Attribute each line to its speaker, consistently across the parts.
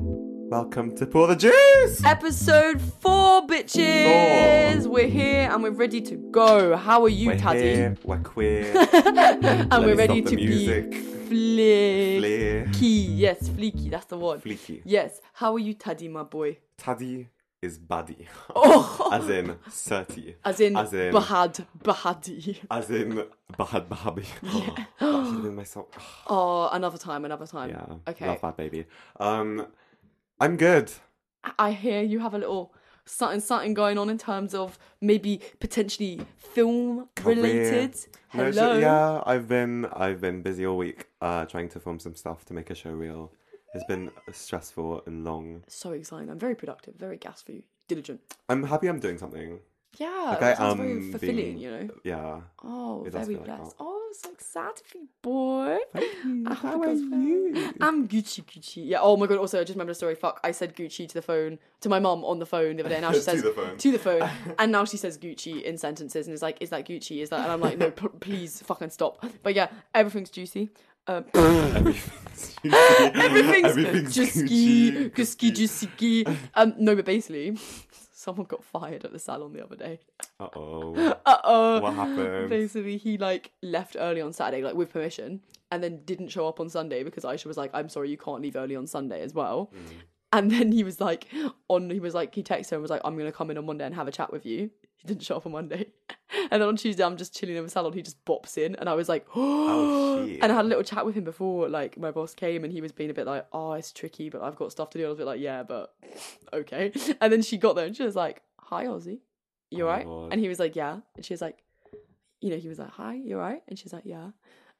Speaker 1: Welcome to Pour the Juice!
Speaker 2: Episode four, bitches. we We're here and we're ready to go. How are you,
Speaker 1: we're
Speaker 2: Taddy?
Speaker 1: here, we're queer,
Speaker 2: and
Speaker 1: Let me
Speaker 2: we're ready
Speaker 1: stop
Speaker 2: to
Speaker 1: the music.
Speaker 2: be
Speaker 1: flair,
Speaker 2: fleeky. Yes, fleeky. That's the one.
Speaker 1: fleeky.
Speaker 2: Yes. How are you, Taddy, my boy?
Speaker 1: Taddy is baddie.
Speaker 2: Oh.
Speaker 1: As in, certy.
Speaker 2: As in,
Speaker 1: As in-
Speaker 2: Bahad, Bahadi.
Speaker 1: As in, bad babby. Oh, I should have been myself. Oh,
Speaker 2: Oh, another time, another time.
Speaker 1: yeah,
Speaker 2: Okay.
Speaker 1: love that baby. Um, I'm good.
Speaker 2: I hear you have a little something, something going on in terms of maybe potentially film related.
Speaker 1: No,
Speaker 2: Hello.
Speaker 1: it's- yeah, I've been I've been busy all week, uh, trying to film some stuff to make a show reel. It's been stressful and long.
Speaker 2: So exciting. I'm very productive, very gas for you, diligent.
Speaker 1: I'm happy I'm doing something.
Speaker 2: Yeah,
Speaker 1: Like,
Speaker 2: that
Speaker 1: I
Speaker 2: sounds very
Speaker 1: am
Speaker 2: fulfilling,
Speaker 1: being-
Speaker 2: you know.
Speaker 1: Yeah.
Speaker 2: Oh,
Speaker 1: It does feel
Speaker 2: very
Speaker 1: like
Speaker 2: blessed.
Speaker 1: that.
Speaker 2: Oh, I'm so excited for you, boy. I hope
Speaker 1: How
Speaker 2: it
Speaker 1: are
Speaker 2: goes well.
Speaker 1: you?
Speaker 2: I'm Gucci Gucci. Yeah. Oh my god. Also, I just remembered a story. Fuck. I said Gucci to the phone to my mum on the phone the other day. and Now she
Speaker 1: To
Speaker 2: says
Speaker 1: the phone.
Speaker 2: to the phone, and now she says Gucci in sentences, and is like, "Is that Gucci? Is that?" And I'm like, "No, p- please, fucking stop." But yeah, everything's juicy. Um,
Speaker 1: Everything's,
Speaker 2: everything's,
Speaker 1: everything's
Speaker 2: juicy,
Speaker 1: Gucci,
Speaker 2: Gucci,
Speaker 1: Gucci.
Speaker 2: juicy. Um, no, but basically, someone got fired at the salon the other day.
Speaker 1: Uh-oh.
Speaker 2: Uh oh.
Speaker 1: What happened?
Speaker 2: Basically, he like left early on Saturday, like with permission, and then didn't show up on Sunday because Aisha was like, "I'm sorry, you can't leave early on Sunday as well."
Speaker 1: Mm.
Speaker 2: And then he was like, on he was like, he texted her and was like, "I'm gonna come in on Monday and have a chat with you." He didn't show up on Monday, and then on Tuesday, I'm just chilling in the salon. He just bops in, and I was like,
Speaker 1: Oh, shit.
Speaker 2: And I had a little chat with him before, like my boss came, and he was being a bit like, "Oh, it's tricky, but I've got stuff to do." And I was a bit like, "Yeah, but okay." And then she got there and she was like, "Hi, Aussie." you
Speaker 1: Oh my
Speaker 2: alright?
Speaker 1: God.
Speaker 2: And he was like, yeah. And she was like, you know, he was like, hi, you alright? And she's like, yeah.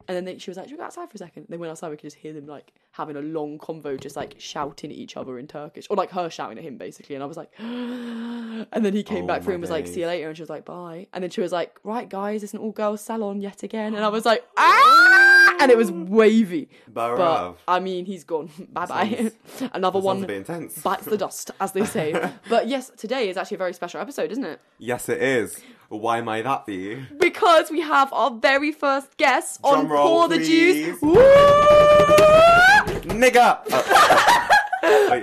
Speaker 2: And then they, she was like, should we go outside for a second? And then went outside, we could just hear them like having a long convo, just like shouting at each other in Turkish, or like her shouting at him basically. And I was like, and then he came
Speaker 1: Oh
Speaker 2: back
Speaker 1: my
Speaker 2: through and was like,
Speaker 1: days.
Speaker 2: see you later. And she was like, bye. And then she was like, right, guys, it's an all girls salon yet again. And I was like, ah! And it was wavy.
Speaker 1: Barav.
Speaker 2: But I mean, he's gone. bye bye. Another
Speaker 1: That sounds a
Speaker 2: one
Speaker 1: bit intense.
Speaker 2: bites the dust, as they say. but yes, today is actually a very special episode, isn't it?
Speaker 1: yes, it is. Why might that be?
Speaker 2: because we have our very first guest on
Speaker 1: Drum roll,
Speaker 2: Pour the
Speaker 1: please.
Speaker 2: Juice. Woo!
Speaker 1: Nigga! Uh, wait,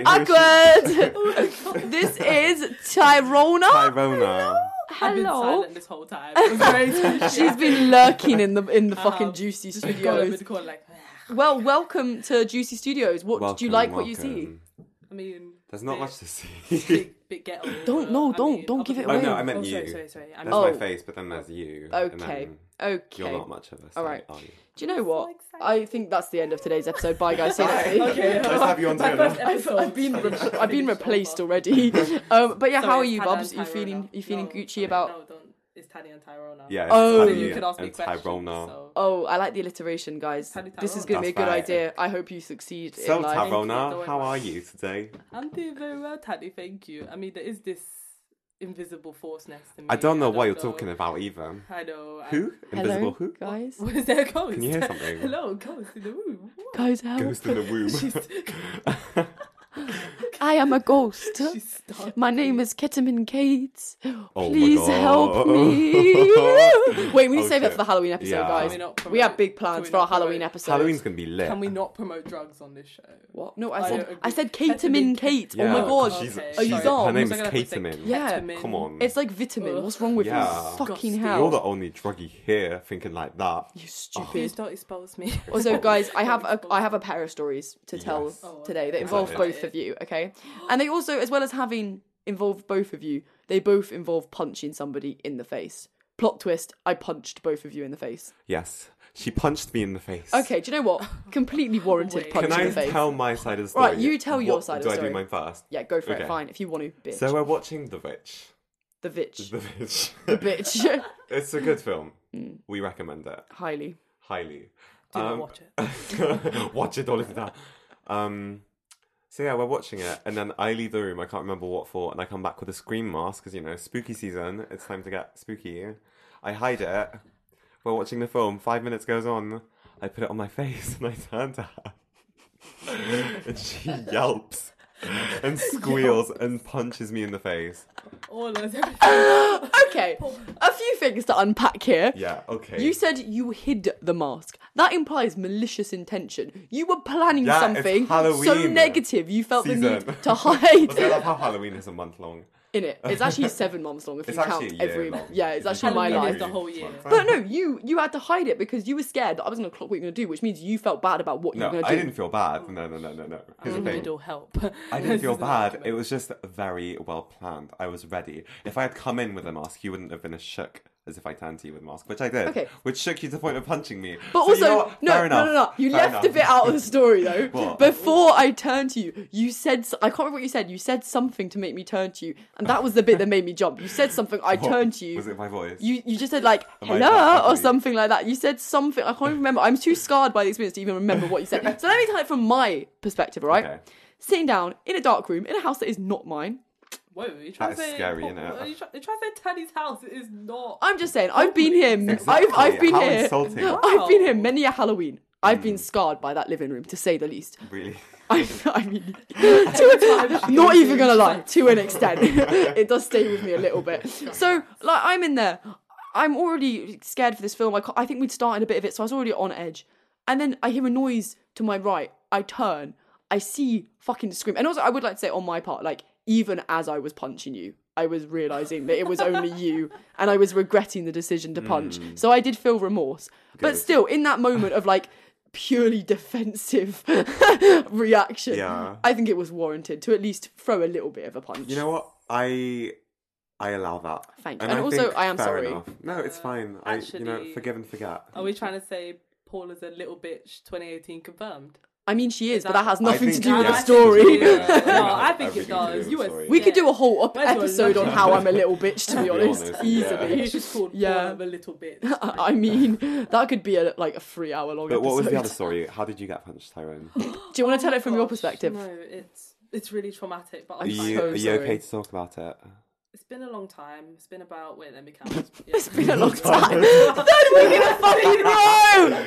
Speaker 1: who is she?
Speaker 3: Oh
Speaker 2: Awkward. this is Tyrona.
Speaker 1: Tyrona.
Speaker 3: I've been
Speaker 2: Hello.
Speaker 3: silent this whole time. It was very suspicious.
Speaker 2: She's been lurking in the in the fucking Juicy
Speaker 3: Just been calling,
Speaker 2: Studios.
Speaker 3: been calling, like,
Speaker 2: Well, welcome to Juicy Studios. What Oh, do you
Speaker 1: Welcome,
Speaker 2: like? What you see?
Speaker 1: welcome.
Speaker 3: I mean,
Speaker 1: There's not
Speaker 3: bit-
Speaker 1: much to see.
Speaker 3: Big, big ghetto. uh,
Speaker 2: Don't- no,
Speaker 3: I
Speaker 2: don't-
Speaker 3: mean,
Speaker 2: don't
Speaker 3: other
Speaker 2: give it
Speaker 3: than-
Speaker 1: Oh, no, away. I meant
Speaker 3: oh, Sorry,
Speaker 1: you.
Speaker 3: sorry, sorry.
Speaker 1: There's
Speaker 3: I meant-
Speaker 1: my
Speaker 2: Oh.
Speaker 1: face, but then there's you. and
Speaker 2: Okay.
Speaker 1: then You're
Speaker 2: Okay.
Speaker 1: not much of a sight,
Speaker 2: All right.
Speaker 1: are you?
Speaker 2: Do you know
Speaker 3: so
Speaker 2: what?
Speaker 3: excited.
Speaker 2: I think that's the end of today's episode. Bye, guys. See you next week.
Speaker 3: Okay.
Speaker 1: Let's have you on
Speaker 3: My first
Speaker 1: Tyrona.
Speaker 3: episode.
Speaker 2: I've been re- I've been
Speaker 3: Finished
Speaker 2: replaced
Speaker 3: over.
Speaker 2: already. Um, but yeah,
Speaker 3: Sorry,
Speaker 2: how are
Speaker 3: it's
Speaker 2: you,
Speaker 3: Tanya
Speaker 2: Bubs?
Speaker 3: and
Speaker 2: You
Speaker 3: Tyrone
Speaker 2: feeling
Speaker 3: now.
Speaker 2: you feeling
Speaker 3: No,
Speaker 2: Gucci
Speaker 3: sorry,
Speaker 2: about?
Speaker 3: No, don't. It's Tanya and Tyrona.
Speaker 1: Yeah, it's
Speaker 2: Oh.
Speaker 1: Taddy
Speaker 3: You can ask me
Speaker 1: and
Speaker 3: questions.
Speaker 1: Tyrona.
Speaker 3: so-
Speaker 2: Oh, I like the alliteration, guys.
Speaker 3: Taddy
Speaker 2: This is
Speaker 3: Tyrone.
Speaker 2: going to be a
Speaker 1: That's
Speaker 2: good
Speaker 1: right.
Speaker 2: idea. I hope you succeed
Speaker 1: So,
Speaker 2: in life.
Speaker 3: Tyrone.
Speaker 1: Tyrona,
Speaker 3: Thank you.
Speaker 1: how are you today?
Speaker 3: I'm doing very well, Taddy. Thank you. I mean, there is this invisible force next to me.
Speaker 1: I don't know what you're talking about either.
Speaker 3: I know. I-
Speaker 1: Who? Invisible
Speaker 2: Hello,
Speaker 1: who?
Speaker 2: guys.
Speaker 3: Where's there a ghost?
Speaker 1: Can you hear something?
Speaker 3: Hello, ghost in the room. What?
Speaker 2: Guys, help.
Speaker 1: Ghost in the womb.
Speaker 2: I am a ghost.
Speaker 3: She's stuck.
Speaker 2: My name is Ketamine Gates.
Speaker 1: Oh my
Speaker 2: Please
Speaker 1: God.
Speaker 2: help me. Wait, we need
Speaker 1: Oh,
Speaker 2: to save that for
Speaker 1: shit.
Speaker 2: the Halloween episode,
Speaker 1: Yeah.
Speaker 2: guys.
Speaker 3: Can we not
Speaker 2: We have
Speaker 3: promote-
Speaker 2: big
Speaker 3: can
Speaker 2: plans
Speaker 3: we
Speaker 2: for our
Speaker 3: not promote-
Speaker 2: Halloween episode.
Speaker 1: Halloween's gonna be lit.
Speaker 3: Can we not promote drugs on this show?
Speaker 2: What? No, I said
Speaker 3: I don't
Speaker 2: I
Speaker 3: agree.
Speaker 2: said Ketamine
Speaker 3: Ketamine.
Speaker 2: Kate.
Speaker 1: Yeah,
Speaker 2: oh my
Speaker 1: because
Speaker 2: god.
Speaker 1: She's,
Speaker 3: Okay,
Speaker 1: she's,
Speaker 2: sorry.
Speaker 1: her
Speaker 2: Almost
Speaker 1: name is
Speaker 3: like I have to say
Speaker 1: Katamin.
Speaker 2: Yeah.
Speaker 3: Ketamine.
Speaker 1: Come on.
Speaker 2: It's like vitamin.
Speaker 3: Ugh.
Speaker 2: What's wrong with
Speaker 1: Yeah.
Speaker 2: you? Fucking
Speaker 3: Disgusting.
Speaker 2: hell.
Speaker 1: You're the Oh. only druggie here thinking like that.
Speaker 2: You
Speaker 3: Please
Speaker 2: stupid.
Speaker 3: don't expose me.
Speaker 2: Also, guys, I have a
Speaker 3: Don't
Speaker 2: I have a pair of stories to tell
Speaker 1: Yes.
Speaker 3: Oh,
Speaker 2: today that
Speaker 3: okay.
Speaker 2: involve
Speaker 1: Exactly.
Speaker 2: both of you, okay? And they also, as well as having involved both of you, they both involve punching somebody in the face. Plot twist: I punched both of you in the face.
Speaker 1: Yes. She punched me in the face.
Speaker 2: Okay, do you know what? Completely warranted
Speaker 3: Wait.
Speaker 2: punch
Speaker 1: Can
Speaker 2: in
Speaker 1: I
Speaker 2: the face.
Speaker 1: tell my side of the story?
Speaker 2: Right, you tell your
Speaker 1: What-
Speaker 2: side of
Speaker 1: do
Speaker 2: the story.
Speaker 1: I do mine first?
Speaker 2: Yeah, go for
Speaker 1: Okay.
Speaker 2: it. Fine, if you want to, bitch.
Speaker 1: So um, we're watching The Witch.
Speaker 2: the bitch,
Speaker 1: The Witch.
Speaker 2: bitch,
Speaker 1: it's a good film.
Speaker 2: Hmm.
Speaker 1: We recommend it
Speaker 2: highly.
Speaker 1: highly.
Speaker 3: Do not
Speaker 1: Um,
Speaker 3: watch it.
Speaker 1: watch it all of that. Um, so yeah, we're watching it, and then I leave the room. I can't remember what for, and I come back with a scream mask because you know spooky season. It's time to get spooky. I hide it. We're watching the film. Five minutes goes on. I put it on my face and I turn to her, and she yelps and squeals and punches me in the face.
Speaker 3: All those everything.
Speaker 2: Okay, a few things to unpack here.
Speaker 1: Yeah, okay.
Speaker 2: You said you hid the mask. That implies malicious intention. You were planning
Speaker 1: Yeah, it's
Speaker 2: something so
Speaker 1: Halloween
Speaker 2: negative you felt the
Speaker 1: season.
Speaker 2: need to
Speaker 1: Also, I love
Speaker 2: hide
Speaker 1: how Halloween is a month long.
Speaker 2: in it. It's actually seven months long if
Speaker 1: It's
Speaker 2: you
Speaker 1: actually
Speaker 2: count
Speaker 1: a year
Speaker 2: every.
Speaker 1: long.
Speaker 2: Yeah, it's
Speaker 1: If you
Speaker 2: actually
Speaker 1: count
Speaker 2: my
Speaker 1: every
Speaker 2: life.
Speaker 3: It's the whole year.
Speaker 1: month.
Speaker 2: But no, you you had to hide it because you were scared that I was going to clock what you were going to do, which means you felt bad about what you were
Speaker 1: No,
Speaker 2: going to
Speaker 1: I
Speaker 2: do. Oh,
Speaker 1: didn't feel bad. No, no, no, no, no. Here's the
Speaker 3: In the
Speaker 1: thing.
Speaker 3: middle, help.
Speaker 1: I didn't feel bad. It was just very well planned. I was ready. If I had come in with a mask, you wouldn't have been as shook as if I turned to you with a mask, which I did.
Speaker 2: Okay.
Speaker 1: Which shook you to the point of punching me.
Speaker 2: But
Speaker 1: So you
Speaker 2: also,
Speaker 1: know what?
Speaker 2: no,
Speaker 1: Fair
Speaker 2: no,
Speaker 1: enough.
Speaker 2: no, no. You
Speaker 1: Fair
Speaker 2: left a
Speaker 1: enough.
Speaker 2: bit out of the story though.
Speaker 1: What?
Speaker 2: Before I turned to you, you said s- I can't remember what you said. You said something to make me turn to you, and that was the bit that made me jump. You said something. I
Speaker 1: What?
Speaker 2: turned to you.
Speaker 1: Was it my voice?
Speaker 2: You you just said like
Speaker 1: Am I
Speaker 2: hello or
Speaker 1: ugly?
Speaker 2: something like that. You said something. I can't even remember. I'm too scarred by the experience to even remember what you said. So let me tell it from my perspective, all right?
Speaker 1: Okay.
Speaker 2: Sitting down in a dark room in a house that is not mine.
Speaker 3: Whoa, you trying
Speaker 1: That
Speaker 3: to
Speaker 1: is
Speaker 3: say
Speaker 1: scary,
Speaker 3: Paul-
Speaker 1: innit?
Speaker 3: Are you try- you're trying to say Teddy's house is not.
Speaker 2: I'm just saying, I've been here. m-
Speaker 1: Exactly.
Speaker 2: I've I've been
Speaker 1: How
Speaker 2: here.
Speaker 1: insulting. Hmm.
Speaker 2: I've been here
Speaker 3: Wow.
Speaker 2: many a Halloween. I've been scarred by that living room, to say the least.
Speaker 1: Really?
Speaker 2: I, I mean, to- not even gonna lie, to an extent, it does stay with me a little bit. So, like, I'm in there. I'm already scared for this film. I, ca- I think we'd started a bit of it, so I was already on edge. And then I hear a noise to my right. I turn. I see fucking scream. And also, I would like to say on my part, like, even as I was punching you, I was realizing that it was only you, and I was regretting the decision to punch. So I did feel remorse. But
Speaker 1: Good.
Speaker 2: still, in that moment of like purely defensive reaction,
Speaker 1: Yeah.
Speaker 2: I think it was warranted to at least throw a little bit of a punch.
Speaker 1: You know what? I I allow that.
Speaker 2: Thank you. And also,
Speaker 1: think
Speaker 2: I am
Speaker 1: fair
Speaker 2: sorry.
Speaker 1: Enough. No, it's fine. I you know
Speaker 3: actually-
Speaker 1: forgive and forget.
Speaker 3: Are we trying to say Paul is a little bitch? 2018 confirmed.
Speaker 2: I mean, she is, but that
Speaker 3: Exactly.
Speaker 2: has
Speaker 1: I
Speaker 2: nothing to
Speaker 1: think
Speaker 2: do
Speaker 1: it
Speaker 2: with the
Speaker 1: has to
Speaker 2: story.
Speaker 1: do with-
Speaker 3: Yeah. No,
Speaker 1: has
Speaker 3: I think it
Speaker 1: everything to do
Speaker 3: does.
Speaker 1: with
Speaker 3: You
Speaker 1: the
Speaker 3: were
Speaker 1: story.
Speaker 2: We could
Speaker 3: Yeah.
Speaker 2: do a whole op-
Speaker 3: Where's your
Speaker 2: episode on
Speaker 3: lunch?
Speaker 2: how I'm a little bitch, to be
Speaker 1: be
Speaker 2: honest,
Speaker 1: honest,
Speaker 2: easily.
Speaker 1: yeah.
Speaker 3: It's just called
Speaker 2: Yeah.
Speaker 3: yeah. a little bit.
Speaker 2: I mean, that could be a, like a three-hour-long
Speaker 1: But
Speaker 2: episode.
Speaker 1: what was the other story? How did you get punched, Tyrone? Are
Speaker 2: Do you want to tell it from your
Speaker 3: Gosh,
Speaker 2: perspective?
Speaker 3: No, it's it's really traumatic. But I'm
Speaker 2: I'm
Speaker 1: you
Speaker 2: so
Speaker 1: are you
Speaker 2: sorry.
Speaker 1: okay to talk about it?
Speaker 3: It's been a long time. It's been about wait, let me count. Yeah.
Speaker 2: It's been a long time. then we're gonna fucking know.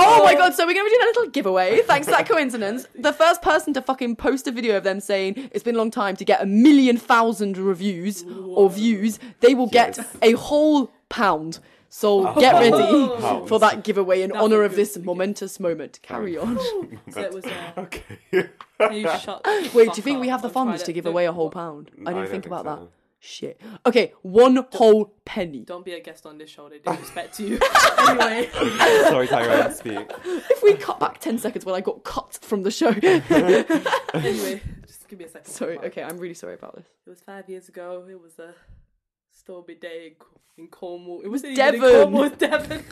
Speaker 2: Oh my, god. So we're gonna be doing a little giveaway. Thanks to that coincidence, the first person to fucking post a video of them saying it's been a long time to get a million thousand reviews or views, they will
Speaker 1: Yes. Oh.
Speaker 2: get a whole pound. So get ready
Speaker 3: Pounds.
Speaker 2: for that giveaway in
Speaker 3: That's
Speaker 2: honor
Speaker 3: a
Speaker 2: of
Speaker 3: good
Speaker 2: this
Speaker 3: beginning.
Speaker 2: momentous moment. Carry on.
Speaker 3: so it was. Uh,
Speaker 1: Okay.
Speaker 3: can you shut the
Speaker 2: Wait, do
Speaker 3: fuck
Speaker 2: you think we
Speaker 3: up?
Speaker 2: have the
Speaker 3: I'm trying
Speaker 2: funds to give
Speaker 3: no,
Speaker 2: away a whole
Speaker 3: what-
Speaker 2: pound? I didn't
Speaker 1: don't
Speaker 2: think about that.
Speaker 1: so.
Speaker 2: Shit. Okay, one whole penny.
Speaker 3: Don't be a guest on this show. They disrespect you. anyway,
Speaker 1: Sorry, Tyrone, speak.
Speaker 2: If we cut back 10 seconds when I got cut from the show.
Speaker 3: anyway, just give me a second.
Speaker 2: Sorry,
Speaker 3: Come on.
Speaker 2: okay, I'm really sorry about this.
Speaker 3: It was five years ago. It was a stormy day in Cor- in Cornwall. It was in
Speaker 2: Devon.
Speaker 3: Cornwall, it was Devon.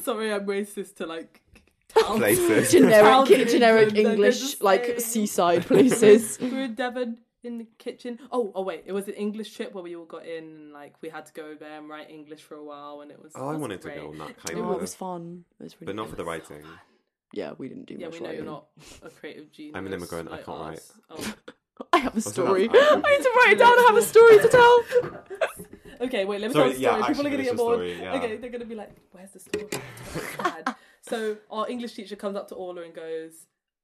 Speaker 3: Sorry, I'm racist to like towns.
Speaker 1: Places.
Speaker 2: Generic,
Speaker 3: Sounds in
Speaker 2: generic
Speaker 3: England, they're
Speaker 2: English,
Speaker 3: just
Speaker 2: like
Speaker 3: saying.
Speaker 2: seaside places.
Speaker 3: we were in Devon in the kitchen. Oh, oh wait, it was an English trip where we all got in and like we had to go there and write English for a while, and it was.
Speaker 1: Oh, I
Speaker 3: it was
Speaker 1: wanted to
Speaker 3: great.
Speaker 1: go on that kind
Speaker 2: Oh,
Speaker 1: of,
Speaker 2: it was fun. It was really
Speaker 1: but not for
Speaker 2: fun.
Speaker 1: the writing.
Speaker 2: Yeah, we didn't do
Speaker 3: Yeah,
Speaker 2: much.
Speaker 3: we know you're
Speaker 2: writing.
Speaker 3: not a creative genius.
Speaker 1: I'm an immigrant, I
Speaker 3: like
Speaker 1: can't write.
Speaker 3: us. Oh.
Speaker 2: I have a
Speaker 1: that-
Speaker 2: story. I
Speaker 1: oh.
Speaker 2: need to write it down. I have a story to tell.
Speaker 3: Okay, wait, let me
Speaker 1: Sorry,
Speaker 3: tell the
Speaker 1: yeah,
Speaker 3: story. People
Speaker 1: actually
Speaker 3: are going to
Speaker 1: finish
Speaker 3: get
Speaker 1: the
Speaker 3: bored.
Speaker 1: story, yeah.
Speaker 3: Okay, they're going to be like, where's the story? It's sad. so our English teacher comes up to Orla and goes,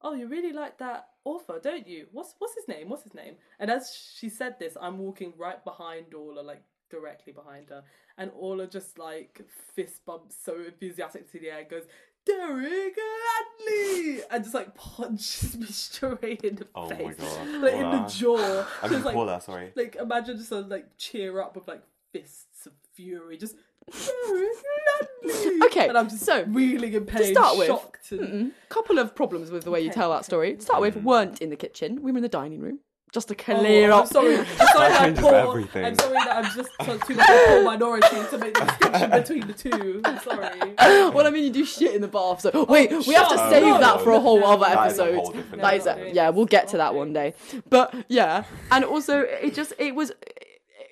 Speaker 3: oh, you really like that author, don't you? What's what's his name? What's his name? And as she said this, I'm walking right behind Orla, like directly behind her. And Orla just like fist bumps so enthusiastic to the air and goes, Derek Adley! And just like punches me straight in the
Speaker 1: Oh my
Speaker 3: face.
Speaker 1: god.
Speaker 3: Like in the
Speaker 1: Paula.
Speaker 3: jaw.
Speaker 1: I
Speaker 3: So
Speaker 1: mean,
Speaker 3: it's like-
Speaker 1: Paula, sorry.
Speaker 3: like imagine just a like cheer up with like fists of fury, just okay.
Speaker 2: Okay,
Speaker 3: And I'm just
Speaker 2: so,
Speaker 3: reeling in pain,
Speaker 2: start with-
Speaker 3: shocked. And,
Speaker 2: Mm. Couple of problems with the way you
Speaker 3: Okay,
Speaker 2: tell that
Speaker 3: okay.
Speaker 2: story. To start with,
Speaker 1: Mm.
Speaker 2: weren't in the kitchen. We were in the dining room. Just to
Speaker 3: Oh,
Speaker 2: clear
Speaker 3: I'm
Speaker 2: up.
Speaker 3: sorry. I'm sorry that I'm
Speaker 1: changes
Speaker 3: poor.
Speaker 1: everything.
Speaker 3: I'm sorry that I'm just sort of too much of a minority to make the distinction between the two. I'm sorry.
Speaker 2: well, I mean, you do shit in the bath. So wait, we have to
Speaker 1: shut
Speaker 2: save
Speaker 1: up.
Speaker 2: that for a whole
Speaker 3: No,
Speaker 2: other
Speaker 3: that
Speaker 1: is a whole
Speaker 2: episode.
Speaker 1: different
Speaker 2: that is, a,
Speaker 1: episode.
Speaker 2: yeah, we'll get to that one day. But yeah, and also it just it was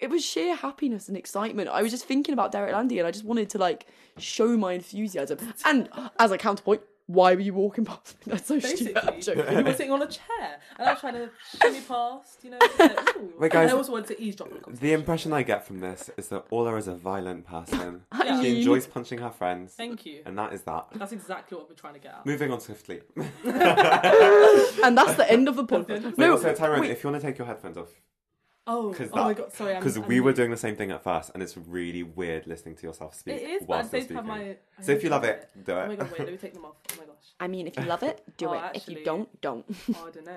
Speaker 2: it was sheer happiness and excitement. I was just thinking about Derek Landy, and I just wanted to like show my enthusiasm. And as a counterpoint, why were you walking past me? That's so stupid. I'm
Speaker 3: Basically,
Speaker 2: joking.
Speaker 3: you were sitting on a chair, and I was trying to shimmy past, you know. Like, ooh.
Speaker 1: Wait, guys.
Speaker 3: and I also wanted to eavesdrop. on the
Speaker 1: The impression I get from this is that Orla is a violent person.
Speaker 3: Yeah.
Speaker 1: She enjoys punching her friends,
Speaker 3: Thank you.
Speaker 1: and that is that.
Speaker 3: That's exactly what we're trying to get out.
Speaker 1: Moving on swiftly.
Speaker 2: and that's the end of the podcast.
Speaker 1: Wait,
Speaker 2: No,
Speaker 1: so Tyrone,
Speaker 2: wait. Um,
Speaker 1: if you want to take your headphones off,
Speaker 3: Oh,
Speaker 1: Because
Speaker 3: oh my
Speaker 1: that-
Speaker 3: god, sorry. I'm-
Speaker 1: Because
Speaker 3: I'm
Speaker 1: we were
Speaker 3: really-
Speaker 1: doing the same thing at first, and it's really weird listening to yourself speak.
Speaker 3: It is, but at
Speaker 1: whilst
Speaker 3: the
Speaker 1: you're
Speaker 3: same time,
Speaker 1: speaking.
Speaker 3: I. I
Speaker 1: So if you
Speaker 3: really
Speaker 1: love it, do
Speaker 3: Oh my
Speaker 1: it.
Speaker 3: god, wait, let me take them off. Oh my gosh.
Speaker 2: I mean, if you love it, do
Speaker 3: Oh,
Speaker 2: it. if
Speaker 3: actually-
Speaker 2: you don't, don't.
Speaker 3: Oh, I don't know.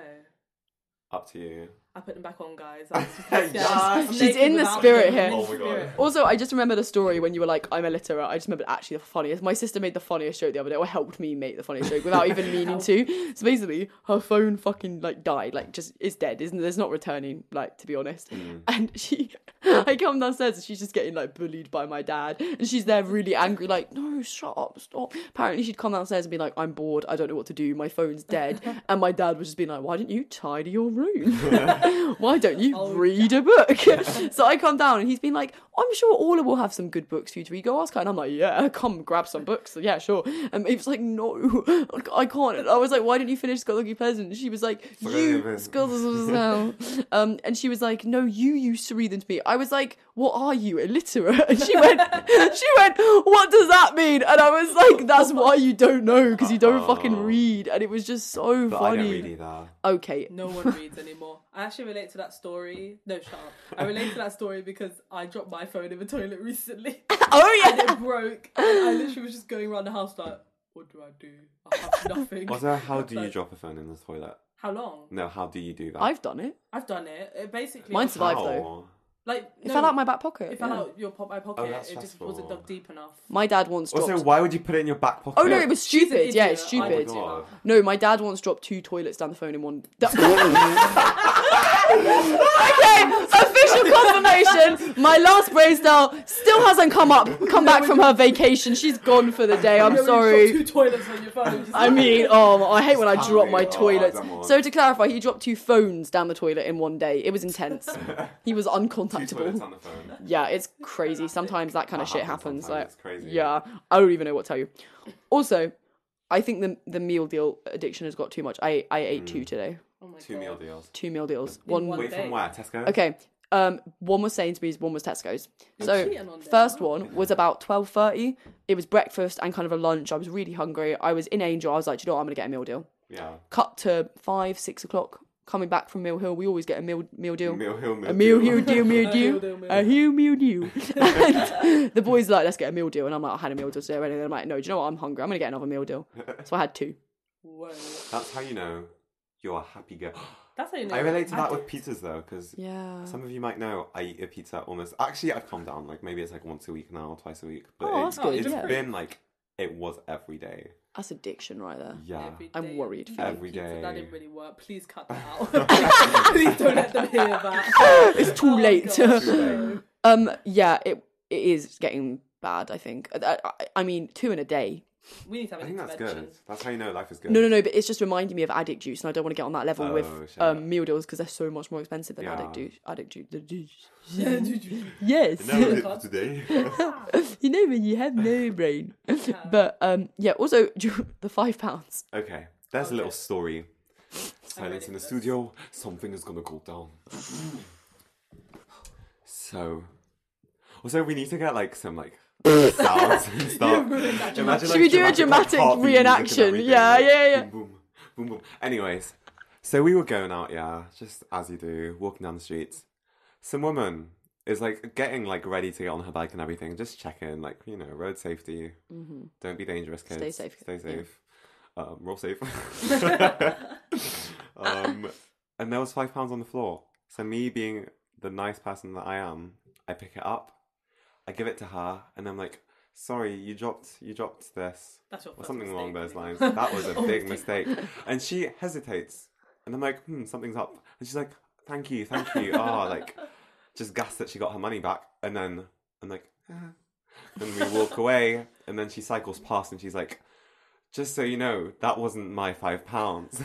Speaker 1: Up to you.
Speaker 3: I put them back on, guys. I was just,
Speaker 1: Yes.
Speaker 3: I'm
Speaker 2: She's
Speaker 3: naked
Speaker 2: in the
Speaker 3: without
Speaker 2: spirit here.
Speaker 3: them. I'm in
Speaker 1: Oh
Speaker 3: the
Speaker 1: my God.
Speaker 3: spirit.
Speaker 2: Also, I just remembered a story when you were like, I'm illiterate. I just remembered actually the funniest. My sister made the funniest joke the other day, or helped me make the funniest joke without even meaning to. So basically, her phone fucking like died, like just is dead, isn't There's not returning, like to be honest.
Speaker 1: Hmm.
Speaker 2: And she, I come downstairs and she's just getting like bullied by my dad, and she's there really angry, like, no, shut up, stop. Apparently, she'd come downstairs and be like, I'm bored, I don't know what to do, my phone's dead, and my dad was just being like, why didn't you tidy your room? why don't you
Speaker 3: Oh,
Speaker 2: read a book? so I come down and he's been like, I'm sure Orla will have some good books for you to read. Go ask her. And I'm like, yeah, come grab some books. Yeah, sure. And he was like, no, I can't. I was like, why didn't you finish Scott Lucky Pleasant? And she was like, you,
Speaker 1: Pleasant.
Speaker 2: Scott um, And she was like, no, you used to read them to me. I was like, what are you, illiterate? And she went, she went, what does that mean? And I was like, that's why you don't know because you don't fucking
Speaker 1: Oh.
Speaker 2: read. And it was just so
Speaker 1: But I
Speaker 2: funny.
Speaker 1: don't read either.
Speaker 2: Okay,
Speaker 3: No one reads anymore. I actually relate to that story. No, shut up. I relate to that story because I dropped my phone in the toilet recently.
Speaker 2: Oh yeah.
Speaker 3: and it broke. And I literally was just going around the house like, what do I do? I have nothing.
Speaker 1: Also, how do you
Speaker 3: Like,
Speaker 1: drop a phone in the toilet?
Speaker 3: How long?
Speaker 1: No, how do you do that?
Speaker 2: I've done it.
Speaker 3: I've done it. It basically
Speaker 2: Mine's
Speaker 3: like,
Speaker 2: survived though.
Speaker 1: How?
Speaker 2: It
Speaker 3: no,
Speaker 2: fell out my back pocket.
Speaker 3: it fell
Speaker 2: yeah.
Speaker 3: out your pop my pocket.
Speaker 1: Oh,
Speaker 3: it
Speaker 1: that's
Speaker 3: just wasn't
Speaker 1: stressful.
Speaker 3: dug deep enough.
Speaker 2: My dad once dropped.
Speaker 1: Also, why would you put it in your back pocket?
Speaker 2: oh no, it was
Speaker 3: She's an
Speaker 2: stupid. Yeah, it's
Speaker 3: idiot. I would
Speaker 1: Oh
Speaker 2: stupid.
Speaker 3: do
Speaker 1: my God.
Speaker 3: that.
Speaker 2: no, my dad once dropped two toilets down the phone in one. okay, official confirmation. My last Braisdale still hasn't come up. Come back from her vacation. She's gone for the day. I'm
Speaker 3: Yeah, when you've got
Speaker 2: sorry.
Speaker 3: Two toilets on your phone. just
Speaker 2: I
Speaker 3: like-
Speaker 2: mean, oh, I hate when I
Speaker 1: Sorry.
Speaker 2: drop my
Speaker 1: Oh,
Speaker 2: toilets.
Speaker 1: come on.
Speaker 2: So to clarify, he dropped two phones down the toilet in one day. It was intense. He was
Speaker 1: Two toilets
Speaker 2: uncontactable.
Speaker 1: on the phone.
Speaker 2: Yeah, it's crazy. Sometimes that kind of shit happens.
Speaker 1: sometimes,
Speaker 2: Like,
Speaker 1: it's crazy.
Speaker 2: yeah, I don't even know what to tell you. Also, I think the the meal deal addiction has got too much. I I ate
Speaker 1: Hmm.
Speaker 2: two today,
Speaker 3: Oh my
Speaker 1: Two
Speaker 3: God.
Speaker 1: meal deals.
Speaker 2: two meal deals. One,
Speaker 3: one-
Speaker 1: Wait,
Speaker 3: day.
Speaker 1: from where? Tesco?
Speaker 2: okay. Um, one was Sainsbury's, one was Tesco's. So
Speaker 3: cheating on them,
Speaker 2: first
Speaker 3: huh?
Speaker 2: one was about twelve thirty. It was breakfast and kind of a lunch. I was really hungry. I was in Angel. I was like, "Do you know what? I'm gonna get a meal deal.
Speaker 1: Yeah.
Speaker 2: Cut to five, six o'clock. Coming back from Mill Hill, we always get a meal meal deal.
Speaker 1: Meal Hill Meal
Speaker 2: A meal
Speaker 1: deal.
Speaker 2: deal, deal, meal
Speaker 3: A meal deal,
Speaker 2: deal,
Speaker 3: meal
Speaker 2: a heel meal deal. And the boys are like, let's get a meal deal, and I'm like, I had a meal deal today, already." and I'm like, no, do you know what? I'm hungry. I'm gonna get another meal deal. So I had two.
Speaker 3: Whoa.
Speaker 1: That's how you know you're a happy girl.
Speaker 3: That's how you know.
Speaker 1: I relate to that
Speaker 3: I-
Speaker 1: with pizzas though, because
Speaker 2: Yeah.
Speaker 1: some of you might know I eat a pizza almost. Actually, I've calmed down. Like maybe it's like once a week now, or twice a week. But
Speaker 2: Oh,
Speaker 1: it,
Speaker 2: that's good,
Speaker 1: has
Speaker 2: yeah.
Speaker 1: been like it was every day.
Speaker 2: That's addiction right there.
Speaker 1: Yeah.
Speaker 3: Every
Speaker 2: I'm
Speaker 3: day.
Speaker 2: worried for
Speaker 3: Eat
Speaker 1: you.
Speaker 3: pizza.
Speaker 1: Every
Speaker 3: That
Speaker 1: day.
Speaker 3: didn't really work. Please cut that out. Please don't let them hear that.
Speaker 2: It's too
Speaker 3: Oh,
Speaker 2: late.
Speaker 3: gosh.
Speaker 1: Too
Speaker 2: um, yeah, it it is getting bad. I think. I, I, I mean, two in a day.
Speaker 3: We need to have
Speaker 1: I
Speaker 3: an
Speaker 1: think that's
Speaker 3: intervention.
Speaker 1: good. That's how you know life is good.
Speaker 2: No, no, no. But it's just reminding me of addict juice, and I don't want to get on that level
Speaker 1: Oh,
Speaker 2: with
Speaker 1: shit.
Speaker 2: um, meal deals because they're so much more expensive than
Speaker 1: Yeah.
Speaker 2: addict juice. Addict juice. The juice.
Speaker 3: That's
Speaker 2: Yes.
Speaker 1: Now is it today.
Speaker 2: you know when you have no brain. but um, yeah. Also, the five pounds.
Speaker 1: okay, there's a little
Speaker 3: Okay.
Speaker 1: story.
Speaker 3: ready
Speaker 1: Silence in the
Speaker 3: for this.
Speaker 1: studio. Something is gonna go down. so, also we need to get like some like sounds and stuff. Imagine,
Speaker 2: Should we do a dramatic
Speaker 1: like, heartbeat music and
Speaker 2: reenaction?
Speaker 1: everything,
Speaker 2: Yeah,
Speaker 1: like,
Speaker 2: yeah, yeah.
Speaker 1: Boom, boom, boom, boom. Anyways, so we were going out, yeah, just as you do, walking down the streets. Some woman is like getting like ready to get on her bike and everything, just checking, like you know, road safety. Don't be dangerous, kids.
Speaker 2: Mm-hmm. Stay safe,
Speaker 1: Stay
Speaker 2: yeah.
Speaker 1: safe. Um, roll safe. um, and there was five pounds on the floor. So me being the nice person that I am, I pick it up, I give it to her, and I'm like, "Sorry, you dropped, you dropped this."
Speaker 3: your
Speaker 1: or
Speaker 3: first
Speaker 1: something along
Speaker 3: mistake.
Speaker 1: those lines. That was a
Speaker 3: Oh,
Speaker 1: big
Speaker 3: dear.
Speaker 1: mistake. And she hesitates. And I'm like, hmm, something's up. And she's like, thank you, thank you. Ah, like, just gassed that she got her money back. And then I'm like, ah. And we walk away. And then she cycles past and she's like, just so you know, that wasn't my five pounds.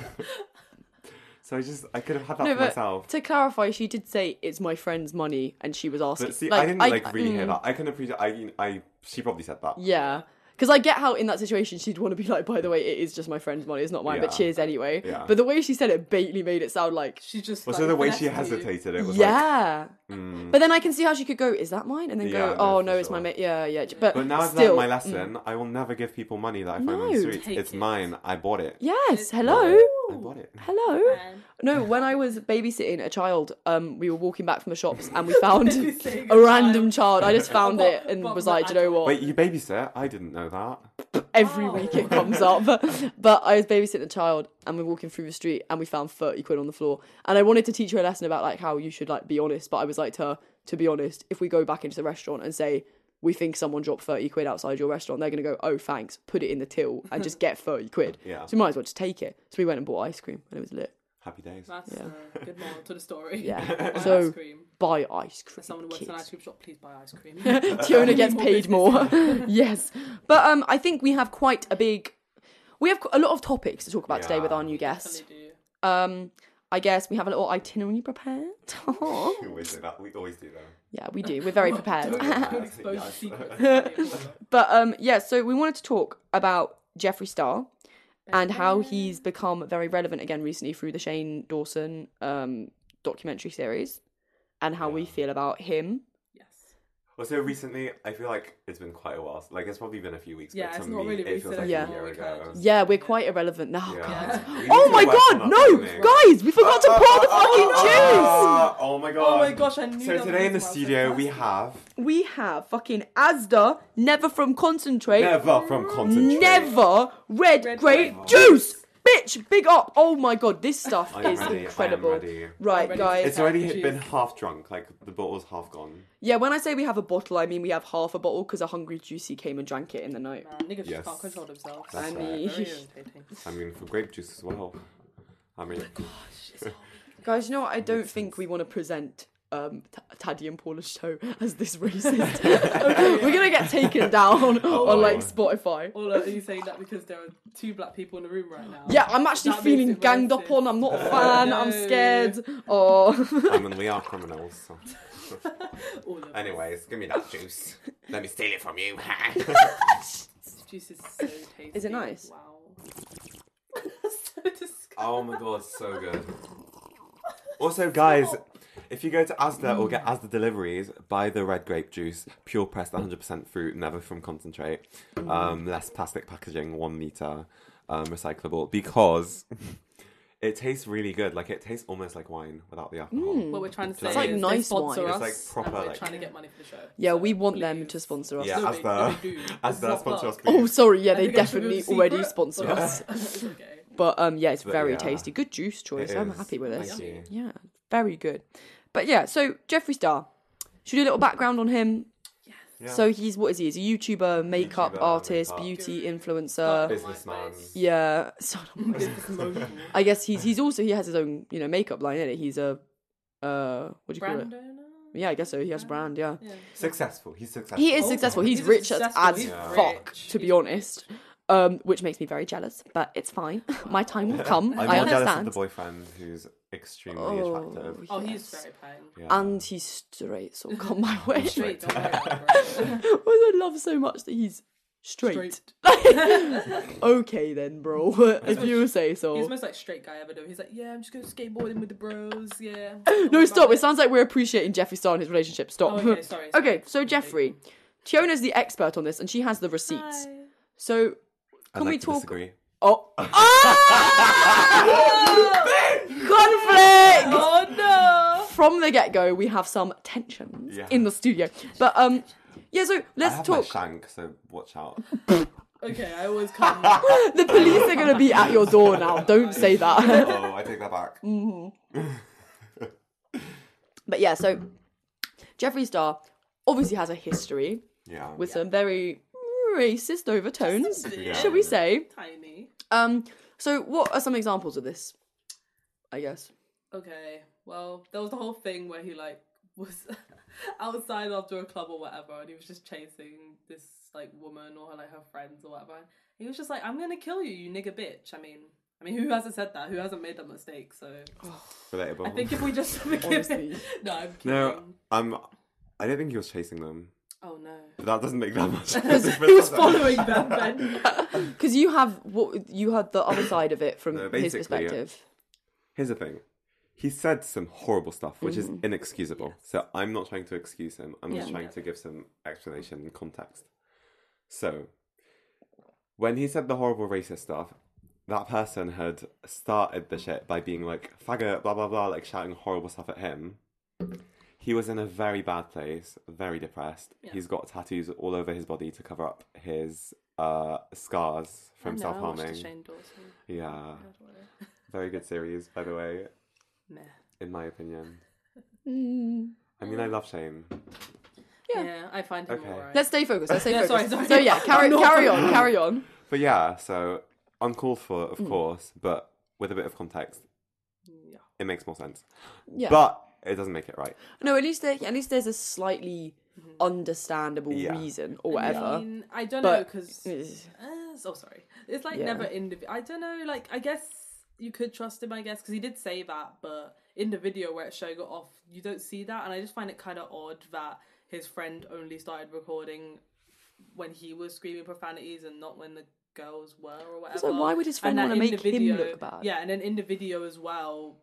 Speaker 1: so I just, I could have had that
Speaker 2: No,
Speaker 1: for
Speaker 2: but
Speaker 1: myself.
Speaker 2: to clarify, she did say it's my friend's money, and she was asking.
Speaker 1: But see, I didn't like really
Speaker 3: mm.
Speaker 1: hear that. I can appreciate. I, I, she probably said that.
Speaker 2: Yeah, because I get how in that situation she'd want to be like, by the way, it is just my friend's money, it's not mine, but
Speaker 1: Yeah.
Speaker 2: cheers anyway.
Speaker 1: Yeah.
Speaker 2: But the way she said it, Bailey made it sound like,
Speaker 3: She just.
Speaker 1: Also,
Speaker 3: like,
Speaker 1: the way she
Speaker 3: finessed you.
Speaker 1: hesitated, it was like, mm.
Speaker 2: yeah. But then I can see how she could go, is that mine? And then
Speaker 1: Yeah,
Speaker 2: go,
Speaker 1: no,
Speaker 2: oh
Speaker 1: for
Speaker 2: no, it's my
Speaker 1: sure.
Speaker 2: mate. Yeah, yeah. But,
Speaker 1: But now I've learned
Speaker 2: still, mm.
Speaker 1: my lesson. I will never give people money that I find on
Speaker 2: No.
Speaker 1: the streets.
Speaker 3: Take
Speaker 1: It's
Speaker 3: it.
Speaker 1: mine. I bought it.
Speaker 2: Yes,
Speaker 3: It's-
Speaker 2: hello.
Speaker 1: I bought it.
Speaker 2: Hello.
Speaker 3: And
Speaker 2: No, when I was babysitting a child, um, we were walking back from the shops and we found
Speaker 3: Babysitting
Speaker 2: a
Speaker 3: a
Speaker 2: random child. I just found
Speaker 3: What-
Speaker 2: it and
Speaker 3: what
Speaker 2: was
Speaker 3: was
Speaker 2: like, do you know what?
Speaker 1: Wait, you babysit? I didn't know that.
Speaker 2: Every
Speaker 3: Oh.
Speaker 2: week it comes up. but I was babysitting a child and we're walking through the street and we found 30 quid on the floor. And I wanted to teach her a lesson about like how you should like be honest, but I was like to her, to be honest, if we go back into the restaurant and say, we think someone dropped 30 quid outside your restaurant, they're going to go, oh, thanks, put it in the till and just get 30 quid.
Speaker 1: Yeah.
Speaker 2: So we might as well just take it. So we went and bought ice cream and it was lit.
Speaker 1: Happy days.
Speaker 3: That's
Speaker 2: Yeah.
Speaker 3: uh, good moral to the story.
Speaker 2: Yeah.
Speaker 3: Buy
Speaker 2: So-
Speaker 3: ice cream.
Speaker 2: Buy ice cream.
Speaker 3: If someone works in an
Speaker 2: kids.
Speaker 3: ice cream shop, please buy ice cream.
Speaker 2: Tiona gets
Speaker 3: More
Speaker 2: paid
Speaker 3: business.
Speaker 2: more. yes. But um, I think we have quite a big. We have qu- a lot of topics to talk about today with
Speaker 1: Yeah.
Speaker 2: our new guest.
Speaker 3: Definitely do.
Speaker 2: Um, I guess we have a little itinerary prepared.
Speaker 1: We always do that. We always do
Speaker 2: yeah, we do. We're very
Speaker 3: Don't-
Speaker 2: prepared.
Speaker 3: don't
Speaker 1: Yes.
Speaker 3: expose the secrets.
Speaker 2: But um, yeah, so we wanted to talk about Jeffree Star and how he's become very relevant again recently through the Shane Dawson um, documentary series and how we feel about him.
Speaker 3: Yes.
Speaker 1: Well, so recently, I feel like it's been quite a while. Like it's probably been a few weeks.
Speaker 3: Yeah,
Speaker 1: but to
Speaker 3: it's not
Speaker 1: me,
Speaker 3: really
Speaker 1: it feels
Speaker 3: recent
Speaker 1: like
Speaker 2: Yeah.
Speaker 1: a year
Speaker 3: anymore, we
Speaker 1: ago.
Speaker 3: can't
Speaker 2: Yeah, we're quite irrelevant now.
Speaker 1: Yeah. We need
Speaker 2: Oh
Speaker 1: to
Speaker 2: my
Speaker 1: work on
Speaker 2: god,
Speaker 1: our
Speaker 2: no!
Speaker 1: timing.
Speaker 2: Guys, we forgot to pour the fucking
Speaker 1: Ah, oh my god.
Speaker 3: Oh my gosh, I knew.
Speaker 1: So
Speaker 3: that
Speaker 1: today in the
Speaker 3: was
Speaker 1: studio
Speaker 3: well
Speaker 1: we have
Speaker 2: juice! We have fucking Asda, never from concentrate,
Speaker 1: never from concentrate.
Speaker 2: never red,
Speaker 3: Red
Speaker 2: grape
Speaker 3: grape
Speaker 2: juice. Bitch, big up! Oh my god, this stuff
Speaker 1: I am
Speaker 2: is
Speaker 1: ready, I am
Speaker 2: incredible.
Speaker 1: ready.
Speaker 2: Right,
Speaker 3: I'm ready.
Speaker 2: guys.
Speaker 1: It's already
Speaker 3: Juice.
Speaker 1: been half drunk. Like the bottle's half gone.
Speaker 2: yeah, when I say we have a bottle, I mean we have half a bottle because a hungry juicy came and drank it in the night.
Speaker 3: Man, niggas
Speaker 1: Yes.
Speaker 3: just can't control themselves.
Speaker 1: That's
Speaker 2: I
Speaker 1: right.
Speaker 2: mean,
Speaker 3: Very irritating.
Speaker 1: I mean, for grape juice as well. I mean,
Speaker 2: guys, you know what? I don't think we want to present. Um, T- Taddy and Paula's show as this racist. We're gonna get taken down
Speaker 1: Oh,
Speaker 2: on like Spotify.
Speaker 3: All are you saying that because there are two black people in the room right now?
Speaker 2: Yeah, I'm actually
Speaker 3: That makes
Speaker 2: feeling
Speaker 3: it
Speaker 2: ganged up
Speaker 3: racist.
Speaker 2: on. I'm not a fan. I'm
Speaker 3: No.
Speaker 2: scared. Oh,
Speaker 1: I mean, we are criminals. So.
Speaker 3: All of us.
Speaker 1: Anyways, give me that juice. Let me steal it from you.
Speaker 3: This juice is so tasty.
Speaker 2: Is it nice?
Speaker 3: Wow. so disgusting.
Speaker 1: oh my god, so good. Also, guys, if you go to Asda or get Asda deliveries, buy the red grape juice, pure pressed 100% fruit, never from concentrate, um, less plastic packaging, one liter, um, recyclable, because it tastes really good. Like it tastes almost like wine without the alcohol.
Speaker 2: Mm.
Speaker 3: What we're trying to say
Speaker 1: It's
Speaker 2: like
Speaker 3: is they
Speaker 2: nice
Speaker 3: sponsor
Speaker 2: wine.
Speaker 3: us,
Speaker 1: It's like proper,
Speaker 3: and we're
Speaker 1: like-
Speaker 3: trying to get money for the show.
Speaker 2: yeah,
Speaker 3: So
Speaker 2: we want them
Speaker 3: please.
Speaker 2: to sponsor us.
Speaker 1: Yeah,
Speaker 3: No, they-
Speaker 1: Asda,
Speaker 3: they do. It's
Speaker 1: Asda
Speaker 3: not
Speaker 1: sponsor us.
Speaker 3: us.
Speaker 2: Oh, sorry. Yeah,
Speaker 3: I
Speaker 2: they
Speaker 3: think I should
Speaker 2: definitely
Speaker 3: be a
Speaker 2: already
Speaker 3: secret,
Speaker 2: sponsor
Speaker 3: but-
Speaker 2: us.
Speaker 3: It's okay.
Speaker 2: But um, yeah, it's
Speaker 1: But
Speaker 2: very
Speaker 1: yeah.
Speaker 2: tasty. Good juice choice.
Speaker 1: It
Speaker 2: I'm
Speaker 1: is.
Speaker 2: happy with this.
Speaker 1: Thank you.
Speaker 2: Yeah, very good. But yeah, so Jeffree Star. Should we do a little background on him?
Speaker 1: Yeah.
Speaker 2: So he's what is he? He's a YouTuber, makeup
Speaker 1: YouTuber,
Speaker 2: artist,
Speaker 1: makeup.
Speaker 2: beauty
Speaker 3: Not
Speaker 2: influencer.
Speaker 1: Bus-
Speaker 3: on my
Speaker 1: Businessman.
Speaker 3: face.
Speaker 2: Yeah. So
Speaker 3: Business mogul.
Speaker 2: I guess he's he's also he has his own you know makeup line in it. He's a uh what do you call
Speaker 3: Brand
Speaker 2: it?
Speaker 3: owner?
Speaker 2: Yeah, I guess so. He has a brand. Yeah.
Speaker 3: Yeah.
Speaker 1: Successful. He's successful.
Speaker 2: He is successful. Oh, He's,
Speaker 3: He's
Speaker 2: rich
Speaker 3: successful.
Speaker 2: as, as
Speaker 3: He's
Speaker 2: fuck,
Speaker 3: rich.
Speaker 2: to be
Speaker 3: He's
Speaker 2: honest. Um, which makes me very jealous, but it's fine. My time will come.
Speaker 1: I'm
Speaker 2: I
Speaker 1: more jealous of
Speaker 2: understand.
Speaker 1: the boyfriend who's extremely
Speaker 2: Oh,
Speaker 1: attractive.
Speaker 3: Oh, he's
Speaker 2: yes.
Speaker 3: very paying.
Speaker 1: Yeah.
Speaker 2: And he's straight, so come my way.
Speaker 3: Straight, don't worry about it.
Speaker 2: What I love so much that he's straight.
Speaker 3: Straight.
Speaker 2: okay then, bro. if you say
Speaker 3: He's the
Speaker 2: so.
Speaker 3: most like straight guy ever. Though he's like, yeah, I'm just going skateboarding with the bros. Yeah.
Speaker 2: No, stop. It
Speaker 3: It's
Speaker 2: sounds like we're appreciating Jeffree Star and his relationship. Stop.
Speaker 3: Oh, okay, sorry, sorry.
Speaker 2: Okay, so Jeffrey, Fiona's the expert on this, and she has the receipts. So
Speaker 1: I'd
Speaker 2: can
Speaker 1: like
Speaker 2: we
Speaker 1: to
Speaker 2: talk?
Speaker 1: Disagree.
Speaker 2: Oh, Ah! conflict!
Speaker 3: Oh no.
Speaker 2: From the get-go, we have some tensions
Speaker 1: Yeah.
Speaker 2: in the studio. But um, yeah. So
Speaker 1: I
Speaker 2: let's
Speaker 1: have my
Speaker 2: talk.
Speaker 1: shank, so watch out.
Speaker 3: Okay, I always come.
Speaker 2: The police are gonna be at your door now. Don't say that.
Speaker 1: oh, I take that back.
Speaker 2: Mm. but yeah. So Jeffree Star obviously has a history
Speaker 1: Yeah.
Speaker 2: with some very racist overtones,
Speaker 1: Yeah.
Speaker 2: shall we say?
Speaker 3: Tiny.
Speaker 2: Um. So what are some examples of this? I guess.
Speaker 3: Okay. Well, there was the whole thing where he like was outside after a club or whatever, and he was just chasing this like woman or like her friends or whatever. He was just like, "I'm gonna kill you, you nigger bitch." I mean, I mean, who hasn't said that? Who hasn't made that mistake? So
Speaker 1: Relatable.
Speaker 3: I think if we just forgive
Speaker 2: Honestly.
Speaker 3: him, no, I'm kidding.
Speaker 1: no, um, I don't think he was chasing them.
Speaker 3: Oh no.
Speaker 1: But that doesn't make that much.
Speaker 2: He was
Speaker 3: Following them, then.
Speaker 2: Because you have what you had the other side of it from
Speaker 1: No,
Speaker 2: his
Speaker 1: Uh, basically,
Speaker 2: perspective.
Speaker 1: Here's the thing. He said some horrible stuff, which is inexcusable. So I'm not trying to excuse him. I'm just
Speaker 3: Mm. Yeah.
Speaker 1: trying to give some explanation and context. So, when he said the horrible racist stuff, that person had started the shit by being like faggot, blah blah blah, like shouting horrible stuff at him. He was in a very bad place, very depressed.
Speaker 3: Yeah.
Speaker 1: He's got tattoos all over his body to cover up his uh, scars from
Speaker 3: I know,
Speaker 1: self
Speaker 3: I watched the
Speaker 1: harming.
Speaker 3: Shane Dawson.
Speaker 1: Yeah,
Speaker 3: I don't wanna-
Speaker 1: very good series, by the way,
Speaker 3: Meh.
Speaker 1: in my opinion.
Speaker 2: Mm.
Speaker 1: I mean, I love Shane.
Speaker 2: Yeah.
Speaker 3: Yeah. I find him
Speaker 1: Okay.
Speaker 3: alright.
Speaker 2: Let's stay focused. Let's stay
Speaker 3: Yeah,
Speaker 2: focused.
Speaker 3: sorry, sorry.
Speaker 2: So yeah, carry,
Speaker 3: I'm not-
Speaker 2: carry on, carry on.
Speaker 1: But yeah, so uncalled for,
Speaker 3: Hmm.
Speaker 1: of course, but with a bit of context,
Speaker 3: Yeah.
Speaker 1: it makes more sense.
Speaker 2: Yeah.
Speaker 1: But it doesn't make it right.
Speaker 2: No, at least there, at least there's a slightly understandable
Speaker 1: Yeah.
Speaker 2: reason or whatever.
Speaker 3: Mm-hmm. I mean, I don't know
Speaker 2: But-
Speaker 3: because.
Speaker 2: It's-
Speaker 3: Uh, so sorry. It's like
Speaker 2: Yeah.
Speaker 3: never individual. I don't know. Like I guess you could trust him. I guess because he did say that, but in the video where it's showing it off, you don't see that, and I just find it kind of odd that his friend only started recording when he was screaming profanities and not when the girls were or whatever.
Speaker 2: Also, why would his friend
Speaker 3: And that
Speaker 2: want to
Speaker 3: in
Speaker 2: make
Speaker 3: the
Speaker 2: him look bad?
Speaker 3: Yeah, and then in the video as well,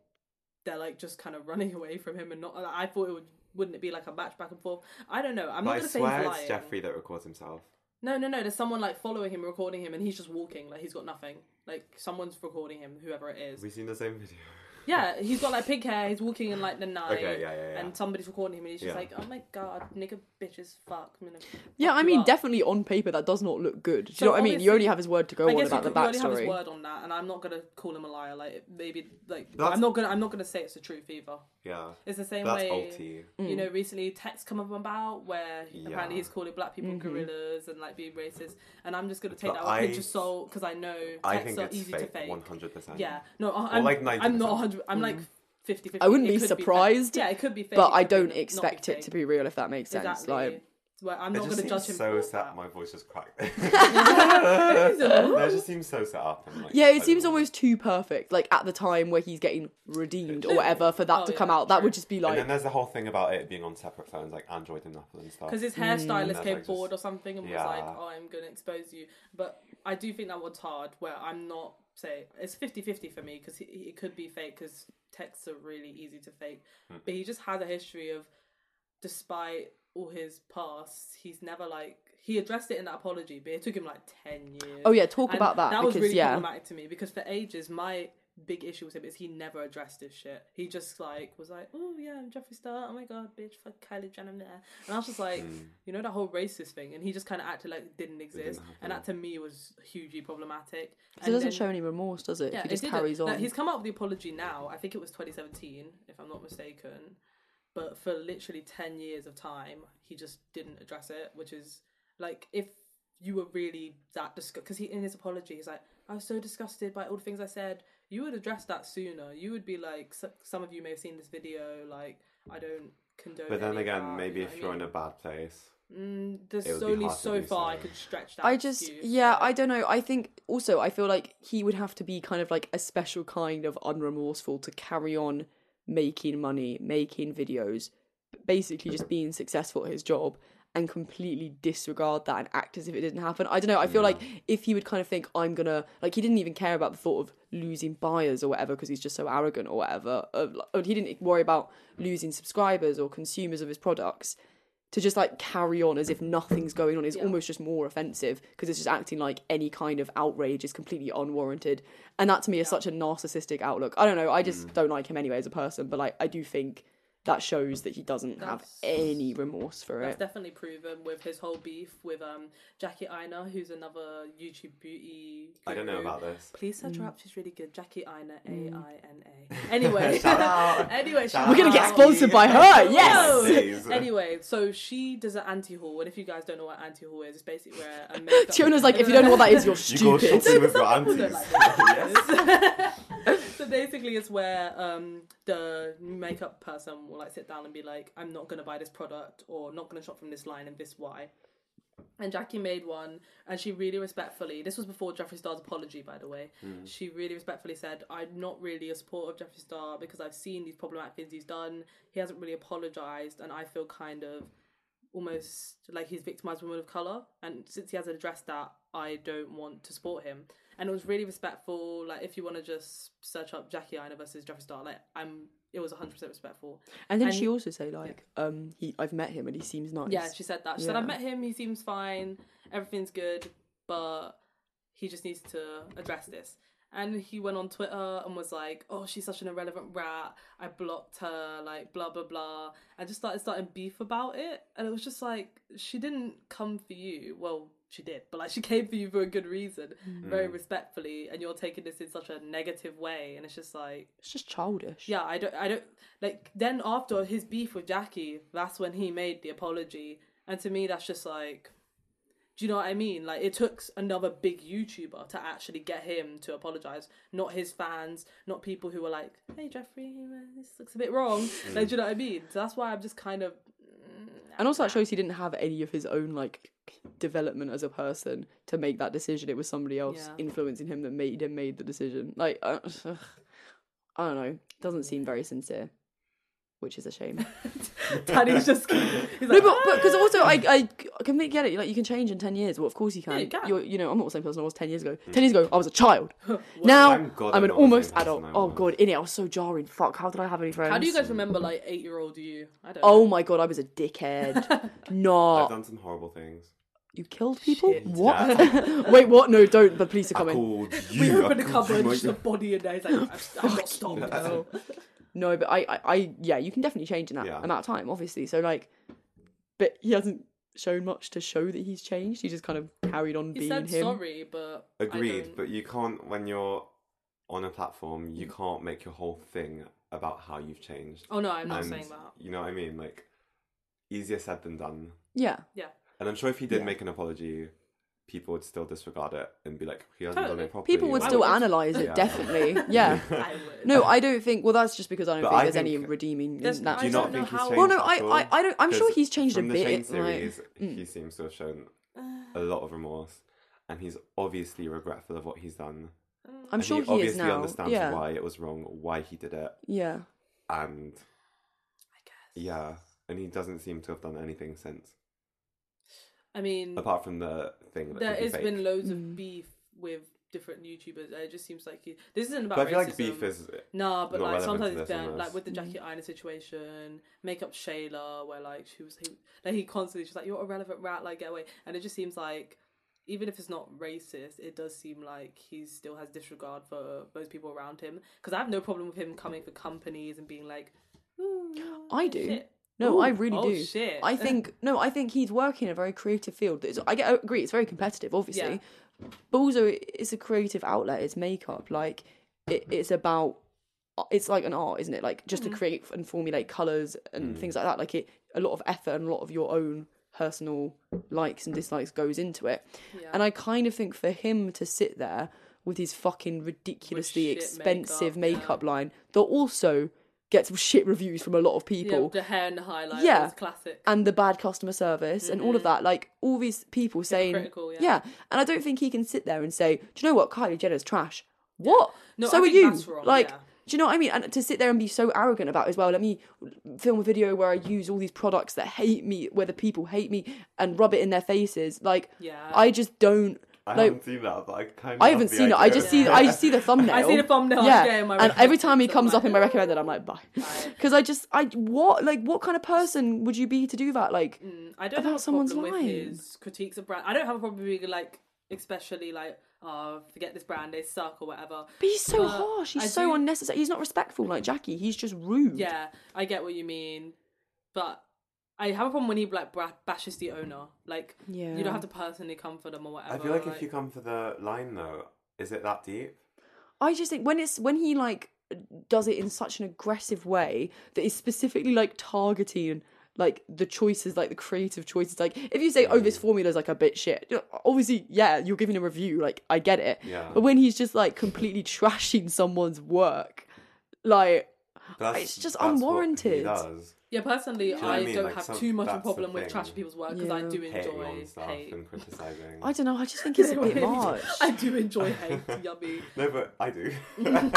Speaker 3: they're like just kind of running away from him and not. I thought it would. Wouldn't it be like a match back and forth? I don't know. I'm
Speaker 1: but
Speaker 3: not
Speaker 1: I
Speaker 3: gonna say he's
Speaker 1: swear it's
Speaker 3: lying.
Speaker 1: Jeffrey that records himself.
Speaker 3: No, no, no. There's someone like following him, recording him, and he's just walking. Like he's got nothing. Like someone's recording him, whoever it is.
Speaker 1: Have we seen the same video?
Speaker 3: Yeah, he's got like pig hair. He's walking in like the night.
Speaker 1: Okay, yeah, yeah, yeah.
Speaker 3: And somebody's recording him, and he's just
Speaker 1: Yeah.
Speaker 3: like, "Oh my god, nigga, bitches, fuck." I'm gonna
Speaker 2: Yeah,
Speaker 3: fuck
Speaker 2: I
Speaker 3: you
Speaker 2: mean,
Speaker 3: up."
Speaker 2: definitely on paper that does not look good. Do you
Speaker 3: So
Speaker 2: know what I mean? You
Speaker 3: obviously-
Speaker 2: only have his word to go
Speaker 3: I
Speaker 2: on
Speaker 3: guess
Speaker 2: about
Speaker 3: you,
Speaker 2: the
Speaker 3: could- you already have
Speaker 2: backstory.
Speaker 3: his word on that, and I'm not gonna call him a liar. Like maybe, like
Speaker 1: That's-
Speaker 3: I'm not gonna, I'm not gonna say it's the truth either.
Speaker 1: Yeah.
Speaker 3: It's the same
Speaker 1: That's
Speaker 3: way.
Speaker 1: alty.
Speaker 3: You
Speaker 2: Mm.
Speaker 3: know, recently texts come up about where
Speaker 1: Yeah.
Speaker 3: apparently he's calling black people
Speaker 2: Mm-hmm.
Speaker 3: gorillas and like being racist, and I'm just gonna take
Speaker 1: But
Speaker 3: that with a pinch
Speaker 1: I-
Speaker 3: of salt because I know texts
Speaker 1: I think
Speaker 3: are
Speaker 1: it's
Speaker 3: easy to
Speaker 1: fake,
Speaker 3: fake.
Speaker 1: 100%.
Speaker 3: Yeah, no, I- I'm
Speaker 1: like Mm.
Speaker 3: like I'm
Speaker 1: 90%.
Speaker 3: not 100. I'm like 50 50.
Speaker 2: I wouldn't
Speaker 3: It
Speaker 2: be
Speaker 3: could fake.
Speaker 2: surprised,
Speaker 3: yeah, it could be fake.
Speaker 2: But
Speaker 3: it
Speaker 2: I
Speaker 3: could be
Speaker 2: don't
Speaker 3: not- not
Speaker 2: expect
Speaker 3: be
Speaker 2: it to be real, if that makes sense.
Speaker 3: Exactly.
Speaker 2: Like,
Speaker 3: Well, I'm
Speaker 1: It
Speaker 3: not
Speaker 1: just
Speaker 3: going to
Speaker 1: seems
Speaker 3: judge him.
Speaker 1: so
Speaker 3: for
Speaker 1: set.
Speaker 3: that.
Speaker 1: My voice just cracked.
Speaker 3: He's
Speaker 1: no, it just seems so set up. and, like,
Speaker 2: yeah,
Speaker 1: I
Speaker 2: it
Speaker 1: don't
Speaker 2: seems
Speaker 1: know.
Speaker 2: almost too perfect. Like at the time where he's getting redeemed or
Speaker 1: Literally.
Speaker 2: whatever, for that
Speaker 3: Oh,
Speaker 2: to
Speaker 3: yeah,
Speaker 2: come out, that
Speaker 3: true.
Speaker 2: would just be
Speaker 1: And
Speaker 2: like,
Speaker 1: then there's the whole thing about it being on separate phones, like Android and Apple and stuff.
Speaker 3: Because his hairstylist
Speaker 1: Mm.
Speaker 3: came
Speaker 1: Like,
Speaker 3: forward or
Speaker 1: just-
Speaker 3: something and
Speaker 1: Yeah.
Speaker 3: was like, oh, I'm going to expose you. But I do think that was hard, where I'm not, say, it's 50 50 for me because it could be fake because texts are really easy to fake.
Speaker 1: Hmm.
Speaker 3: But he just has a history of, despite all his past, he's never like, he addressed it in that apology, but it took him like 10 years.
Speaker 2: oh yeah, talk
Speaker 3: And
Speaker 2: about that,
Speaker 3: That was
Speaker 2: because
Speaker 3: really
Speaker 2: yeah,
Speaker 3: problematic to me because for ages my big issue with him is he never addressed this shit. He just like was like, "Oh yeah, I'm Jeffree Star. Oh my god, bitch, fuck Kylie Jenner." Nah. And I was just like, you know, that whole racist thing, and he just kind of acted like Hmm. it didn't exist, and that to me was hugely problematic.
Speaker 2: it
Speaker 3: And
Speaker 2: doesn't
Speaker 3: then-
Speaker 2: show any remorse, does it? if he
Speaker 3: it
Speaker 2: just
Speaker 3: didn't.
Speaker 2: carries on.
Speaker 3: Like, he's come out with the apology now. I think it was 2017, if I'm not mistaken. But for literally 10 years of time, he just didn't address it, which is like if you were really that disgusted. Because he in his apology, he's like, I was so disgusted by all the things I said. You would address that sooner. You would be like, s some of you may have seen this video. Like, I don't condone.
Speaker 1: But then
Speaker 3: any of
Speaker 1: again,
Speaker 3: that,"
Speaker 1: maybe
Speaker 3: you know
Speaker 1: if
Speaker 3: what I
Speaker 1: you're in
Speaker 3: mean? Mm,
Speaker 1: a bad place,
Speaker 3: there's
Speaker 1: it would be
Speaker 3: only
Speaker 1: hard to
Speaker 3: so
Speaker 1: do
Speaker 3: far I
Speaker 1: so.
Speaker 3: could stretch that.
Speaker 2: I just,
Speaker 3: excuse,
Speaker 2: yeah,
Speaker 3: like-
Speaker 2: I don't know. I think also, I feel like he would have to be kind of like a special kind of unremorseful to carry on making money, making videos, basically just being successful at his job and completely disregard that and act as if it didn't happen. I don't know. I feel like if he would kind of think, I'm gonna, like, he didn't even care about the thought of losing buyers or whatever because he's just so arrogant or whatever. Uh, like, he didn't worry about losing subscribers or consumers of his products to just like carry on as if nothing's going on is almost just more offensive because it's just acting like any kind of outrage is completely unwarranted and that to me is such a narcissistic outlook i don't know i
Speaker 1: Mm.
Speaker 2: just don't like him anyway as a person but like i do think that shows that he doesn't have
Speaker 3: That's-
Speaker 2: any remorse for
Speaker 3: That's
Speaker 2: it
Speaker 3: definitely proven with his whole beef with um Jackie Aina, who's another YouTube beauty.
Speaker 1: I don't know
Speaker 3: guru. Mm.
Speaker 1: about this.
Speaker 3: Please search her up; she's really good. Jackie Aina, A I N A. Anyway,
Speaker 1: Shout out.
Speaker 3: anyway,
Speaker 1: Shout
Speaker 2: we're gonna get
Speaker 1: Wow.
Speaker 3: out.
Speaker 2: sponsored by her yes
Speaker 1: Yes.
Speaker 3: Anyway, so she does an anti haul, and if you guys don't know what anti haul is, it's basically where a makeup-
Speaker 2: Fiona's like if you don't know what that is you're
Speaker 1: You go
Speaker 2: stupid
Speaker 1: shopping with your
Speaker 3: Don't
Speaker 1: aunties.
Speaker 3: like that. so basically, it's where um, the makeup person will like sit down and be like, "I'm not gonna buy this product, or not gonna shop from this line, and this why." And Jackie made one, and she really respectfully. This was before Jeffree Star's apology, by the way. She really respectfully said, "I'm not really a supporter of Jeffree Star because I've seen these problematic things he's done. He hasn't really apologized, and I feel kind of." almost like he's victimized women of color and since he hasn't addressed that i don't want to support him and it was really respectful like if you want to just search up jackie Aina versus jeffree star like i'm it was 100% respectful
Speaker 2: and then
Speaker 3: And-
Speaker 2: she also say like um he i've met him and he seems nice
Speaker 3: yeah she said that she said i
Speaker 2: Yeah.
Speaker 3: met him he seems fine everything's good but he just needs to address this And he went on Twitter and was like, "Oh, she's such an irrelevant rat. I blocked her. Like blah blah blah." And just started starting beef about it. And it was just like she didn't come for you. Well, she did, but like she came for you for a good reason, very
Speaker 2: Mm.
Speaker 3: respectfully. And you're taking this in such a negative way. And it's just like
Speaker 2: It's just childish.
Speaker 3: yeah, I don't, I don't like. Then after his beef with Jackie, that's when he made the apology, and to me, that's just like, do you know what I mean? Like, it took another big YouTuber to actually get him to apologize, not his fans, not people who were like, "Hey, Jeffrey, uh, this looks a bit wrong." Like, do you know what I mean? So that's why I'm just kind of
Speaker 2: And also, that shows he didn't have any of his own like development as a person to make that decision. It was somebody else
Speaker 3: Yeah.
Speaker 2: influencing him that made him made the decision. Like, I, ugh, I don't know. It doesn't seem very sincere, which is a shame.
Speaker 3: Danny's just. He's like,
Speaker 2: no, but because also I I completely get it. Like, you can change in ten years. Well, of course you can.
Speaker 3: you can.
Speaker 2: You're, you know, I'm not the same person I was ten years ago.
Speaker 1: Hmm.
Speaker 2: Ten years ago, I was a child. now
Speaker 1: Thank God I'm
Speaker 2: I'm
Speaker 1: not the
Speaker 2: an
Speaker 1: same
Speaker 2: almost
Speaker 1: person
Speaker 2: adult.
Speaker 1: I
Speaker 2: Oh
Speaker 1: was.
Speaker 2: god, in it, I was so jarring. Fuck, how did I have any friends?
Speaker 3: how do you guys remember like eight year old you? I don't.
Speaker 2: Oh my god, I was a dickhead. no,
Speaker 1: I've done some horrible things.
Speaker 2: you killed people.
Speaker 3: Shit.
Speaker 2: What? Wait, what? No, don't. The police are
Speaker 1: I
Speaker 2: coming.
Speaker 1: called you.
Speaker 3: We
Speaker 1: I
Speaker 3: opened the
Speaker 1: called you,
Speaker 2: Oh
Speaker 3: cupboard,
Speaker 1: my
Speaker 3: just a
Speaker 1: God.
Speaker 3: body in there. He's like, I've, I've got stopped.
Speaker 2: No. Oh. no, but I, I, I, yeah, you can definitely change in that
Speaker 1: Yeah.
Speaker 2: amount of time, obviously. So like, but he hasn't shown much to show that he's changed. He just kind of carried on
Speaker 3: He
Speaker 2: being
Speaker 3: said
Speaker 2: him.
Speaker 3: sorry, but I
Speaker 1: Agreed,
Speaker 3: don't-
Speaker 1: but you can't when you're on a platform.
Speaker 2: Mm.
Speaker 1: You can't make your whole thing about how you've changed.
Speaker 3: oh no, I'm not
Speaker 1: And
Speaker 3: saying that.
Speaker 1: You know what I mean? Like easier said than done.
Speaker 2: Yeah,
Speaker 3: Yeah,
Speaker 1: And I'm sure if he did
Speaker 2: Yeah.
Speaker 1: make an apology, people would still disregard it and be like, "He hasn't done
Speaker 3: Totally.
Speaker 1: it properly."
Speaker 2: people would
Speaker 1: Why
Speaker 2: still
Speaker 3: would-
Speaker 2: analyze it.
Speaker 1: Yeah.
Speaker 2: Definitely, yeah.
Speaker 3: I would.
Speaker 2: No, I don't think. Well, that's just because I don't
Speaker 1: But
Speaker 2: think
Speaker 1: I
Speaker 2: there's any
Speaker 1: think-
Speaker 2: redeeming. in
Speaker 3: There's-
Speaker 2: that.
Speaker 1: Do you
Speaker 3: I
Speaker 1: not
Speaker 3: don't know
Speaker 1: think he's
Speaker 3: how-
Speaker 1: changed?
Speaker 2: well, Oh, no, I,
Speaker 1: at all?
Speaker 2: I, I don't. I'm sure
Speaker 1: 'Cause
Speaker 2: he's changed a
Speaker 1: From the Shane
Speaker 2: bit. like- mm,
Speaker 1: series, he seems to have shown
Speaker 3: Uh.
Speaker 1: a lot of remorse, and he's obviously regretful of what he's done.
Speaker 2: I'm
Speaker 1: and
Speaker 2: sure
Speaker 1: he
Speaker 2: he, is
Speaker 1: obviously
Speaker 2: now.
Speaker 1: understands
Speaker 2: yeah,
Speaker 1: why it was wrong, why he did it,
Speaker 2: yeah.
Speaker 1: and
Speaker 3: I guess.
Speaker 1: yeah, and he doesn't seem to have done anything since,
Speaker 3: I mean,
Speaker 1: apart from the thing. That
Speaker 3: there
Speaker 1: could be
Speaker 3: has
Speaker 1: fake.
Speaker 3: been loads
Speaker 2: Mm.
Speaker 3: of beef with different YouTubers. It just seems like he, this isn't about.
Speaker 1: But I feel like
Speaker 3: racism.
Speaker 1: beef is
Speaker 3: Nah, but
Speaker 1: not
Speaker 3: like
Speaker 1: relevant
Speaker 3: sometimes
Speaker 1: to
Speaker 3: it's
Speaker 1: this on
Speaker 3: done,
Speaker 1: this.
Speaker 3: like
Speaker 2: Mm.
Speaker 3: with the Jackie Ina situation, make up Shayla, where like she was, he, like he constantly she's like, "You're a relevant rat, like get away," and it just seems like. Even if it's not racist, it does seem like he still has disregard for those people around him. Because I have no problem with him coming for companies and being like, "Ooh,
Speaker 2: I do.
Speaker 3: shit."
Speaker 2: No,
Speaker 3: Ooh,
Speaker 2: I really
Speaker 3: oh,
Speaker 2: do.
Speaker 3: Shit.
Speaker 2: I think no, I think he's working in a very creative field. It's, I, get, I agree, it's very competitive, obviously, but also it's a creative outlet. It's makeup, like it, it's about uh, it's like an art, isn't it? Like just
Speaker 3: Mm-hmm.
Speaker 2: to create and formulate colors and things like that. Like it, a lot of effort and a lot of your own personal likes and dislikes goes into it.
Speaker 3: Yeah.
Speaker 2: And I kind of think for him to sit there with his fucking ridiculously
Speaker 3: shit
Speaker 2: expensive
Speaker 3: makeup, yeah.
Speaker 2: makeup, line that also gets shit reviews from a lot of people
Speaker 3: Yeah, the hair and the highlight.
Speaker 2: Yeah. Um,
Speaker 3: Yeah, was classic.
Speaker 2: and the bad customer service and all of that. Like all these people saying,
Speaker 3: Mm-hmm. Hypocritical, yeah.
Speaker 2: And I don't think he can sit there and say, "Do you know what? Kylie Jenner's trash." What?
Speaker 3: No,
Speaker 2: so
Speaker 3: I
Speaker 2: are
Speaker 3: think
Speaker 2: you?
Speaker 3: that's wrong,
Speaker 2: like,
Speaker 3: yeah.
Speaker 2: do you know what I mean? And to sit there and be so arrogant about it as well. Let me film a video where I use all these products that hate me, where the people hate me, and rub it in their faces. Like,
Speaker 3: Yeah.
Speaker 2: I just don't.
Speaker 1: I
Speaker 2: like,
Speaker 1: haven't seen that, but I kind of.
Speaker 2: I haven't seen it. I just see. I see the thumbnail.
Speaker 3: I see the thumbnail,
Speaker 2: Yeah,
Speaker 3: yeah, in my
Speaker 2: and every time he
Speaker 3: recommendations,
Speaker 2: comes
Speaker 3: I'm
Speaker 2: up in my recommended, I'm like, bye, because I just, I what, like, what kind of person would you be to do that? Like,
Speaker 3: I don't
Speaker 2: about
Speaker 3: have a
Speaker 2: someone's
Speaker 3: problem
Speaker 2: line.
Speaker 3: with his critiques of brand. I don't have a problem with like, especially like, oh, forget this brand, they suck or whatever.
Speaker 2: But he's so
Speaker 3: But
Speaker 2: harsh. He's
Speaker 3: I
Speaker 2: so
Speaker 3: do-
Speaker 2: unnecessary. He's not respectful like Jackie. He's just rude.
Speaker 3: Yeah, I get what you mean, but I have a problem when he like bra- bashes the owner. Like,
Speaker 2: Yeah.
Speaker 3: you don't have to personally come for them or whatever.
Speaker 1: I feel like if you come for the line though, is it that deep?
Speaker 2: I just think when it's when he like does it in such an aggressive way that is specifically like targeting like the choices, like the creative choices. Like if you say, "Oh, this formula is like a bit shit," you know, obviously, yeah, you're giving a review. Like I get it.
Speaker 1: Yeah.
Speaker 2: But when he's just like completely trashing someone's work, like
Speaker 1: That's,
Speaker 2: It's just
Speaker 1: that's what he
Speaker 2: unwarranted.
Speaker 1: does.
Speaker 3: yeah, personally,
Speaker 1: you know what
Speaker 3: I,
Speaker 1: I mean?
Speaker 3: don't
Speaker 1: Like,
Speaker 3: have
Speaker 1: some-
Speaker 3: too much of a
Speaker 1: that's the
Speaker 3: problem with
Speaker 1: thing.
Speaker 3: trashing people's work because I
Speaker 2: Yeah.
Speaker 3: do
Speaker 1: Hating
Speaker 3: enjoy
Speaker 1: on stuff
Speaker 3: hate.
Speaker 1: and criticizing.
Speaker 2: I don't know. I just think it's a bit much.
Speaker 3: I do enjoy hate. Yummy.
Speaker 1: No, but I do.
Speaker 3: but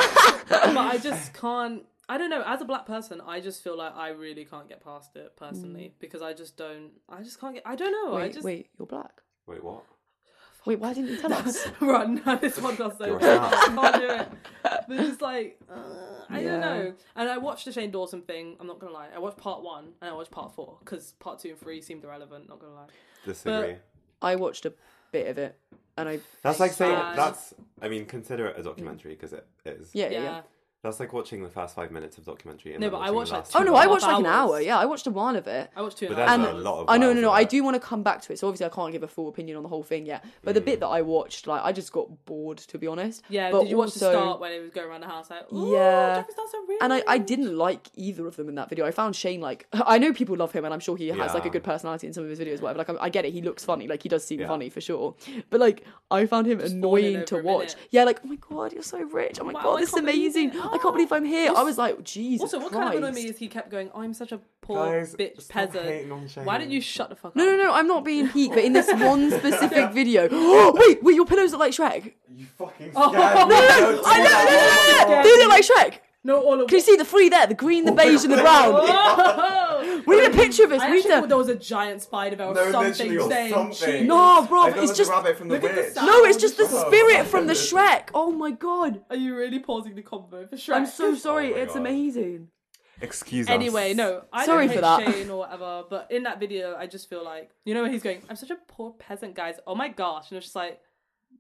Speaker 3: I just can't. I don't know. As a black person, I just feel like I really can't get past it personally because I just don't. I just can't get. I don't know.
Speaker 2: Mm. Wait,
Speaker 3: I just
Speaker 2: wait, you're black.
Speaker 1: Wait, what?
Speaker 2: Wait, why didn't you tell us?
Speaker 3: run. this podcast
Speaker 1: You're
Speaker 3: over.
Speaker 1: a
Speaker 3: I can't do it. But it's just like uh, I
Speaker 2: Yeah.
Speaker 3: don't know. And I watched the Shane Dawson thing. I'm not gonna lie. I watched part one and I watched part four because part two and three seemed irrelevant. Not gonna lie.
Speaker 1: Disagree.
Speaker 2: I watched a bit of it. and I
Speaker 1: That's like saying
Speaker 3: Sad.
Speaker 1: that's. I mean, consider it a documentary because it is.
Speaker 2: yeah yeah.
Speaker 3: Mm. Yeah.
Speaker 2: yeah.
Speaker 1: That's like watching the first five minutes of documentary. And
Speaker 3: No,
Speaker 1: then
Speaker 3: but I
Speaker 1: watching the last
Speaker 3: watched,
Speaker 2: Oh
Speaker 3: like,
Speaker 1: two
Speaker 2: no,
Speaker 3: two
Speaker 2: I
Speaker 1: minutes.
Speaker 2: watched like an
Speaker 3: hours.
Speaker 2: hour. Yeah, I watched a while of it.
Speaker 3: I watched two
Speaker 1: But
Speaker 3: and a
Speaker 1: there's
Speaker 3: half.
Speaker 2: And-
Speaker 1: a lot of.
Speaker 2: I know,
Speaker 1: hours
Speaker 2: no, no.
Speaker 1: of
Speaker 2: I
Speaker 1: it.
Speaker 2: do want to come back to it, so obviously I can't give a full opinion on the whole thing yet. But the bit that I watched, like, I just got bored, to be honest.
Speaker 3: Mm. Yeah,
Speaker 2: but
Speaker 3: did you watch the
Speaker 2: also-
Speaker 3: start when it was going around the house? Like, Ooh,
Speaker 2: Yeah.
Speaker 3: Jeffree Star's so real.
Speaker 2: And I, I didn't like either of them in that video. I found Shane like I know people love him, and I'm sure he has like a
Speaker 1: Yeah.
Speaker 2: good personality in some of his videos, whatever. Like I, I get it, he looks funny, like he does seem
Speaker 1: Yeah.
Speaker 2: funny for sure. But like I found him
Speaker 3: falling
Speaker 2: annoying to
Speaker 3: over him,
Speaker 2: watch.
Speaker 3: innit?
Speaker 2: Yeah, like oh my god, you're so rich. Oh my
Speaker 3: Wow, I
Speaker 2: god, this is
Speaker 3: can't believe
Speaker 2: amazing.
Speaker 3: it.
Speaker 2: I can't believe I'm here. I was like, Jesus
Speaker 3: Also, what
Speaker 2: Christ.
Speaker 3: kind of annoyed me is he kept going, I'm such a poor
Speaker 1: Guys,
Speaker 3: bitch
Speaker 1: stop
Speaker 3: peasant.
Speaker 1: hating on Shane.
Speaker 3: Why don't you shut the fuck
Speaker 2: no,
Speaker 3: up?
Speaker 2: no, no! I'm not being peak, but in this one specific video, oh, wait, wait, your pillows look like Shrek.
Speaker 1: You fucking scared
Speaker 3: Oh,
Speaker 1: me.
Speaker 2: I know,
Speaker 1: Don't
Speaker 2: I
Speaker 1: do
Speaker 2: know,
Speaker 1: that.
Speaker 2: no, no, no, no, no.
Speaker 3: God.
Speaker 2: They look like Shrek.
Speaker 3: No, all of
Speaker 2: Can you see the three there? The green,
Speaker 1: Oh,
Speaker 2: the beige, and the brown.
Speaker 3: Oh!
Speaker 2: We need a picture of this.
Speaker 3: I
Speaker 2: We
Speaker 3: actually
Speaker 2: need to.
Speaker 3: thought there was a giant spider or
Speaker 1: No,
Speaker 3: something
Speaker 1: literally, or
Speaker 3: saying
Speaker 1: something.
Speaker 3: cheese.
Speaker 2: No, bro,
Speaker 1: I thought
Speaker 2: it's
Speaker 1: it was
Speaker 2: just-
Speaker 1: the rabbit from the
Speaker 3: Look at the
Speaker 1: witch.
Speaker 3: sound.
Speaker 2: No, it's just the
Speaker 1: Oh,
Speaker 2: spirit from the
Speaker 1: goodness.
Speaker 2: Shrek. Oh my god.
Speaker 3: Are you really pausing the convo for Shrek?
Speaker 2: I'm so sorry.
Speaker 1: Oh my
Speaker 2: it's
Speaker 1: God.
Speaker 2: amazing.
Speaker 1: Excuse us.
Speaker 3: Anyway, no, I
Speaker 2: Sorry
Speaker 3: don't
Speaker 2: for
Speaker 3: hate
Speaker 2: that.
Speaker 3: Shane or whatever, but in that video, I just feel like you know when he's going, I'm such a poor peasant, guys. Oh my gosh, and it's just like,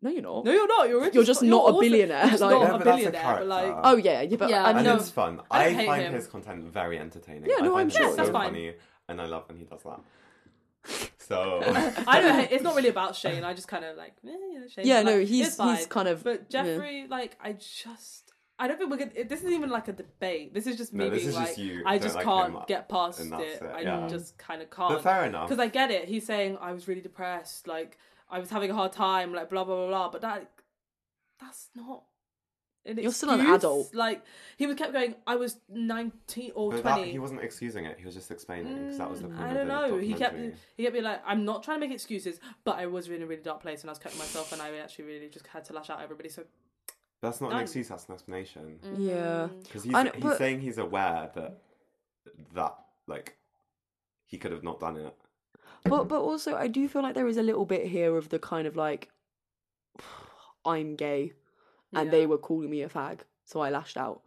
Speaker 2: No, you're not.
Speaker 3: no, you're not. You're rich
Speaker 2: You're
Speaker 3: as
Speaker 2: just
Speaker 3: fuck.
Speaker 2: not a
Speaker 3: awesome.
Speaker 2: billionaire,
Speaker 3: You're just
Speaker 2: like-
Speaker 1: Yeah,
Speaker 3: not a
Speaker 1: but that's a
Speaker 3: billionaire, but like,
Speaker 1: character.
Speaker 2: Oh yeah, yeah, but
Speaker 3: Yeah,
Speaker 2: I
Speaker 1: And
Speaker 3: no.
Speaker 2: know.
Speaker 1: it's fun.
Speaker 3: I
Speaker 1: I,
Speaker 3: don't hate
Speaker 1: find
Speaker 3: him.
Speaker 1: his content very entertaining.
Speaker 2: Yeah,
Speaker 1: I find
Speaker 2: no, I'm
Speaker 1: him
Speaker 2: sure.
Speaker 1: so
Speaker 3: That's fine.
Speaker 1: funny, and I love when he does that. So
Speaker 3: I don't. hate- It's not really about Shane. I just kind of like, eh, you know, Shane.
Speaker 2: Yeah,
Speaker 3: like,
Speaker 2: no, he's-
Speaker 3: it's fine.
Speaker 2: he's kind of-
Speaker 3: But
Speaker 2: yeah.
Speaker 3: Jeffrey, like, I just, I don't think we're gonna. This isn't even like a debate. This is just me
Speaker 1: No, this
Speaker 3: being
Speaker 1: is
Speaker 3: like,
Speaker 1: just you
Speaker 3: I
Speaker 1: don't
Speaker 3: just
Speaker 1: like
Speaker 3: can't
Speaker 1: him,
Speaker 3: get past it.
Speaker 1: and that's it,
Speaker 3: I
Speaker 1: yeah.
Speaker 3: just kind of
Speaker 1: but
Speaker 3: can't.
Speaker 1: fair enough.
Speaker 3: Because I get it. He's saying I was really depressed. Like I was having a hard time. Like blah blah blah blah. But that, that's not. An
Speaker 2: You're still an
Speaker 3: excuse.
Speaker 2: adult.
Speaker 3: Like he was kept going. I was nineteen or
Speaker 1: But that,
Speaker 3: twenty. Mm,
Speaker 1: he wasn't excusing it. He was just explaining because that was the point.
Speaker 3: I
Speaker 1: of
Speaker 3: don't
Speaker 1: the
Speaker 3: know. He kept
Speaker 1: documentary.
Speaker 3: he kept being like, I'm not trying to make excuses, but I was in a really dark place and I was cutting myself, and I actually really just had to lash out at everybody. So
Speaker 1: That's not
Speaker 3: No.
Speaker 1: an excuse. That's an explanation.
Speaker 2: Yeah.
Speaker 1: Because
Speaker 2: I
Speaker 1: he's,
Speaker 2: know,
Speaker 1: he's
Speaker 2: but-
Speaker 1: saying he's aware that that like he could have not done it.
Speaker 2: But but also I do feel like there is a little bit here of the kind of like I'm gay and they
Speaker 3: Yeah.
Speaker 2: were calling me a fag, so I lashed out.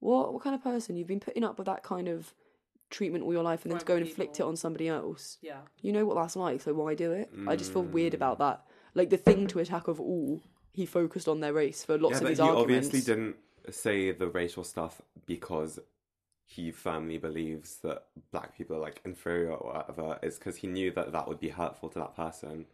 Speaker 2: What what kind of person you've been putting up with that kind of treatment all your life and then to
Speaker 3: From
Speaker 2: go and inflict it
Speaker 3: people.
Speaker 2: on somebody else?
Speaker 3: yeah,
Speaker 2: you know what that's like, so why do it? I just feel weird
Speaker 1: Mm.
Speaker 2: about that. Like the thing to attack of all, he focused on their race for lots
Speaker 1: Yeah,
Speaker 2: of
Speaker 1: but
Speaker 2: his
Speaker 1: he
Speaker 2: arguments.
Speaker 1: obviously didn't say the racial stuff because he firmly believes that black people are like inferior or whatever. It's because he knew that that would be hurtful to that person.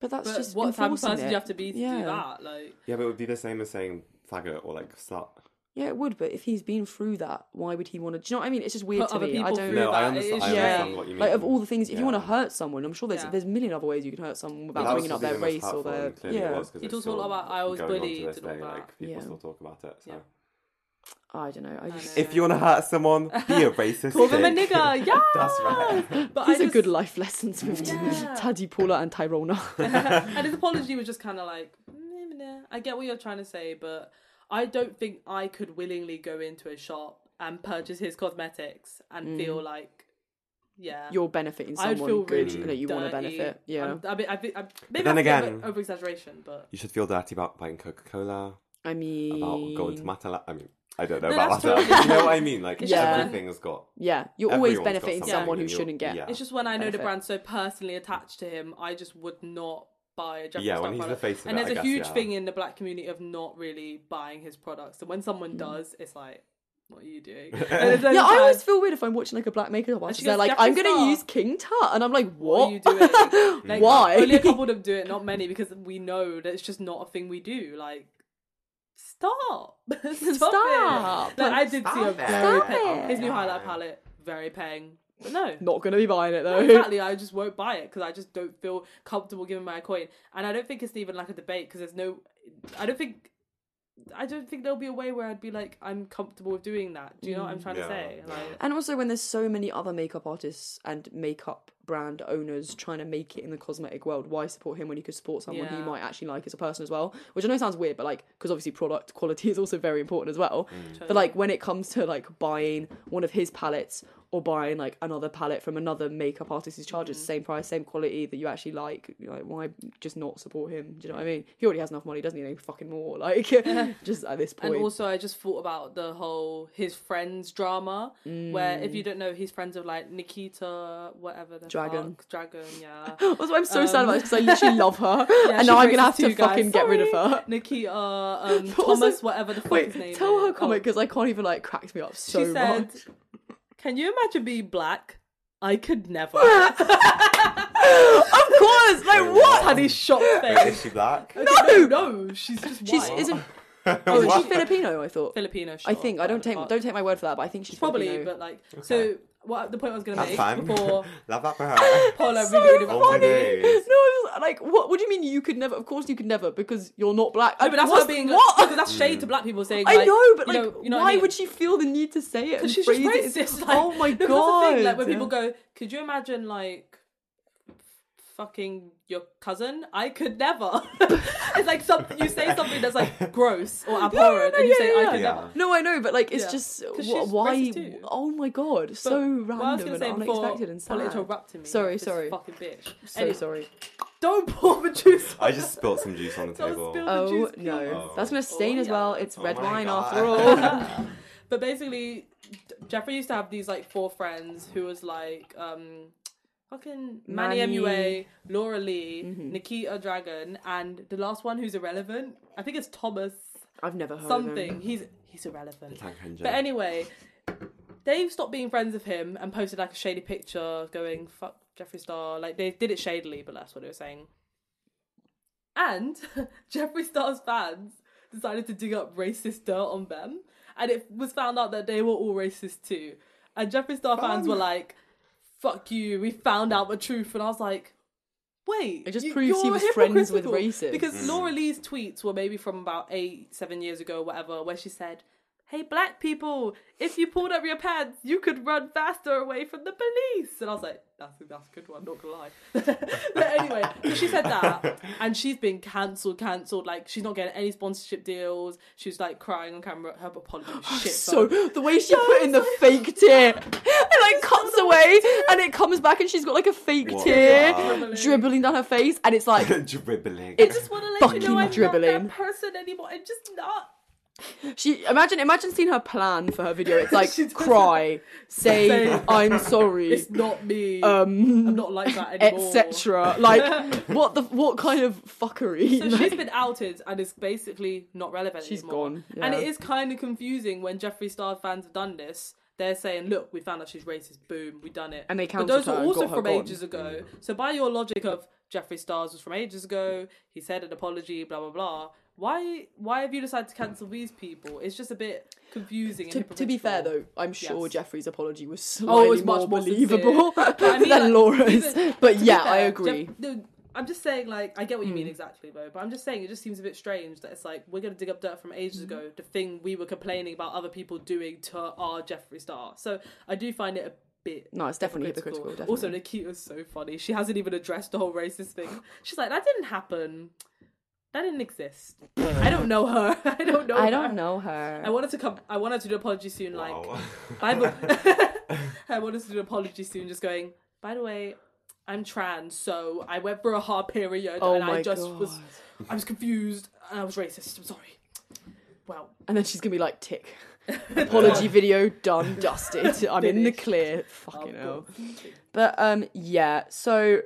Speaker 2: But that's
Speaker 3: but
Speaker 2: just
Speaker 3: what type of
Speaker 2: enforcing
Speaker 3: person do
Speaker 2: it.
Speaker 3: you have to be to
Speaker 2: yeah.
Speaker 3: do that? Like,
Speaker 1: Yeah, but it would be the same as saying faggot or like slut.
Speaker 2: Yeah, it would. But if he's been through that, why would he want to? Do you know what I mean? It's just weird
Speaker 3: Put
Speaker 2: to
Speaker 3: other
Speaker 2: me. I
Speaker 3: people
Speaker 2: don't.
Speaker 3: through
Speaker 1: No,
Speaker 3: that.
Speaker 1: I
Speaker 3: it
Speaker 1: understand,
Speaker 3: is
Speaker 1: I
Speaker 2: shame.
Speaker 1: understand what you mean.
Speaker 2: Like of all the things, if you want to
Speaker 1: Yeah.
Speaker 2: hurt someone, I'm sure there's
Speaker 3: Yeah.
Speaker 2: there's a million other ways you can hurt someone
Speaker 1: But
Speaker 2: without
Speaker 1: that was
Speaker 2: bringing up
Speaker 1: probably the
Speaker 2: their
Speaker 1: most
Speaker 2: race or
Speaker 1: hurtful
Speaker 2: their
Speaker 1: and clearly it
Speaker 2: yeah.
Speaker 1: was 'cause
Speaker 3: He
Speaker 1: it's
Speaker 3: talks a lot
Speaker 1: still
Speaker 3: about, "I was
Speaker 1: going on to
Speaker 3: bullied"
Speaker 1: this
Speaker 3: and all
Speaker 1: day,
Speaker 3: that.
Speaker 1: Like, people
Speaker 2: Yeah.
Speaker 1: still talk about it. So.
Speaker 3: Yeah.
Speaker 2: I don't know. I just
Speaker 1: If you want to hurt someone, be a racist.
Speaker 3: call them a
Speaker 1: dick.
Speaker 3: nigger. Yeah,
Speaker 1: That's right.
Speaker 3: But
Speaker 2: these
Speaker 3: I
Speaker 2: are
Speaker 3: just,
Speaker 2: good life lessons with
Speaker 3: Yeah.
Speaker 2: Taddy Paula and Tyrona.
Speaker 3: and his apology was just kind of like, "Mm, nah, I get what you're trying to say, but I don't think I could willingly go into a shop and purchase his cosmetics and feel like, yeah,
Speaker 2: Mm. You're benefiting
Speaker 3: I
Speaker 2: someone
Speaker 3: would feel
Speaker 2: good
Speaker 3: really
Speaker 2: and that you want to
Speaker 3: dirty.
Speaker 2: benefit. Yeah,
Speaker 3: I'm- I mean, I think, I, maybe
Speaker 1: then
Speaker 3: that's a bit
Speaker 1: again-
Speaker 3: of overexaggeration, but
Speaker 1: You should feel dirty about buying Coca Cola,
Speaker 2: I mean,
Speaker 1: about going to Matala. I mean, I don't know
Speaker 3: No,
Speaker 1: about
Speaker 3: that's
Speaker 1: that.
Speaker 3: true.
Speaker 1: you know what I mean? Like,
Speaker 3: It's
Speaker 2: just when-
Speaker 1: everything's got.
Speaker 2: Yeah, you're always
Speaker 1: Everyone's got
Speaker 2: benefiting
Speaker 1: something
Speaker 2: someone who
Speaker 1: and you're-
Speaker 2: shouldn't get.
Speaker 1: yeah.
Speaker 3: it's just when I know the
Speaker 2: Benefit.
Speaker 3: brand so personally attached to him, I just would not buy a Jeffree
Speaker 1: Yeah,
Speaker 3: Star
Speaker 1: when he's the
Speaker 3: product.
Speaker 1: face of
Speaker 3: and
Speaker 1: it,
Speaker 3: there's
Speaker 1: I
Speaker 3: a
Speaker 1: guess,
Speaker 3: huge
Speaker 1: yeah.
Speaker 3: thing in the black community of not really buying his products. And when
Speaker 1: Mm.
Speaker 3: someone does, it's like, what are you doing? And it's
Speaker 2: Yeah, I
Speaker 3: like,
Speaker 2: always feel weird if I'm watching like a black makeup artist.
Speaker 3: she
Speaker 2: They're
Speaker 3: goes,
Speaker 2: like,
Speaker 3: "Jeffree
Speaker 2: I'm gonna
Speaker 3: Star."
Speaker 2: use King Tut, and I'm like,
Speaker 3: What are you
Speaker 2: what?
Speaker 3: doing?
Speaker 1: Mm.
Speaker 3: Like,
Speaker 2: Why?
Speaker 3: Only a couple of them do it, not many, because we know that it's just not a thing we do. Like, stop, stop,
Speaker 2: Stop.
Speaker 3: it. Like, I did see a
Speaker 1: Stop it.
Speaker 3: very
Speaker 2: Stop
Speaker 3: peng-
Speaker 2: it.
Speaker 3: his new
Speaker 1: Yeah.
Speaker 3: highlight palette, very peng. But no,
Speaker 2: Not gonna be buying it though.
Speaker 3: exactly. I just won't buy it because I just don't feel comfortable giving my coin, and I don't think it's even like a debate because there's no. I don't think. I don't think there'll be a way where I'd be like, I'm comfortable with doing that. Do you know
Speaker 2: Mm.
Speaker 3: what I'm trying to
Speaker 1: Yeah.
Speaker 3: say? Like,
Speaker 2: And also, when there's so many other makeup artists and makeup brand owners trying to make it in the cosmetic world, why support him when you could support someone who
Speaker 3: Yeah.
Speaker 2: you might actually like as a person as well? Which I know sounds weird, but like, because obviously product Mm. quality is also very important as well. But like, when it comes to like buying one of his palettes or buying like another palette from another makeup artist who charges the same price, same quality that you actually like. You're like, why just not support him? Do you know what I mean? He already has enough money, doesn't need any fucking more. Like, just at this point.
Speaker 3: And also, I just thought about the whole his friends drama, where if you
Speaker 2: Mm.
Speaker 3: don't know, his friends of like Nikita, whatever the
Speaker 2: Dragon.
Speaker 3: fuck, dragon, yeah.
Speaker 2: That's why I'm so sad about this because I literally love her,
Speaker 3: Um, Yeah,
Speaker 2: and
Speaker 3: she
Speaker 2: now I'm
Speaker 3: breaks
Speaker 2: gonna have
Speaker 3: the
Speaker 2: to
Speaker 3: two guys.
Speaker 2: fucking get rid of
Speaker 3: Sorry.
Speaker 2: her.
Speaker 3: Nikita, um,
Speaker 2: But
Speaker 3: Thomas,
Speaker 2: also-
Speaker 3: whatever the fuck his name
Speaker 2: Wait, tell her
Speaker 3: is.
Speaker 2: comment
Speaker 3: Oh,
Speaker 2: because I can't even like cracks me up so
Speaker 3: she said,
Speaker 2: much.
Speaker 3: "Can you imagine being black? I could never."
Speaker 2: of course, like what?
Speaker 3: Had his shocked
Speaker 1: Wait, is
Speaker 3: face.
Speaker 1: she black?
Speaker 3: No, no, she's just white.
Speaker 2: She's isn't. Oh, is she Filipino? I thought.
Speaker 3: Filipino.
Speaker 2: I
Speaker 3: sure,
Speaker 2: think I don't take
Speaker 3: but-
Speaker 2: don't take my word for that, but I think she's
Speaker 3: probably,
Speaker 2: Filipino.
Speaker 3: but like so. What the point I was gonna
Speaker 1: That's
Speaker 3: make
Speaker 1: fine.
Speaker 3: before
Speaker 1: Love that for her.
Speaker 3: Paula
Speaker 2: so
Speaker 3: really
Speaker 1: Oh
Speaker 2: funny.
Speaker 1: my
Speaker 2: No,
Speaker 1: days.
Speaker 2: it was like, what? What do you mean you could never? Of course you could never because you're not black.
Speaker 3: No, but that's
Speaker 2: What's-
Speaker 3: her being
Speaker 2: what?
Speaker 3: because that's
Speaker 1: Mm.
Speaker 3: shade to black people saying.
Speaker 2: I
Speaker 3: like,
Speaker 2: know, but
Speaker 3: you
Speaker 2: like,
Speaker 3: you know what
Speaker 2: why
Speaker 3: I mean?
Speaker 2: would she feel the need to say it? And
Speaker 3: Because she's just
Speaker 2: phrase it? It's-
Speaker 3: racist. Like,
Speaker 2: oh my
Speaker 3: no, but that's the
Speaker 2: god!
Speaker 3: thing, like when people go, could you imagine like fucking your cousin? I could never. it's like something you say something that's like gross or abhorrent,
Speaker 2: no,
Speaker 3: and you
Speaker 2: yeah,
Speaker 3: say
Speaker 2: yeah,
Speaker 3: I could
Speaker 1: yeah.
Speaker 3: never.
Speaker 2: No, I know, but like it's
Speaker 3: Yeah.
Speaker 2: just
Speaker 3: 'Cause
Speaker 2: wh-
Speaker 3: she's
Speaker 2: why?
Speaker 3: racist too.
Speaker 2: Oh my god! so
Speaker 3: But what I was
Speaker 2: random
Speaker 3: gonna
Speaker 2: and
Speaker 3: say before
Speaker 2: unexpected and
Speaker 3: Paula
Speaker 2: sad.
Speaker 3: interrupted me.
Speaker 2: Sorry,
Speaker 3: this
Speaker 2: sorry.
Speaker 3: Fucking bitch.
Speaker 2: So
Speaker 3: Anyway,
Speaker 2: sorry.
Speaker 3: Don't pour the juice.
Speaker 1: I just spilled some juice on the
Speaker 3: Don't
Speaker 1: table.
Speaker 3: spill- the
Speaker 2: Oh
Speaker 3: juice,
Speaker 2: no,
Speaker 3: please.
Speaker 2: that's gonna stain
Speaker 3: Oh,
Speaker 2: as well.
Speaker 3: yeah.
Speaker 2: It's
Speaker 1: Oh
Speaker 2: red
Speaker 1: my
Speaker 2: wine
Speaker 1: God.
Speaker 2: after all.
Speaker 3: but basically, Jeffrey used to have these like four friends who was like um fucking
Speaker 2: Manny.
Speaker 3: Manny,
Speaker 2: Mm-hmm.
Speaker 3: MUA, Laura Lee, Nikita Dragon, and the last one who's irrelevant. I think it's Thomas
Speaker 2: I've never heard of him.
Speaker 3: something. He's he's irrelevant.
Speaker 1: Thank Henja.
Speaker 3: But anyway, they stopped being friends with him and posted like a shady picture going fuck Jeffree Star. Like they did it shadily, but that's what they were saying. And Jeffree Star's fans decided to dig up racist dirt on them, and it was found out that they were all racist too. And Jeffree Star fans were like, "Fuck you! We found out the truth." And I was like. Wait,
Speaker 2: It just proves he
Speaker 3: you're
Speaker 2: was friends with
Speaker 3: hypocritical.
Speaker 2: racists.
Speaker 3: Because Laura Lee's tweets were maybe from about eight, seven years ago, whatever, where she said, Hey, black people, if you pulled up your pants, you could run faster away from the police. And I was like, that's, that's a good one, not gonna lie. but anyway, so she said that, and she's been cancelled, cancelled. Like, she's not getting any sponsorship deals. She was like crying on camera. Her apology was shit.
Speaker 2: Oh, So
Speaker 3: but-
Speaker 2: the way she put in the fake tear and like cuts away and it comes back and she's got like a fake
Speaker 1: What
Speaker 2: tear
Speaker 1: the-
Speaker 2: dribbling down her face and it's like
Speaker 1: dribbling.
Speaker 3: I just want to let you
Speaker 2: fucking
Speaker 3: know I'm not
Speaker 2: dribbling.
Speaker 3: that person anymore. I'm just not.
Speaker 2: she imagine imagine seeing her plan for her video. It's like
Speaker 3: She does
Speaker 2: cry, say
Speaker 3: Say-
Speaker 2: I'm sorry,
Speaker 3: It's not me.
Speaker 2: um,
Speaker 3: I'm not like that anymore.
Speaker 2: etc. Like what the what kind of fuckery?
Speaker 3: So
Speaker 2: Like-
Speaker 3: she's been outed and is basically not relevant
Speaker 2: She's
Speaker 3: anymore.
Speaker 2: gone,
Speaker 3: And
Speaker 2: yeah.
Speaker 3: it is kind of confusing when Jeffree Star fans have done this. They're saying, "Look, we found out she's racist. Boom, we done it."
Speaker 2: And they
Speaker 3: But
Speaker 2: cancelled
Speaker 3: those
Speaker 2: her
Speaker 3: were
Speaker 2: and
Speaker 3: also
Speaker 2: got her
Speaker 3: from
Speaker 2: gone.
Speaker 3: ages ago. So by your logic of Jeffree Star's was from ages ago, he said an apology, blah blah blah. Why? Why have you decided to cancel these people? It's just a bit confusing.
Speaker 2: to,
Speaker 3: and
Speaker 2: to be fair
Speaker 3: hypocritical.
Speaker 2: though, I'm sure
Speaker 3: Yes.
Speaker 2: Jeffrey's apology was slightly
Speaker 3: Oh, it was
Speaker 2: more,
Speaker 3: much more sincere.
Speaker 2: believable
Speaker 3: But I mean,
Speaker 2: than
Speaker 3: like,
Speaker 2: Laura's.
Speaker 3: even-
Speaker 2: but
Speaker 3: to be
Speaker 2: yeah, I
Speaker 3: fair,
Speaker 2: agree. Mm.
Speaker 3: Jeff- no, I'm just saying, like, I get what you mean exactly, though. But I'm just saying, it just seems a bit strange that it's like we're gonna dig up dirt from ages
Speaker 2: Mm.
Speaker 3: ago, the thing we were complaining about other people doing to our Jeffree Star. So I do find it a bit.
Speaker 2: No, it's definitely hypocritical,
Speaker 3: Also, Nikita's so funny. She hasn't even addressed the whole racist thing. She's like, that didn't happen. That didn't exist. I don't know her. I don't know.
Speaker 2: I
Speaker 3: her.
Speaker 2: don't know her.
Speaker 3: I wanted to come. I wanted to do apology soon. Like,
Speaker 1: Wow.
Speaker 3: I, have I wanted to do an apology soon, just going, by the way, I'm trans, so I went through a hard period
Speaker 2: Oh
Speaker 3: and
Speaker 2: my
Speaker 3: I just was
Speaker 2: God.
Speaker 3: I was confused and I was racist. I'm sorry. Well,
Speaker 2: And then she's gonna be like, tick. Apology video done, dusted. I'm in the
Speaker 3: Finished. Oh,
Speaker 2: clear.
Speaker 3: I'll
Speaker 2: Fucking
Speaker 3: go.
Speaker 2: hell. But um, yeah. So,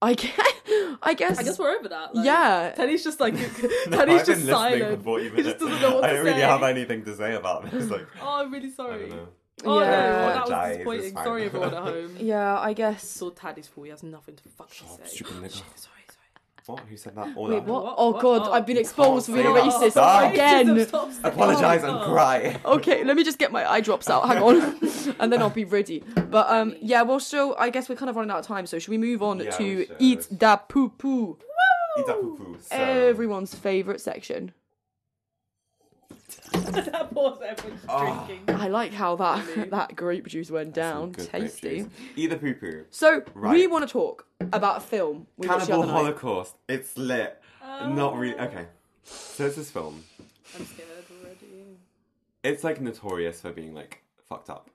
Speaker 2: I guess, I guess,
Speaker 3: I guess we're over that. like,
Speaker 2: yeah.
Speaker 3: Teddy's just like
Speaker 1: I've been
Speaker 3: Teddy's just
Speaker 1: listening for
Speaker 3: silent.
Speaker 1: 40 minutes.
Speaker 3: He just doesn't know what
Speaker 1: I
Speaker 3: to
Speaker 1: don't really
Speaker 3: say.
Speaker 1: have anything to say about this. Like,
Speaker 3: Oh, I'm really
Speaker 1: I
Speaker 3: sorry.
Speaker 1: don't know.
Speaker 3: Oh no,
Speaker 2: Yeah.
Speaker 3: well, that
Speaker 1: Apologise,
Speaker 3: was
Speaker 1: it's
Speaker 3: disappointing.
Speaker 1: fine.
Speaker 3: Sorry everyone at home.
Speaker 2: Yeah, I
Speaker 3: It's
Speaker 2: guess.
Speaker 3: all Taddy's fault. He has nothing to fucking
Speaker 1: Shut up,
Speaker 3: say.
Speaker 1: stupid nigga.
Speaker 3: Shit, Sorry, sorry.
Speaker 1: What? Who said that? All
Speaker 2: Wait,
Speaker 1: that?
Speaker 2: what?
Speaker 3: What?
Speaker 2: Oh
Speaker 3: What?
Speaker 2: god,
Speaker 3: Oh.
Speaker 2: I've been exposed for being a
Speaker 1: Can't say
Speaker 2: racist
Speaker 1: that.
Speaker 2: again.
Speaker 3: Racism, stop saying-
Speaker 1: Apologise
Speaker 3: Oh.
Speaker 1: and cry.
Speaker 2: Okay, let me just get my eye drops out. Hang on, and then I'll be ready. But um, yeah. Well, so I guess we're kind of running out of time. So should we move on
Speaker 1: Yeah, we
Speaker 2: to
Speaker 1: should.
Speaker 2: eat da poo poo?
Speaker 1: Eat that
Speaker 3: Oh.
Speaker 1: poo-poo. So,
Speaker 2: Everyone's favorite section.
Speaker 3: that pause everyone's
Speaker 1: Ah.
Speaker 3: drinking.
Speaker 2: I like how that that grape juice went down.
Speaker 1: good
Speaker 2: Tasty.
Speaker 1: bitches. Eat the poo-poo.
Speaker 2: So we
Speaker 1: Right.
Speaker 2: want to talk about a film we watched the
Speaker 1: Cannibal
Speaker 2: other night.
Speaker 1: Holocaust. It's lit. Not really. Okay. So it's this film.
Speaker 3: I'm scared already.
Speaker 1: It's like notorious for being like fucked up.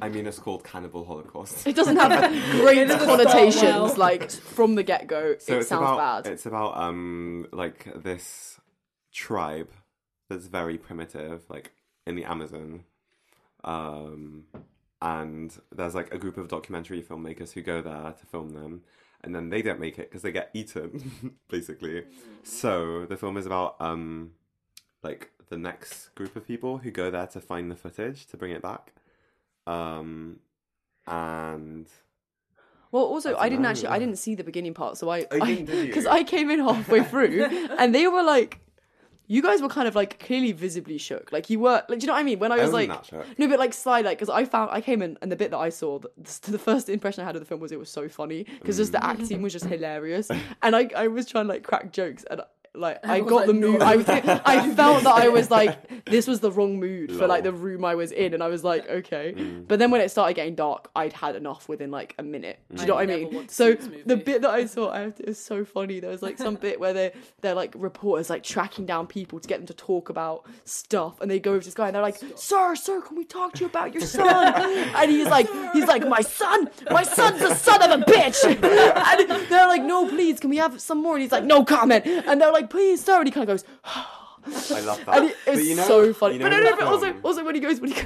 Speaker 1: I mean, it's called Cannibal Holocaust.
Speaker 2: It doesn't have great
Speaker 3: doesn't start
Speaker 2: connotations.
Speaker 3: well.
Speaker 2: Like from the get go,
Speaker 1: So
Speaker 2: it
Speaker 1: it's
Speaker 2: sounds
Speaker 1: about,
Speaker 2: bad.
Speaker 1: It's about um like this tribe that's very primitive, like in the Amazon. Um and there's like a group of documentary filmmakers who go there to film them and then they don't make it because they get eaten
Speaker 2: Mm.
Speaker 1: basically so the film is about um like the next group of people who go there to find the footage to bring it back um and
Speaker 2: Well, also, I didn't
Speaker 1: know.
Speaker 2: actually, I didn't see the beginning part, so I,
Speaker 1: Oh, you didn't, did you?
Speaker 2: because I, came in halfway through, and they were like, you guys were kind of like clearly visibly shook, like you were, like, do you know what I mean? When I
Speaker 1: I
Speaker 2: was
Speaker 1: wasn't
Speaker 2: like,
Speaker 1: that shook.
Speaker 2: no, but like sly, like because I found I came in, and the bit that I saw, the, the first impression I had of the film was it was so funny because just
Speaker 3: Mm.
Speaker 2: the acting was just hilarious, and I, I was trying to like crack jokes and. Like I,
Speaker 3: Everyone's
Speaker 2: got
Speaker 3: like,
Speaker 2: the
Speaker 3: "No."
Speaker 2: mood. I, was- I felt that I was like, this was the wrong mood for like the
Speaker 1: Lol.
Speaker 2: room I was in, and I was like, okay.
Speaker 3: Mm.
Speaker 2: But then when it started getting dark, I'd had enough within like a minute. Do you know
Speaker 3: I
Speaker 2: what I
Speaker 3: never
Speaker 2: mean?
Speaker 3: want to
Speaker 2: So
Speaker 3: see this movie.
Speaker 2: the bit that I saw, I have to, it was so funny. There was like some bit where they they're like reporters like tracking down people to get them to talk about stuff, and they go over to this guy and they're like, "Sir, sir, can we talk to you about your son?" and he's like, he's like, "My son, my son's the son of a bitch." and they're like, "No, please, can we have some more?" And he's like, "No comment." And they're like, "Please, sir," and he kind of goes.
Speaker 1: I love that.
Speaker 2: And it,
Speaker 1: But
Speaker 2: it's
Speaker 1: you know-
Speaker 2: so funny.
Speaker 1: you know
Speaker 2: but no,
Speaker 1: in
Speaker 2: no,
Speaker 1: the
Speaker 2: but also,
Speaker 1: film-
Speaker 2: also when he goes, when he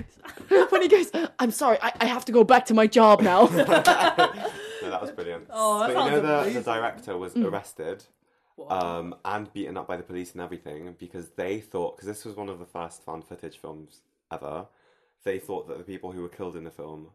Speaker 2: goes, when he goes, I'm sorry, I, I have to go back to my job now.
Speaker 1: No, that was brilliant.
Speaker 3: Oh, that
Speaker 1: but you know
Speaker 3: sounds
Speaker 1: the, the
Speaker 3: amazing.
Speaker 1: director was
Speaker 2: Mm.
Speaker 1: arrested
Speaker 3: Wow.
Speaker 1: um, and beaten up by the police and everything because they thought because this was one of the first found footage films ever. They thought that the people who were killed in the film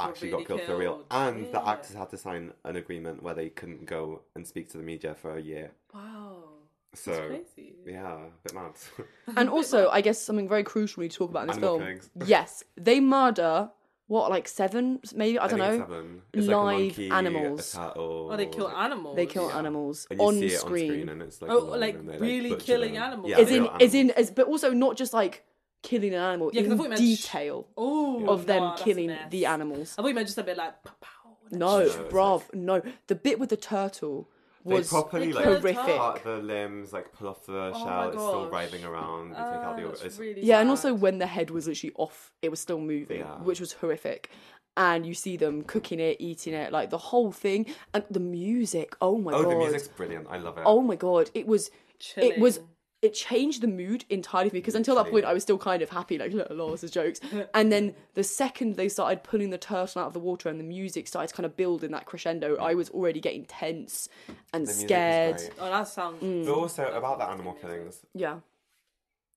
Speaker 1: actually
Speaker 3: really
Speaker 1: got killed, for real,
Speaker 3: killed.
Speaker 1: and the
Speaker 3: Yeah.
Speaker 1: actors had to sign an agreement where they couldn't go and speak to the media for a year.
Speaker 3: wow. That's
Speaker 1: So
Speaker 3: crazy.
Speaker 1: yeah, a bit mad.
Speaker 2: and also, I guess something very crucial we need to talk about in this
Speaker 1: Animal
Speaker 2: film.
Speaker 1: killings.
Speaker 2: Yes, they murder what, like seven, maybe I don't
Speaker 1: think it's
Speaker 2: know.
Speaker 1: seven. It's like a
Speaker 2: Live
Speaker 1: monkey,
Speaker 2: animals.
Speaker 1: A turtle,
Speaker 3: Oh, they kill
Speaker 1: like-
Speaker 3: animals.
Speaker 2: They kill animals
Speaker 1: And you
Speaker 2: on
Speaker 1: see it
Speaker 2: screen.
Speaker 1: on screen, and it's like
Speaker 3: Oh,
Speaker 1: long
Speaker 3: like,
Speaker 1: and they,
Speaker 3: really
Speaker 1: butcher
Speaker 3: killing
Speaker 1: them.
Speaker 3: animals.
Speaker 1: Yeah,
Speaker 2: Is
Speaker 1: real
Speaker 2: in,
Speaker 1: animals.
Speaker 2: is in, as but also not just like killing an animal
Speaker 3: Yeah, 'cause I
Speaker 2: in
Speaker 3: thought you meant sh-
Speaker 2: detail
Speaker 3: Oh,
Speaker 2: of them
Speaker 3: nah, that's a
Speaker 2: killing
Speaker 3: mess. Oh,
Speaker 2: the animals.
Speaker 3: I thought you meant just a bit like. Pow, pow, and
Speaker 1: No,
Speaker 2: No,
Speaker 1: it's
Speaker 2: bruv, no. The bit with the turtle
Speaker 1: They
Speaker 2: was
Speaker 1: properly
Speaker 3: They
Speaker 1: like
Speaker 3: kill a
Speaker 2: horrific.
Speaker 3: turtle.
Speaker 1: cut the limbs, like pull off the
Speaker 3: Oh my
Speaker 1: shell. It's still
Speaker 3: gosh.
Speaker 1: writhing around. They take out
Speaker 3: Ah,
Speaker 1: the organs.
Speaker 3: that's really
Speaker 2: Yeah, and
Speaker 3: sad.
Speaker 2: also when the head was literally off, it was still moving,
Speaker 1: Yeah.
Speaker 2: which was horrific. And you see them cooking it, eating it, like the whole thing, and the music. Oh my
Speaker 1: oh,
Speaker 2: god!
Speaker 1: the music's brilliant. I love it.
Speaker 2: oh my god! It was. It was.
Speaker 3: Chilling.
Speaker 2: It changed the mood entirely for me because until that point I was still kind of happy, like "Look, lol, this is jokes. And then the second they started pulling the turtle out of the water and the music started to kind of build in that crescendo, I was already getting tense and
Speaker 1: the music is
Speaker 2: scared.
Speaker 1: great.
Speaker 3: Oh, that sounds.
Speaker 2: Mm.
Speaker 1: But also about the animal killings,
Speaker 2: Yeah,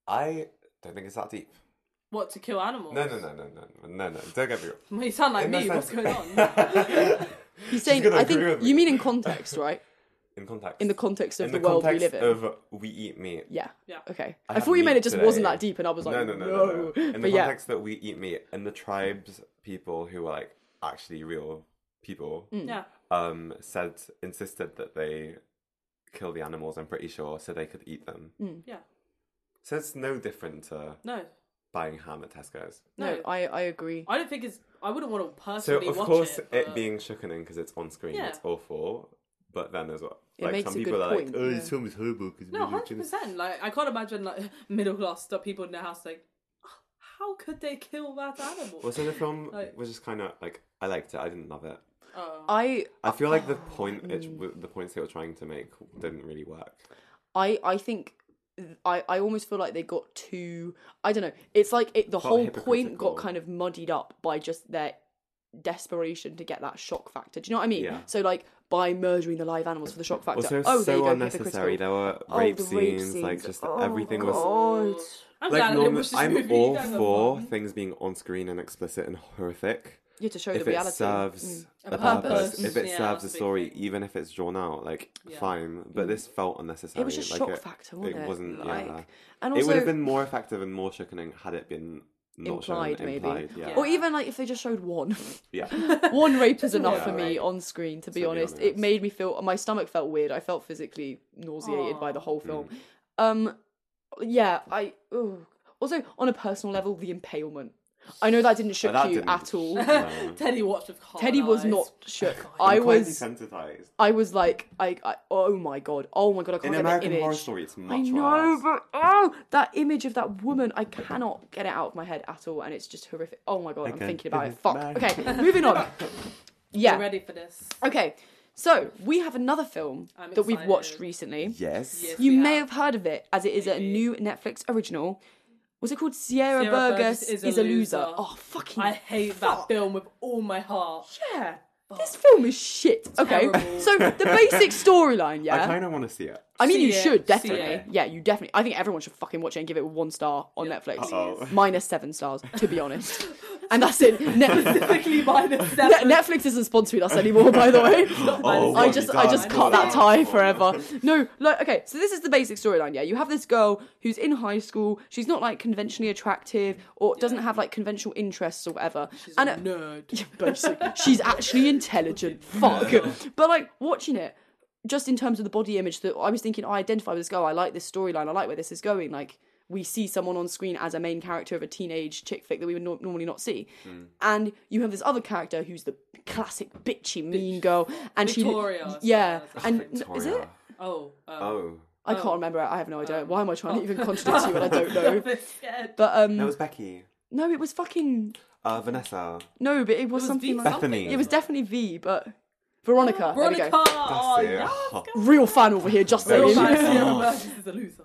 Speaker 1: I don't think it's that deep.
Speaker 3: What to kill animals?
Speaker 1: No, no, no, no, no, no, no. Don't get me wrong.
Speaker 3: Well, you sound like
Speaker 1: In the
Speaker 3: me. What's
Speaker 1: sense-
Speaker 3: going on?
Speaker 2: he's saying.
Speaker 1: gonna
Speaker 2: I
Speaker 1: agree
Speaker 2: think
Speaker 1: with me.
Speaker 2: you mean in context, right?
Speaker 1: In context.
Speaker 2: In the context of
Speaker 1: In
Speaker 2: the, world we
Speaker 1: context
Speaker 2: live in.
Speaker 1: of we eat meat.
Speaker 2: Yeah.
Speaker 3: Yeah.
Speaker 2: Okay. I,
Speaker 1: had
Speaker 2: thought you meant
Speaker 1: meat
Speaker 2: it just
Speaker 1: today.
Speaker 2: wasn't that deep, and I was like,
Speaker 1: no,
Speaker 2: no,
Speaker 1: no, no, no, no. In the
Speaker 2: But yeah,
Speaker 1: context that we eat meat, and the tribes people who are like actually real people,
Speaker 3: yeah.
Speaker 2: Mm.
Speaker 1: um, said insisted that they kill the animals. I'm pretty sure, so they could eat them.
Speaker 2: Mm.
Speaker 3: Yeah.
Speaker 1: So it's no different to
Speaker 3: No.
Speaker 1: buying ham at Tesco's.
Speaker 2: no,
Speaker 3: No.
Speaker 2: I, I agree.
Speaker 3: I don't think it's. I wouldn't want to
Speaker 1: So
Speaker 3: personally
Speaker 1: of
Speaker 3: watch
Speaker 1: course,
Speaker 3: it.
Speaker 1: it,
Speaker 3: but-
Speaker 1: being sickening because it's on screen,
Speaker 3: Yeah.
Speaker 1: it's awful. But then as well,
Speaker 2: It
Speaker 1: like
Speaker 2: makes
Speaker 1: some
Speaker 2: a
Speaker 1: people
Speaker 2: good
Speaker 1: are
Speaker 2: point,
Speaker 1: like, "Oh,
Speaker 2: yeah.
Speaker 1: this film is horrible." Cause
Speaker 3: No, hundred percent. Like I can't imagine like middle class stuff people in their house like, how could they kill that animal?
Speaker 1: Also, the film
Speaker 3: Like-
Speaker 1: was just kind of like I liked it. I didn't love it.
Speaker 3: Oh.
Speaker 1: Uh,
Speaker 2: I
Speaker 1: I feel like the point, it,
Speaker 2: Mm.
Speaker 1: the points they were trying to make, didn't really work.
Speaker 2: I I think I, I almost feel like they got too I don't know. It's like it, the whole point got
Speaker 1: hypocritical.
Speaker 2: kind of muddied up by just their desperation to get that shock factor. Do you know what I mean?
Speaker 1: Yeah.
Speaker 2: So like by murdering the live animals for the shock factor.
Speaker 1: Also,
Speaker 2: oh, there you
Speaker 1: so
Speaker 2: go,
Speaker 1: unnecessary.
Speaker 2: hypocritical.
Speaker 1: There were
Speaker 2: Oh,
Speaker 1: rape,
Speaker 2: the
Speaker 1: scenes, like just
Speaker 2: Oh,
Speaker 1: everything was.
Speaker 2: God.
Speaker 3: I'm glad
Speaker 1: Like,
Speaker 3: I didn't
Speaker 1: normal,
Speaker 3: watch this
Speaker 1: I'm
Speaker 3: movie.
Speaker 1: all
Speaker 3: That was
Speaker 1: for
Speaker 3: fun.
Speaker 1: things being on screen and explicit and horrific.
Speaker 2: You have to show the
Speaker 1: if it
Speaker 2: reality. Mm.
Speaker 1: serves
Speaker 3: A
Speaker 1: a,
Speaker 3: purpose.
Speaker 1: purpose, if it
Speaker 3: Yeah,
Speaker 1: serves a
Speaker 3: that's a big
Speaker 1: story,
Speaker 3: thing.
Speaker 1: even if it's drawn out, like
Speaker 3: Yeah. Mm.
Speaker 1: fine. But this felt unnecessary.
Speaker 2: It was just
Speaker 1: like,
Speaker 2: shock
Speaker 1: it-
Speaker 2: factor, wasn't it?
Speaker 1: wasn't.
Speaker 2: like,
Speaker 1: yeah.
Speaker 2: and
Speaker 1: it would
Speaker 2: also
Speaker 1: have been more effective and more shocking had it been not
Speaker 2: implied,
Speaker 1: shown,
Speaker 2: maybe,
Speaker 1: Implied, yeah.
Speaker 2: or even like if they just showed one.
Speaker 1: yeah.
Speaker 2: one rape is enough
Speaker 1: Yeah.
Speaker 2: for me on screen to be,
Speaker 1: To be
Speaker 2: honest. it
Speaker 1: honest.
Speaker 2: made me feel my stomach felt weird i felt physically nauseated by the
Speaker 1: Mm.
Speaker 2: whole film um yeah i ugh. also on a personal level the impalement I know that didn't shook
Speaker 1: that
Speaker 2: you
Speaker 1: didn't-
Speaker 2: at all.
Speaker 1: No.
Speaker 3: Teddy watched with calm
Speaker 2: Teddy was
Speaker 3: eyes.
Speaker 2: not shook. I
Speaker 1: I'm quite
Speaker 2: was.
Speaker 1: desensitized.
Speaker 2: I was like, I, I. Oh my god. Oh my god. I can't
Speaker 1: In
Speaker 2: get
Speaker 1: American
Speaker 2: the image.
Speaker 1: Horror Story, it's much
Speaker 2: I know,
Speaker 1: worse.
Speaker 2: but oh, that image of that woman, I cannot get it out of my head at all, and it's just horrific. Oh my god, I'm
Speaker 1: Okay.
Speaker 2: thinking about it. Fuck.
Speaker 1: Bye.
Speaker 2: Okay, moving on.
Speaker 3: We're
Speaker 2: Yeah.
Speaker 3: ready for this.
Speaker 2: Okay, so we have another film
Speaker 3: I'm
Speaker 2: that we've watched
Speaker 3: excited.
Speaker 2: recently.
Speaker 1: Yes.
Speaker 3: Yes.
Speaker 2: You
Speaker 3: we
Speaker 2: may have
Speaker 3: have.
Speaker 2: heard of it, as it is a
Speaker 3: Maybe.
Speaker 2: new Netflix original. Was it called Sierra,
Speaker 3: Sierra
Speaker 2: Burgess,
Speaker 3: Burgess
Speaker 2: is, a loser? Oh fucking!
Speaker 3: I hate
Speaker 2: fuck.
Speaker 3: that film with all my heart.
Speaker 2: Yeah. This film is shit. Okay.
Speaker 3: Terrible.
Speaker 2: So the basic storyline, yeah.
Speaker 1: I
Speaker 2: I,
Speaker 1: kind of want to see it.
Speaker 2: mean,
Speaker 3: See
Speaker 2: you
Speaker 3: it,
Speaker 2: should
Speaker 3: see
Speaker 2: definitely.
Speaker 3: it.
Speaker 2: Yeah, you definitely. I think everyone should fucking watch it and give it one star on
Speaker 3: Yeah.
Speaker 2: Netflix.
Speaker 1: Uh-oh.
Speaker 2: Minus seven stars, to be honest. and that's it. Net-
Speaker 3: Specifically minus
Speaker 2: Ne-
Speaker 3: seven.
Speaker 2: Netflix isn't sponsoring us anymore, by the way.
Speaker 3: Oh,
Speaker 2: I
Speaker 3: what
Speaker 2: just
Speaker 3: have
Speaker 2: I
Speaker 3: you
Speaker 2: just
Speaker 3: done?
Speaker 2: cut that tie
Speaker 1: What have you
Speaker 2: forever. No, like okay, so this is the basic storyline, yeah. You have this girl who's in high school, she's not like conventionally attractive or doesn't have like conventional interests or whatever. and it-
Speaker 3: nerd.
Speaker 2: basically. She's actually intelligent. Fuck. But like watching it, just in terms of the body image, that I was thinking, I identify with this girl. I like this storyline. I like where this is going. Like we see someone on screen as a main character of a teenage chick flick that we would nor normally not see,
Speaker 3: Hmm.
Speaker 2: and you have this other character who's the classic bitchy mean girl, and
Speaker 3: Victoria.
Speaker 2: she, yeah,
Speaker 3: That's
Speaker 2: and
Speaker 1: Victoria.
Speaker 2: is it?
Speaker 3: Oh. Um,
Speaker 1: Oh.
Speaker 2: I can't
Speaker 3: Oh.
Speaker 2: remember. I have no idea. Why am I trying to
Speaker 3: Oh.
Speaker 2: even contradict you when I don't
Speaker 1: Oh.
Speaker 2: know?
Speaker 3: I'm a bit scared.
Speaker 2: But um,
Speaker 1: That was Becky.
Speaker 2: no, it was fucking
Speaker 1: Uh, Vanessa.
Speaker 2: no, but it was,
Speaker 3: was
Speaker 2: something
Speaker 3: V
Speaker 2: like
Speaker 1: Bethany.
Speaker 2: it was definitely V, but Veronica. there we go.
Speaker 3: Veronica. Oh,
Speaker 1: That's it.
Speaker 3: yeah.
Speaker 1: Oh,
Speaker 2: real fan over here, just
Speaker 1: Very
Speaker 2: saying.
Speaker 3: Real
Speaker 1: chic.
Speaker 3: man,
Speaker 2: Very
Speaker 3: Sierra
Speaker 1: Oh.
Speaker 3: Burgess is a loser.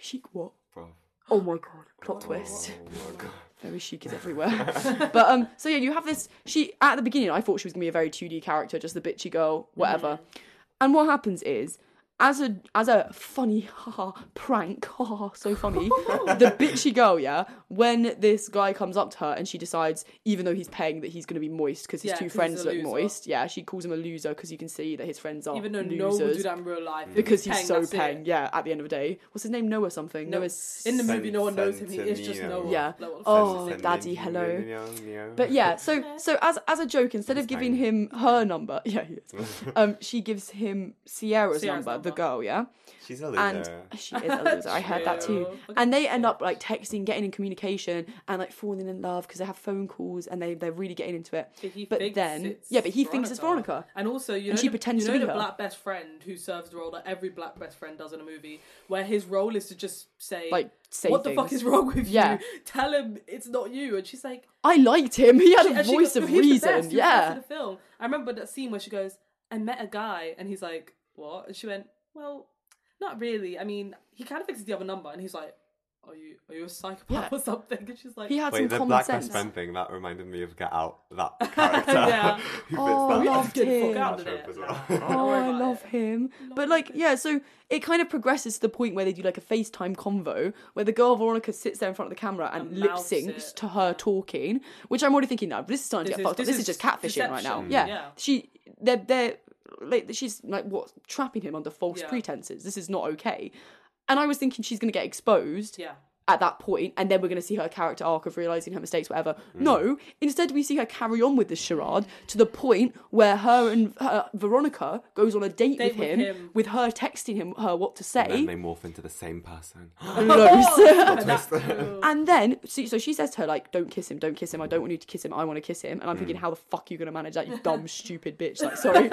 Speaker 2: chic, what?
Speaker 1: bro. Oh,
Speaker 2: Oh my god, plot twist. Very chic is everywhere. but um, so yeah, you have this. She at the beginning, I thought she was gonna be a very two D character, just the bitchy girl, whatever.
Speaker 3: Mm-hmm.
Speaker 2: And what happens is. As a as a funny haha prank haha so funny the bitchy girl yeah when this guy comes up to her and she decides even though he's paying that he's gonna be moist because his
Speaker 3: Yeah,
Speaker 2: two
Speaker 3: 'cause he's
Speaker 2: friends
Speaker 3: a
Speaker 2: look
Speaker 3: loser.
Speaker 2: moist yeah she calls him a loser because you can see that his friends are
Speaker 3: Even though
Speaker 2: losers
Speaker 3: no one would do that in real life.
Speaker 2: because he's
Speaker 3: Peng,
Speaker 2: so
Speaker 3: that's it.
Speaker 2: peng. Yeah, at the end of the day, what's his name? Noah something.
Speaker 3: No,
Speaker 2: Noah.
Speaker 3: in the
Speaker 1: Sen-
Speaker 3: movie, no one knows him. He is just
Speaker 1: Centineo.
Speaker 3: Noah.
Speaker 2: Yeah.
Speaker 3: Like, what the
Speaker 2: Oh,
Speaker 3: fuck is his name?
Speaker 2: daddy, hello.
Speaker 1: Neo, Neo.
Speaker 2: But yeah, so so as as a joke, instead of giving him her number, yeah, he is, um, she gives him Sierra's,
Speaker 3: Sierra's
Speaker 2: number, the
Speaker 3: number.
Speaker 2: girl, yeah,
Speaker 1: she's a loser.
Speaker 2: and she is a loser. I heard that too. And they end up like texting, getting in communication, and like falling in love because they have phone calls and they they're really getting into it.
Speaker 3: But, he
Speaker 2: But
Speaker 3: thinks
Speaker 2: then-
Speaker 3: it's
Speaker 2: yeah, but he thinks it's Veronica.
Speaker 3: and also you know
Speaker 2: And she
Speaker 3: the,
Speaker 2: pretends
Speaker 3: you
Speaker 2: to
Speaker 3: know
Speaker 2: be
Speaker 3: the
Speaker 2: her.
Speaker 3: black best friend who serves the role that every black best friend does in a movie, where his role is to just say
Speaker 2: Like, say
Speaker 3: what the fuck
Speaker 2: things.
Speaker 3: is wrong with
Speaker 2: Yeah.
Speaker 3: you? Tell him it's not you, and she's like,
Speaker 2: I liked him. He had a
Speaker 3: and she
Speaker 2: voice
Speaker 3: goes,
Speaker 2: of
Speaker 3: "No, he was the
Speaker 2: reason.
Speaker 3: best. He was the best in
Speaker 2: yeah,
Speaker 3: the film. I remember that scene where she goes, I met a guy, and he's like, what? And she went, well, not really. I mean, he kind of fixes the other number, and he's like, are you are you a psychopath
Speaker 2: Yeah.
Speaker 3: or something? And she's like,
Speaker 2: he had
Speaker 1: Wait,
Speaker 2: some
Speaker 1: the
Speaker 2: common
Speaker 1: black
Speaker 2: sense.
Speaker 1: best friend thing that reminded me of Get Out. That character.
Speaker 3: Yeah.
Speaker 1: Who fits
Speaker 2: Oh,
Speaker 1: that
Speaker 2: loved
Speaker 3: did
Speaker 2: him.
Speaker 3: fuck out of
Speaker 1: trope
Speaker 3: it.
Speaker 1: as well.
Speaker 3: Don't
Speaker 2: Oh,
Speaker 3: worry
Speaker 2: I
Speaker 3: about
Speaker 2: love
Speaker 3: it.
Speaker 2: him. but
Speaker 3: him.
Speaker 2: like, yeah, so it kind of progresses to the point where they do like a FaceTime convo where the girl Veronica sits there in front of the camera and,
Speaker 3: And
Speaker 2: lip
Speaker 3: mouths
Speaker 2: syncs
Speaker 3: it,
Speaker 2: to her talking, which I'm already thinking, no, this is starting to
Speaker 3: This
Speaker 2: get
Speaker 3: is-
Speaker 2: fucked up.
Speaker 3: this
Speaker 2: This is
Speaker 3: is
Speaker 2: just catfishing right now.
Speaker 3: deception.
Speaker 2: Yeah.
Speaker 3: Yeah.
Speaker 2: She, they're, they're, like, she's like, what, trapping him under false
Speaker 3: Yeah.
Speaker 2: pretenses. This is not okay. And I was thinking she's going to get exposed
Speaker 3: yeah.
Speaker 2: at that point, and then we're going to see her character arc of realizing her mistakes, whatever. No, instead we see her carry on with this charade to the point where her and her, Veronica goes on a date, with,
Speaker 3: Date with
Speaker 2: him,
Speaker 3: him.
Speaker 2: with her texting him her what to
Speaker 1: And
Speaker 2: say.
Speaker 1: they morph into the same person.
Speaker 2: Loads.
Speaker 3: Oh, And that's cool.
Speaker 2: and then, so, so she says to her like, "Don't kiss him, don't kiss him. I don't want you to kiss him. I want to kiss him."
Speaker 1: Mm.
Speaker 2: And I'm thinking, how the fuck are you going to manage that, you dumb, stupid bitch? Like, sorry,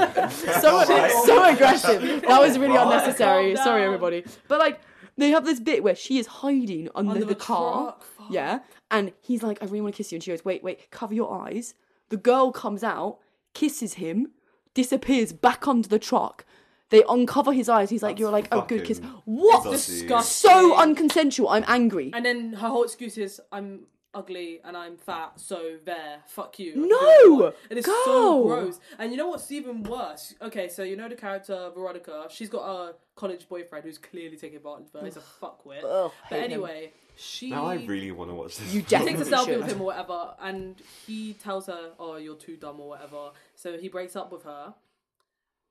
Speaker 2: so so aggressive. That was really
Speaker 1: Right.
Speaker 2: unnecessary.
Speaker 3: Calm
Speaker 2: Sorry,
Speaker 3: down.
Speaker 2: everybody. But like, they have this bit where she is hiding under,
Speaker 3: Under
Speaker 2: the
Speaker 3: the
Speaker 2: car.
Speaker 3: truck. Fuck.
Speaker 2: Yeah. And he's like, I really want to kiss you. And she goes, wait, wait, cover your eyes. The girl comes out, kisses him, disappears back under the truck. They uncover his eyes. He's like,
Speaker 1: That's
Speaker 2: you're like, oh, good kiss.
Speaker 1: fucking
Speaker 2: What?
Speaker 1: It's
Speaker 3: disgusting.
Speaker 2: So unconsensual. I'm angry.
Speaker 3: And then her whole excuse is, I'm ugly and I'm fat, so there, fuck you. I'm
Speaker 2: No!
Speaker 3: good." And it's
Speaker 2: Go!
Speaker 3: so gross. And you know what's even worse? Okay, so you know the character Veronica, she's got a college boyfriend who's clearly taking advantage of her. He's a fuckwit.
Speaker 2: Ugh,
Speaker 3: but
Speaker 2: hate him.
Speaker 3: anyway, she
Speaker 1: Now I really want to watch this.
Speaker 2: You
Speaker 1: film.
Speaker 3: takes a
Speaker 2: definitely
Speaker 3: selfie
Speaker 2: should.
Speaker 3: with him or whatever, and he tells her, "Oh, you're too dumb or whatever." So he breaks up with her.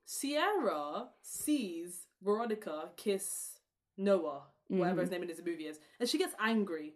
Speaker 3: Sierra sees Veronica kiss Noah, whatever
Speaker 2: Mm-hmm.
Speaker 3: his name in his movie is, and she gets angry.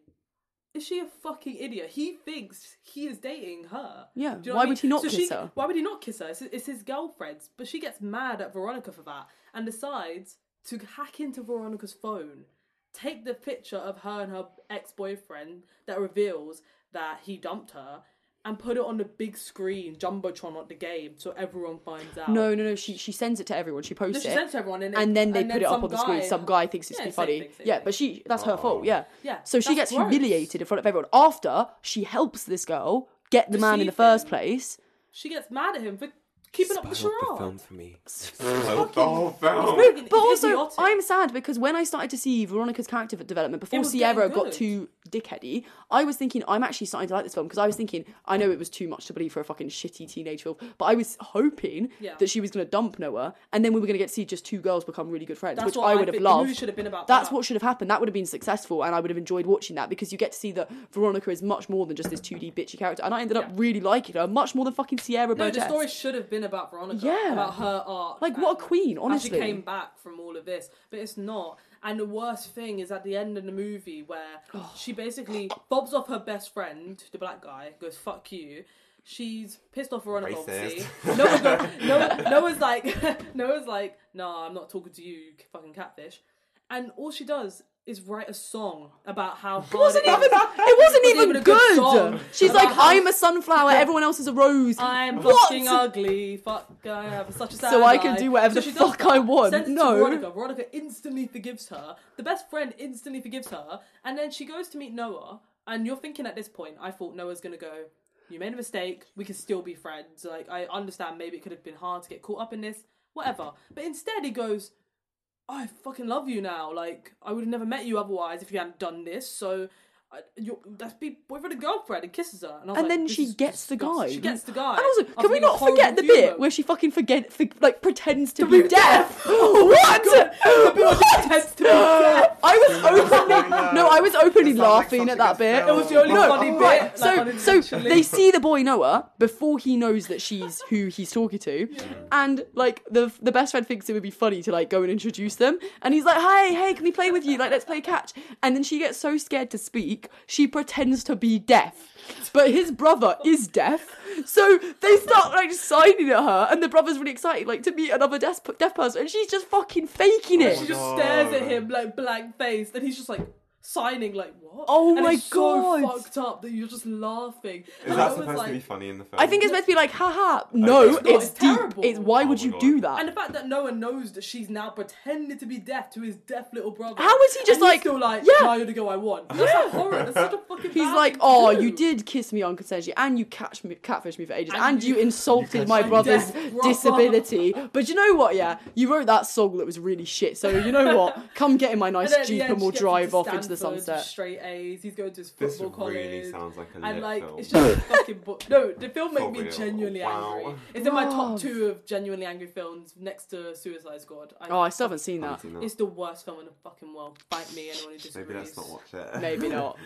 Speaker 3: Is she a fucking idiot? He thinks he is dating her.
Speaker 2: Yeah,
Speaker 3: Do you know
Speaker 2: why
Speaker 3: what I
Speaker 2: would he
Speaker 3: mean?
Speaker 2: not
Speaker 3: So
Speaker 2: kiss
Speaker 3: she-
Speaker 2: her?
Speaker 3: Why would he not kiss her? It's, it's his girlfriend's, but she gets mad at Veronica for that and decides to hack into Veronica's phone take the picture of her and her ex boyfriend that reveals that he dumped her and put it on the big screen, jumbotron at the game, so everyone finds out.
Speaker 2: No, no, no. She she sends it to everyone. She
Speaker 3: No,
Speaker 2: posts
Speaker 3: she
Speaker 2: it,
Speaker 3: sends everyone, and, it-
Speaker 2: and then they put it up
Speaker 3: some
Speaker 2: on the screen.
Speaker 3: guy-
Speaker 2: Some guy thinks it's
Speaker 3: Yeah,
Speaker 2: too
Speaker 3: same
Speaker 2: funny.
Speaker 3: thing, same
Speaker 2: yeah,
Speaker 3: thing. Oh,
Speaker 2: but she that's her
Speaker 1: Uh-oh.
Speaker 2: fault. Yeah.
Speaker 3: Yeah,
Speaker 2: So she gets
Speaker 3: that's gross.
Speaker 2: humiliated in front of everyone after she helps this girl get the man in the
Speaker 3: Deceive
Speaker 2: first
Speaker 3: him.
Speaker 2: place.
Speaker 3: She gets mad at him for keeping up the
Speaker 1: Spiraled the film
Speaker 3: charade.
Speaker 1: for me. Spiraled the whole
Speaker 3: It's
Speaker 1: film.
Speaker 3: really-
Speaker 2: But also,
Speaker 3: idiotic.
Speaker 2: I'm sad because when I started to see Veronica's character development before
Speaker 3: was getting
Speaker 2: Sierra got
Speaker 3: good.
Speaker 2: too dickheady, I was thinking I'm actually starting to like this film because I was thinking I know it was too much to believe for a fucking shitty teenage film, but I was hoping
Speaker 3: Yeah.
Speaker 2: that she was going to dump Noah and then we were going to get to see just two girls become really good friends,
Speaker 3: That's
Speaker 2: which
Speaker 3: what
Speaker 2: I
Speaker 3: I
Speaker 2: would have
Speaker 3: think the movie
Speaker 2: loved.
Speaker 3: should have been about
Speaker 2: That's
Speaker 3: that.
Speaker 2: what should have happened. That would have been successful, and I would have enjoyed watching that because you get to see that Veronica is much more than just this 2D bitchy character, and I ended up
Speaker 3: Yeah.
Speaker 2: really liking her much more than fucking Sierra.
Speaker 3: No, the
Speaker 2: Burgess.
Speaker 3: story should have been about Veronica.
Speaker 2: Yeah.
Speaker 3: About her art.
Speaker 2: Like, what a
Speaker 3: and
Speaker 2: queen, honestly.
Speaker 3: How she came back from all of this. But it's not. And the worst thing is at the end of the movie where
Speaker 2: Oh.
Speaker 3: she basically bobs off her best friend, the black guy, goes, fuck you. She's pissed off Veronica,
Speaker 1: Racist.
Speaker 3: obviously. Noah, go, Noah, Noah's like, Noah's like, nah, I'm not talking to you, you fucking catfish. And all she does is write a song about how hard it
Speaker 2: wasn't
Speaker 3: is.
Speaker 2: even it wasn't even,
Speaker 3: even a
Speaker 2: good.
Speaker 3: good song.
Speaker 2: She's
Speaker 3: About
Speaker 2: like,
Speaker 3: how-
Speaker 2: I'm a sunflower, everyone else is a rose.
Speaker 3: I'm
Speaker 2: What?
Speaker 3: fucking ugly. Fuck, I have such a sad
Speaker 2: So I can
Speaker 3: life.
Speaker 2: do whatever the
Speaker 3: she does
Speaker 2: fuck
Speaker 3: that,
Speaker 2: I want.
Speaker 3: Sends it
Speaker 2: No.
Speaker 3: To Veronica. Veronica instantly forgives her. The best friend instantly forgives her. And then she goes to meet Noah. And you're thinking at this point, I thought Noah's going to go, You made a mistake. We can still be friends. Like, I understand maybe it could have been hard to get caught up in this. Whatever. But instead, he goes, I fucking love you now. Like, I would have never met you otherwise if you hadn't done this. So. I- You're, that's be boyfriend and girlfriend and kisses her, and, I was
Speaker 2: and
Speaker 3: like,
Speaker 2: then
Speaker 3: "This
Speaker 2: she
Speaker 3: is
Speaker 2: gets the guy.
Speaker 3: disgusting." She gets the guy.
Speaker 2: And also,
Speaker 3: after
Speaker 2: can we
Speaker 3: being a
Speaker 2: not forget
Speaker 3: horrible
Speaker 2: the bit
Speaker 3: human.
Speaker 2: where she fucking forget, for, like, pretends to, be, deaf?
Speaker 3: Oh God. The
Speaker 2: what?
Speaker 3: bit where she pretends to be deaf.
Speaker 2: I was openly
Speaker 1: God.
Speaker 2: no, I was openly
Speaker 1: That sounds like
Speaker 2: laughing at
Speaker 1: something
Speaker 2: that
Speaker 1: that's
Speaker 2: bit.
Speaker 1: felt. It was
Speaker 3: the only
Speaker 2: no,
Speaker 3: funny bit,
Speaker 2: right,
Speaker 3: like, on
Speaker 2: so so
Speaker 3: intentionally.
Speaker 2: they see the boy Noah before he knows that she's who he's talking to, and like the the best friend thinks it would be funny to like go and introduce them, and he's like, "Hey, hey, can we play with you? Like, let's play catch." And then she gets so scared to speak, she pretends to be deaf. But his brother is deaf, so they start like signing at her, and the brother's really excited, like to meet another deaf, deaf person, and she's just fucking faking it.
Speaker 1: my
Speaker 3: She just
Speaker 1: God.
Speaker 3: stares at him like blank faced, and he's just like signing like what?
Speaker 2: Oh
Speaker 3: and
Speaker 2: my
Speaker 3: it's
Speaker 2: God.
Speaker 3: So fucked up that you're just laughing.
Speaker 1: Is
Speaker 3: and I
Speaker 1: that
Speaker 3: was
Speaker 1: supposed
Speaker 3: like,
Speaker 1: to be funny in the film?
Speaker 2: I think it's meant to be like, haha. No,
Speaker 1: It's
Speaker 2: it's,
Speaker 1: not,
Speaker 3: it's
Speaker 2: deep.
Speaker 3: terrible.
Speaker 2: It's why
Speaker 1: Oh
Speaker 2: would
Speaker 1: my
Speaker 2: you
Speaker 1: God.
Speaker 2: do that?
Speaker 3: And the fact that no one knows that she's now pretending to be deaf to his deaf little brother.
Speaker 2: How is he just
Speaker 3: and he's
Speaker 2: like,
Speaker 3: still like,
Speaker 2: yeah.
Speaker 3: now you're the girl I want. That's like horror. That's such a fucking.
Speaker 2: He's
Speaker 3: bad
Speaker 2: like,
Speaker 3: thing to
Speaker 2: oh,
Speaker 3: do."
Speaker 2: you did kiss me unconsensually, and you catch me, catfish me for ages, and,
Speaker 3: And
Speaker 2: you,
Speaker 3: you-
Speaker 1: You
Speaker 2: insulted
Speaker 1: catch
Speaker 2: my
Speaker 1: my
Speaker 2: brother's
Speaker 3: death, brother."
Speaker 2: disability. But you know what? Yeah, you wrote that song that was really shit. So you know what? Come get in my
Speaker 3: And
Speaker 2: nice
Speaker 3: then at the
Speaker 2: jeep,
Speaker 3: end,
Speaker 2: and we'll
Speaker 3: she gets
Speaker 2: drive
Speaker 3: into
Speaker 2: off into the
Speaker 3: Stanford,
Speaker 2: sunset.
Speaker 3: Straight A's. He's going to his
Speaker 1: This
Speaker 3: football college.
Speaker 1: really sounds like a
Speaker 3: and
Speaker 1: lit
Speaker 3: like
Speaker 1: film.
Speaker 3: it's just fucking bo- no the film made
Speaker 1: For
Speaker 3: me
Speaker 1: real.
Speaker 3: genuinely
Speaker 1: Wow.
Speaker 3: angry it's in my top
Speaker 2: Love.
Speaker 3: two of genuinely angry films next to suicide squad I,
Speaker 2: Oh, I still haven't seen that.
Speaker 1: Fancy that.
Speaker 3: it's the worst film in the fucking world fight me anyone who disagrees
Speaker 1: Maybe let's not watch it.
Speaker 2: Maybe not.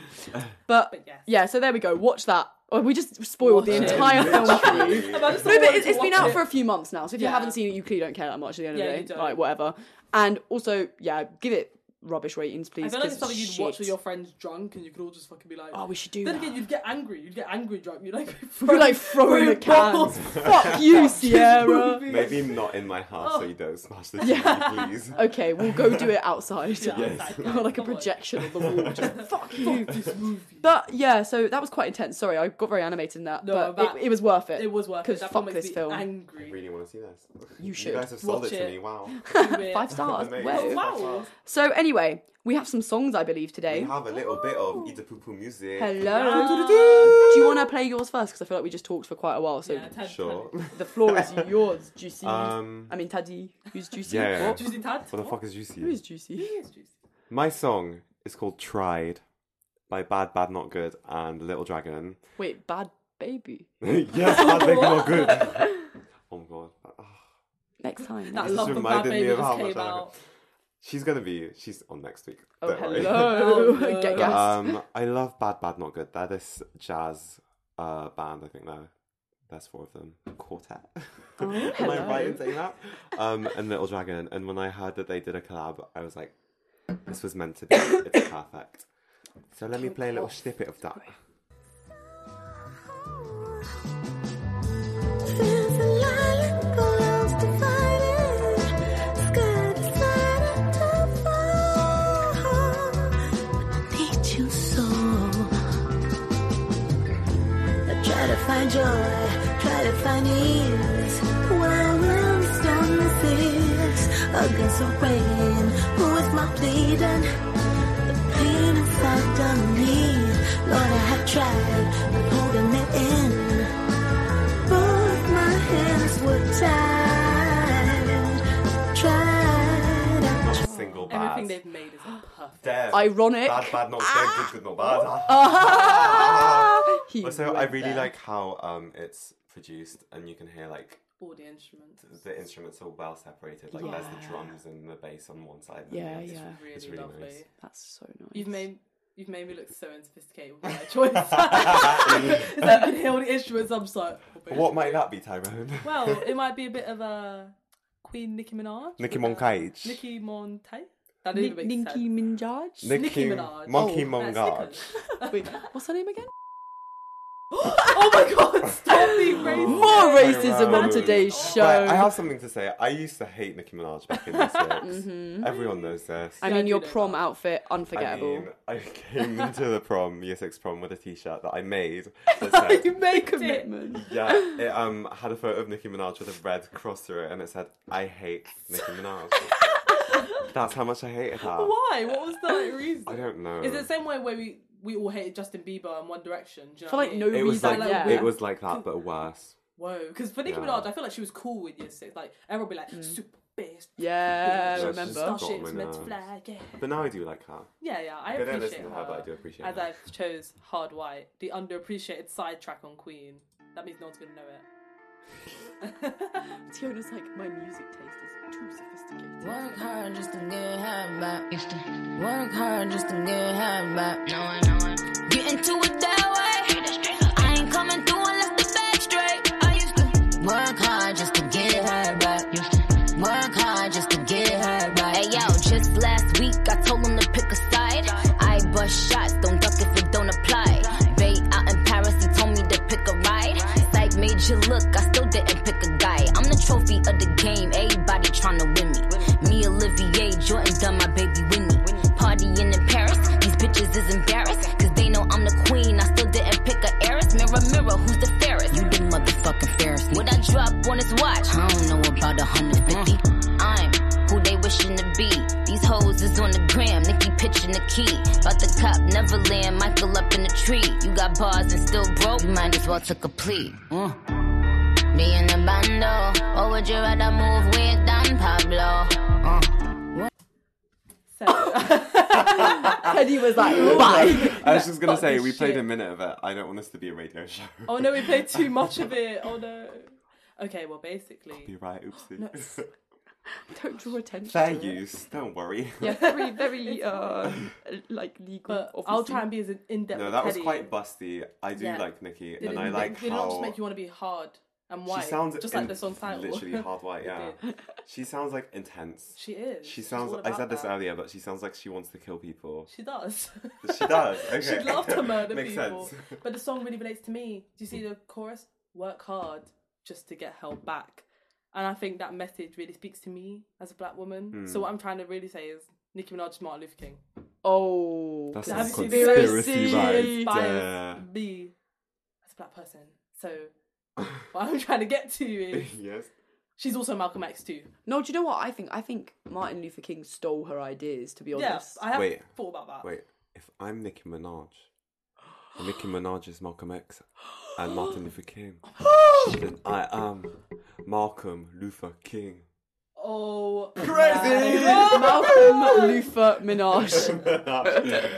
Speaker 2: But
Speaker 3: but yes
Speaker 2: yeah, so there we go. Watch that. Oh, we just spoiled the
Speaker 3: Watch it.
Speaker 2: entire film for you.
Speaker 3: And I just
Speaker 2: No, but
Speaker 3: wanted
Speaker 2: it,
Speaker 3: to
Speaker 2: it's been
Speaker 3: watch
Speaker 2: out
Speaker 3: it.
Speaker 2: for a few months now, so if you
Speaker 3: Yeah.
Speaker 2: haven't seen it, you clearly don't care that much at the end
Speaker 3: Yeah,
Speaker 2: of the
Speaker 3: you
Speaker 2: day.
Speaker 3: don't.
Speaker 2: Like, whatever. And also, yeah, give it rubbish ratings, please.
Speaker 3: I feel like
Speaker 2: 'cause
Speaker 3: it's something you'd
Speaker 2: shit.
Speaker 3: watch with your friends drunk and you could all just fucking be like
Speaker 2: Oh, we should do
Speaker 3: then
Speaker 2: that.
Speaker 3: again you'd get angry you'd get angry drunk you'd like be
Speaker 2: We're like throwing the cans. Fuck you, Sierra.
Speaker 3: movie.
Speaker 1: Maybe not in my house, so
Speaker 3: Oh.
Speaker 1: you don't smash the
Speaker 2: Yeah.
Speaker 1: TV, please.
Speaker 2: okay, we'll go do it outside.
Speaker 3: Yeah,
Speaker 1: Yes.
Speaker 3: outside.
Speaker 2: like a
Speaker 3: Come on.
Speaker 2: projection on the wall. Just fuck you.
Speaker 3: Fuck this movie
Speaker 2: But yeah, so that was quite intense. Sorry, I got very animated in that,
Speaker 3: No,
Speaker 2: but
Speaker 3: that-
Speaker 2: it, it was worth it.
Speaker 3: it was worth
Speaker 2: 'Cause
Speaker 3: it that
Speaker 2: fuck
Speaker 3: film makes
Speaker 2: this
Speaker 3: me
Speaker 2: film.
Speaker 1: I
Speaker 3: angry
Speaker 1: really want to see this.
Speaker 2: should.
Speaker 1: You guys have sold
Speaker 3: Watch
Speaker 1: it to
Speaker 3: it.
Speaker 1: me. Wow.
Speaker 3: Do it.
Speaker 2: Five stars.
Speaker 1: Amazing.
Speaker 2: Whoa.
Speaker 3: Wow.
Speaker 2: So anyway, we have some songs I believe
Speaker 1: We
Speaker 2: today.
Speaker 1: have a little bit of Ida Poo Poo music.
Speaker 2: Hello. Do you want to play yours first? Because I feel like we just talked for quite a while. So
Speaker 3: Yeah, Tad-
Speaker 1: Sure.
Speaker 2: the floor is yours, Juicy.
Speaker 1: Um,
Speaker 2: I mean, Taddy, who's Juicy?
Speaker 1: Yeah.
Speaker 2: What?
Speaker 3: Juicy Tad.
Speaker 1: what the fuck is
Speaker 2: Who
Speaker 1: Juicy?
Speaker 2: is Juicy?
Speaker 3: Yes, juicy.
Speaker 1: My song is called Tried by Bad Bad Not Good and Little Dragon.
Speaker 2: Wait, Bad Baby.
Speaker 1: yes, Bad Bad Not Good. Oh my god. Ah.
Speaker 2: Next time.
Speaker 3: That
Speaker 2: next-
Speaker 1: love-
Speaker 3: love of Bad
Speaker 1: reminded me
Speaker 3: Baby
Speaker 1: of how
Speaker 3: just
Speaker 1: much
Speaker 3: came
Speaker 1: I like
Speaker 3: out.
Speaker 1: She's gonna be. She's on next week.
Speaker 2: Oh,
Speaker 1: don't worry.
Speaker 2: hello.
Speaker 3: Oh, no.
Speaker 1: But,
Speaker 2: Get guessed.
Speaker 1: um, I love Bad Bad Not Good. They're this jazz uh, band, I think they're There's four of them. Quartet. Am
Speaker 2: hello.
Speaker 1: I right in saying that? Um, and Little Dragon. And when I heard that they did a collab, I was like, this was meant to be. It's perfect. So let me play a little snippet of that.
Speaker 4: There's a lilac close to fighting, sky decided to fall. But I need you so. find joy, try to find ease. While I'm on the seas against the rain, who is my pleading? The pain inside of me, Lord, I have tried, but holding it in. Both my hands were tied, tried. I tried.
Speaker 1: Single bad.
Speaker 3: Everything they've made is perfect.
Speaker 1: Dead.
Speaker 2: Ironic.
Speaker 1: Bad, bad, not good, good, good, not bad.
Speaker 2: Ah! He
Speaker 1: also, I
Speaker 2: went
Speaker 1: really
Speaker 2: there.
Speaker 1: like how um it's produced and you can hear like
Speaker 3: All the instruments.
Speaker 1: the instruments are well separated. Like there's the drums and the bass on one side. and the
Speaker 2: Yeah,
Speaker 1: other.
Speaker 2: yeah.
Speaker 3: It's really,
Speaker 1: It's really
Speaker 3: lovely.
Speaker 1: nice.
Speaker 2: That's so nice.
Speaker 3: You've made you've made me look so unsophisticated with my choice. it's like you can hear all the instruments. I'm just like, oh, babe.
Speaker 1: What might that be, Tyrone?
Speaker 3: Well, it might be a bit of a Queen Nicki Minaj.
Speaker 1: Nicki
Speaker 3: with a-
Speaker 1: Minaj.
Speaker 3: Nicki Montage. That didn't
Speaker 2: Ni-
Speaker 3: make
Speaker 2: Ninky
Speaker 3: sense.
Speaker 2: Minaj.
Speaker 1: Nicki,
Speaker 3: Nicki Minaj.
Speaker 1: Monkey
Speaker 2: Oh,
Speaker 3: That's
Speaker 1: Mongard.
Speaker 3: Nicholas.
Speaker 2: Wait, what's her name again?
Speaker 3: oh my god! Stop being racist.
Speaker 2: More
Speaker 1: Oh,
Speaker 2: racism on
Speaker 1: Tyrone.
Speaker 2: today's show.
Speaker 1: Right, I have something to say. I used to hate Nicki Minaj back in the 6
Speaker 2: Mm-hmm.
Speaker 1: Everyone knows this.
Speaker 2: I
Speaker 3: Yeah, I
Speaker 2: mean,
Speaker 3: do
Speaker 2: your
Speaker 3: know
Speaker 2: prom
Speaker 3: that.
Speaker 2: outfit,
Speaker 1: I
Speaker 2: unforgettable.
Speaker 1: mean, I came into the prom, year six prom, with a t-shirt that I made that said,
Speaker 2: you make commitment.
Speaker 1: yeah, it um had a photo of Nicki Minaj with a red cross through it, and it said, "I hate Nicki Minaj." That's how much I hated her.
Speaker 3: Why? What was the like, reason?
Speaker 1: I don't know.
Speaker 3: Is it the same way where we we all hated Justin Bieber and One Direction? Do you know
Speaker 2: For
Speaker 3: what I
Speaker 2: like
Speaker 3: mean?
Speaker 2: no
Speaker 1: It was
Speaker 2: reason.
Speaker 1: like
Speaker 3: like,
Speaker 2: yeah.
Speaker 1: it was like that, but worse.
Speaker 3: Whoa, because for Nicki
Speaker 1: Yeah.
Speaker 3: Minaj, I feel like she was cool with year six. Like everyone be like super best.
Speaker 2: Mm. Yeah,
Speaker 1: Yeah,
Speaker 2: I
Speaker 1: she's
Speaker 2: remember.
Speaker 3: Star
Speaker 1: got
Speaker 3: shapes
Speaker 1: on my
Speaker 3: meant to
Speaker 1: nerves.
Speaker 3: fly. Yeah,
Speaker 1: But now I do like her.
Speaker 3: yeah, yeah.
Speaker 1: I
Speaker 3: I
Speaker 1: don't
Speaker 3: appreciate
Speaker 1: listen to
Speaker 3: her,
Speaker 1: her, but I do appreciate
Speaker 3: As
Speaker 1: her.
Speaker 3: I've chose Hard White, the underappreciated sidetrack on Queen. That means no one's gonna know it.
Speaker 2: Fiona's like, my music taste is too sophisticated.
Speaker 5: Work hard just to get her back. Work hard just to get her back. No one, no one. Get into it that way. I ain't coming through unless the back straight. I used to work hard just to get her back. Work hard just to get her back. Hey yo, just last week I told him to pick a side. I bust shots, don't duck if it don't apply. Bay out in Paris, he told me to pick a ride. Psych made you look, I still didn't pick a guy. I'm the trophy of the game, everybody tryna win me. Me, Olivier, Jordan, done my baby Winnie. Partying in Paris, these bitches is embarrassed. Cause they know I'm the queen, I still didn't pick a heiress. Mirror, mirror, who's the fairest? You the motherfucking fairest. What I drop on his watch? I don't know about a hundred fifty. I'm who they wishing to be. These hoes is on the gram, Nikki pitching the key. About the cop, Neverland, Michael up in the tree. You got bars and still broke, you might as well took a plea. Mm. Me in the bando, or would you rather move with Don Pablo? Uh.
Speaker 3: so,
Speaker 2: Teddy was like, bye.
Speaker 1: I was just gonna
Speaker 3: fuck
Speaker 1: say
Speaker 3: this
Speaker 1: we played
Speaker 3: shit.
Speaker 1: a minute of it. I don't want this to be a radio show.
Speaker 3: oh no, we played too much of it. Oh no. Okay, well
Speaker 1: Be
Speaker 3: basically,
Speaker 1: right, oopsie.
Speaker 2: Don't draw attention.
Speaker 1: Fair
Speaker 2: to it.
Speaker 1: use, don't worry.
Speaker 2: Yeah, very, very, uh, like legal.
Speaker 3: but
Speaker 2: obviously.
Speaker 3: I'll try and be as in depth.
Speaker 1: No, that was
Speaker 3: Teddy.
Speaker 1: quite busty. I do
Speaker 3: Yeah.
Speaker 1: like Nikki,
Speaker 3: Did
Speaker 1: and
Speaker 3: it-
Speaker 1: I like
Speaker 3: did it not just
Speaker 1: how
Speaker 3: make you want to be hard and white?
Speaker 1: she sounds
Speaker 3: just like
Speaker 1: in-
Speaker 3: the song title.
Speaker 1: Literally hard white, yeah.
Speaker 3: did.
Speaker 1: she sounds like intense.
Speaker 3: she is.
Speaker 1: She
Speaker 3: She's
Speaker 1: sounds.
Speaker 3: all
Speaker 1: I
Speaker 3: about
Speaker 1: said this
Speaker 3: that.
Speaker 1: earlier, but she sounds like she wants to kill people.
Speaker 3: She does.
Speaker 1: She does. Okay.
Speaker 3: She'd love to murder
Speaker 1: Makes
Speaker 3: people.
Speaker 1: sense. Hmm.
Speaker 3: But the song really relates to me. Do you see the chorus? Work hard just to get held back. And I think that message really speaks to me as a black woman.
Speaker 1: Hmm.
Speaker 3: So what I'm trying to really say is Nicki Minaj is Martin Luther King.
Speaker 2: Oh,
Speaker 1: That's
Speaker 3: Have
Speaker 1: some
Speaker 3: you seen
Speaker 1: conspiracy
Speaker 2: Conspiracy
Speaker 1: right
Speaker 3: Inspires
Speaker 1: there.
Speaker 3: me as a black person. So what I'm trying to get to is
Speaker 1: yes.
Speaker 3: she's also Malcolm X too.
Speaker 2: no. Do you know what I think? I think Martin Luther King stole her ideas. To be honest,
Speaker 3: Yes, I have
Speaker 1: Wait.
Speaker 3: thought about that.
Speaker 1: Wait, if I'm Nicki Minaj, and Nicki Minaj is Malcolm X and Martin Luther King, then I am Malcolm Luther King.
Speaker 3: Oh,
Speaker 1: Crazy!
Speaker 2: Malcolm Luther Minaj.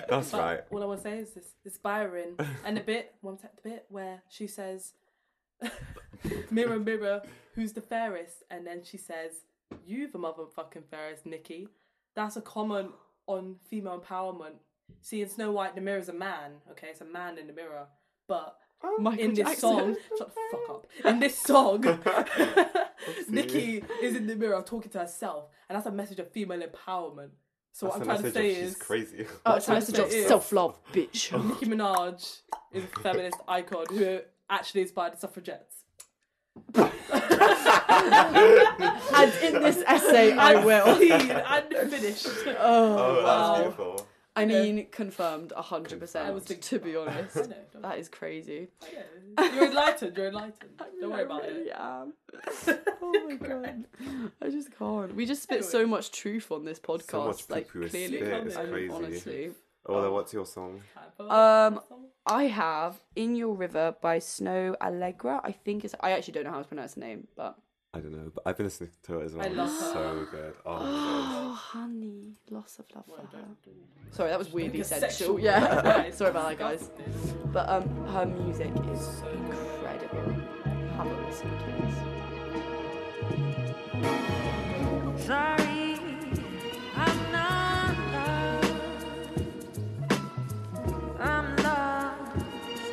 Speaker 1: That's
Speaker 3: But
Speaker 1: right.
Speaker 3: all I want to say is this inspiring. and the bit, one sec, the bit where she says, Mirror, mirror, who's the fairest? And then she says, You the motherfucking fairest, Nikki. That's a comment on female empowerment. See, in Snow White, the mirror's a man, okay? It's a man in the mirror. But
Speaker 1: Oh,
Speaker 2: Michael
Speaker 3: in this
Speaker 2: Jackson.
Speaker 3: song, shut the fuck up. In this song, Nikki is in the mirror talking to herself, and that's a message of female empowerment. So
Speaker 1: That's the
Speaker 3: what I'm trying to
Speaker 1: message of
Speaker 3: say
Speaker 1: she's
Speaker 3: is, uh,
Speaker 1: crazy.
Speaker 2: Oh, it's a
Speaker 3: What
Speaker 2: message of
Speaker 3: it is.
Speaker 2: self love, bitch.
Speaker 3: Nicki Minaj is a feminist icon who actually inspired the suffragettes.
Speaker 2: and in this essay, I will.
Speaker 3: Clean and finished.
Speaker 1: oh,
Speaker 3: wow.
Speaker 1: that's Oh, beautiful.
Speaker 2: Oh, I mean, confirmed hundred percent.
Speaker 1: Confirmed. I was
Speaker 3: thinking
Speaker 2: To be honest,
Speaker 3: I know. Don't,
Speaker 2: that is crazy.
Speaker 3: I know. You're enlightened. You're enlightened. Don't worry about
Speaker 2: I really
Speaker 3: it.
Speaker 2: am. oh my god, I just can't. We just spit so much truth on this podcast.
Speaker 1: much
Speaker 2: like
Speaker 1: poo-poo is
Speaker 2: clearly,
Speaker 3: spit, it's
Speaker 2: I mean,
Speaker 1: crazy.
Speaker 2: honestly,
Speaker 1: Ola,
Speaker 3: Oh.
Speaker 1: what's your song?
Speaker 2: Um, I have "In Your River" by Snow Allegra. I think it's. I actually don't know how to pronounce the name, but
Speaker 1: I don't know, but I've been listening to it as well.
Speaker 3: I love
Speaker 1: it's
Speaker 3: her.
Speaker 1: so good. Oh, my God.
Speaker 2: oh, honey, loss of love for her. Sorry, that was weirdly
Speaker 3: a sexual
Speaker 2: sexual. Yeah,
Speaker 3: reference.
Speaker 2: sorry about that, guys. But um, her music is incredible. Have a listen, please.
Speaker 6: Sorry, I'm not loved. I'm lost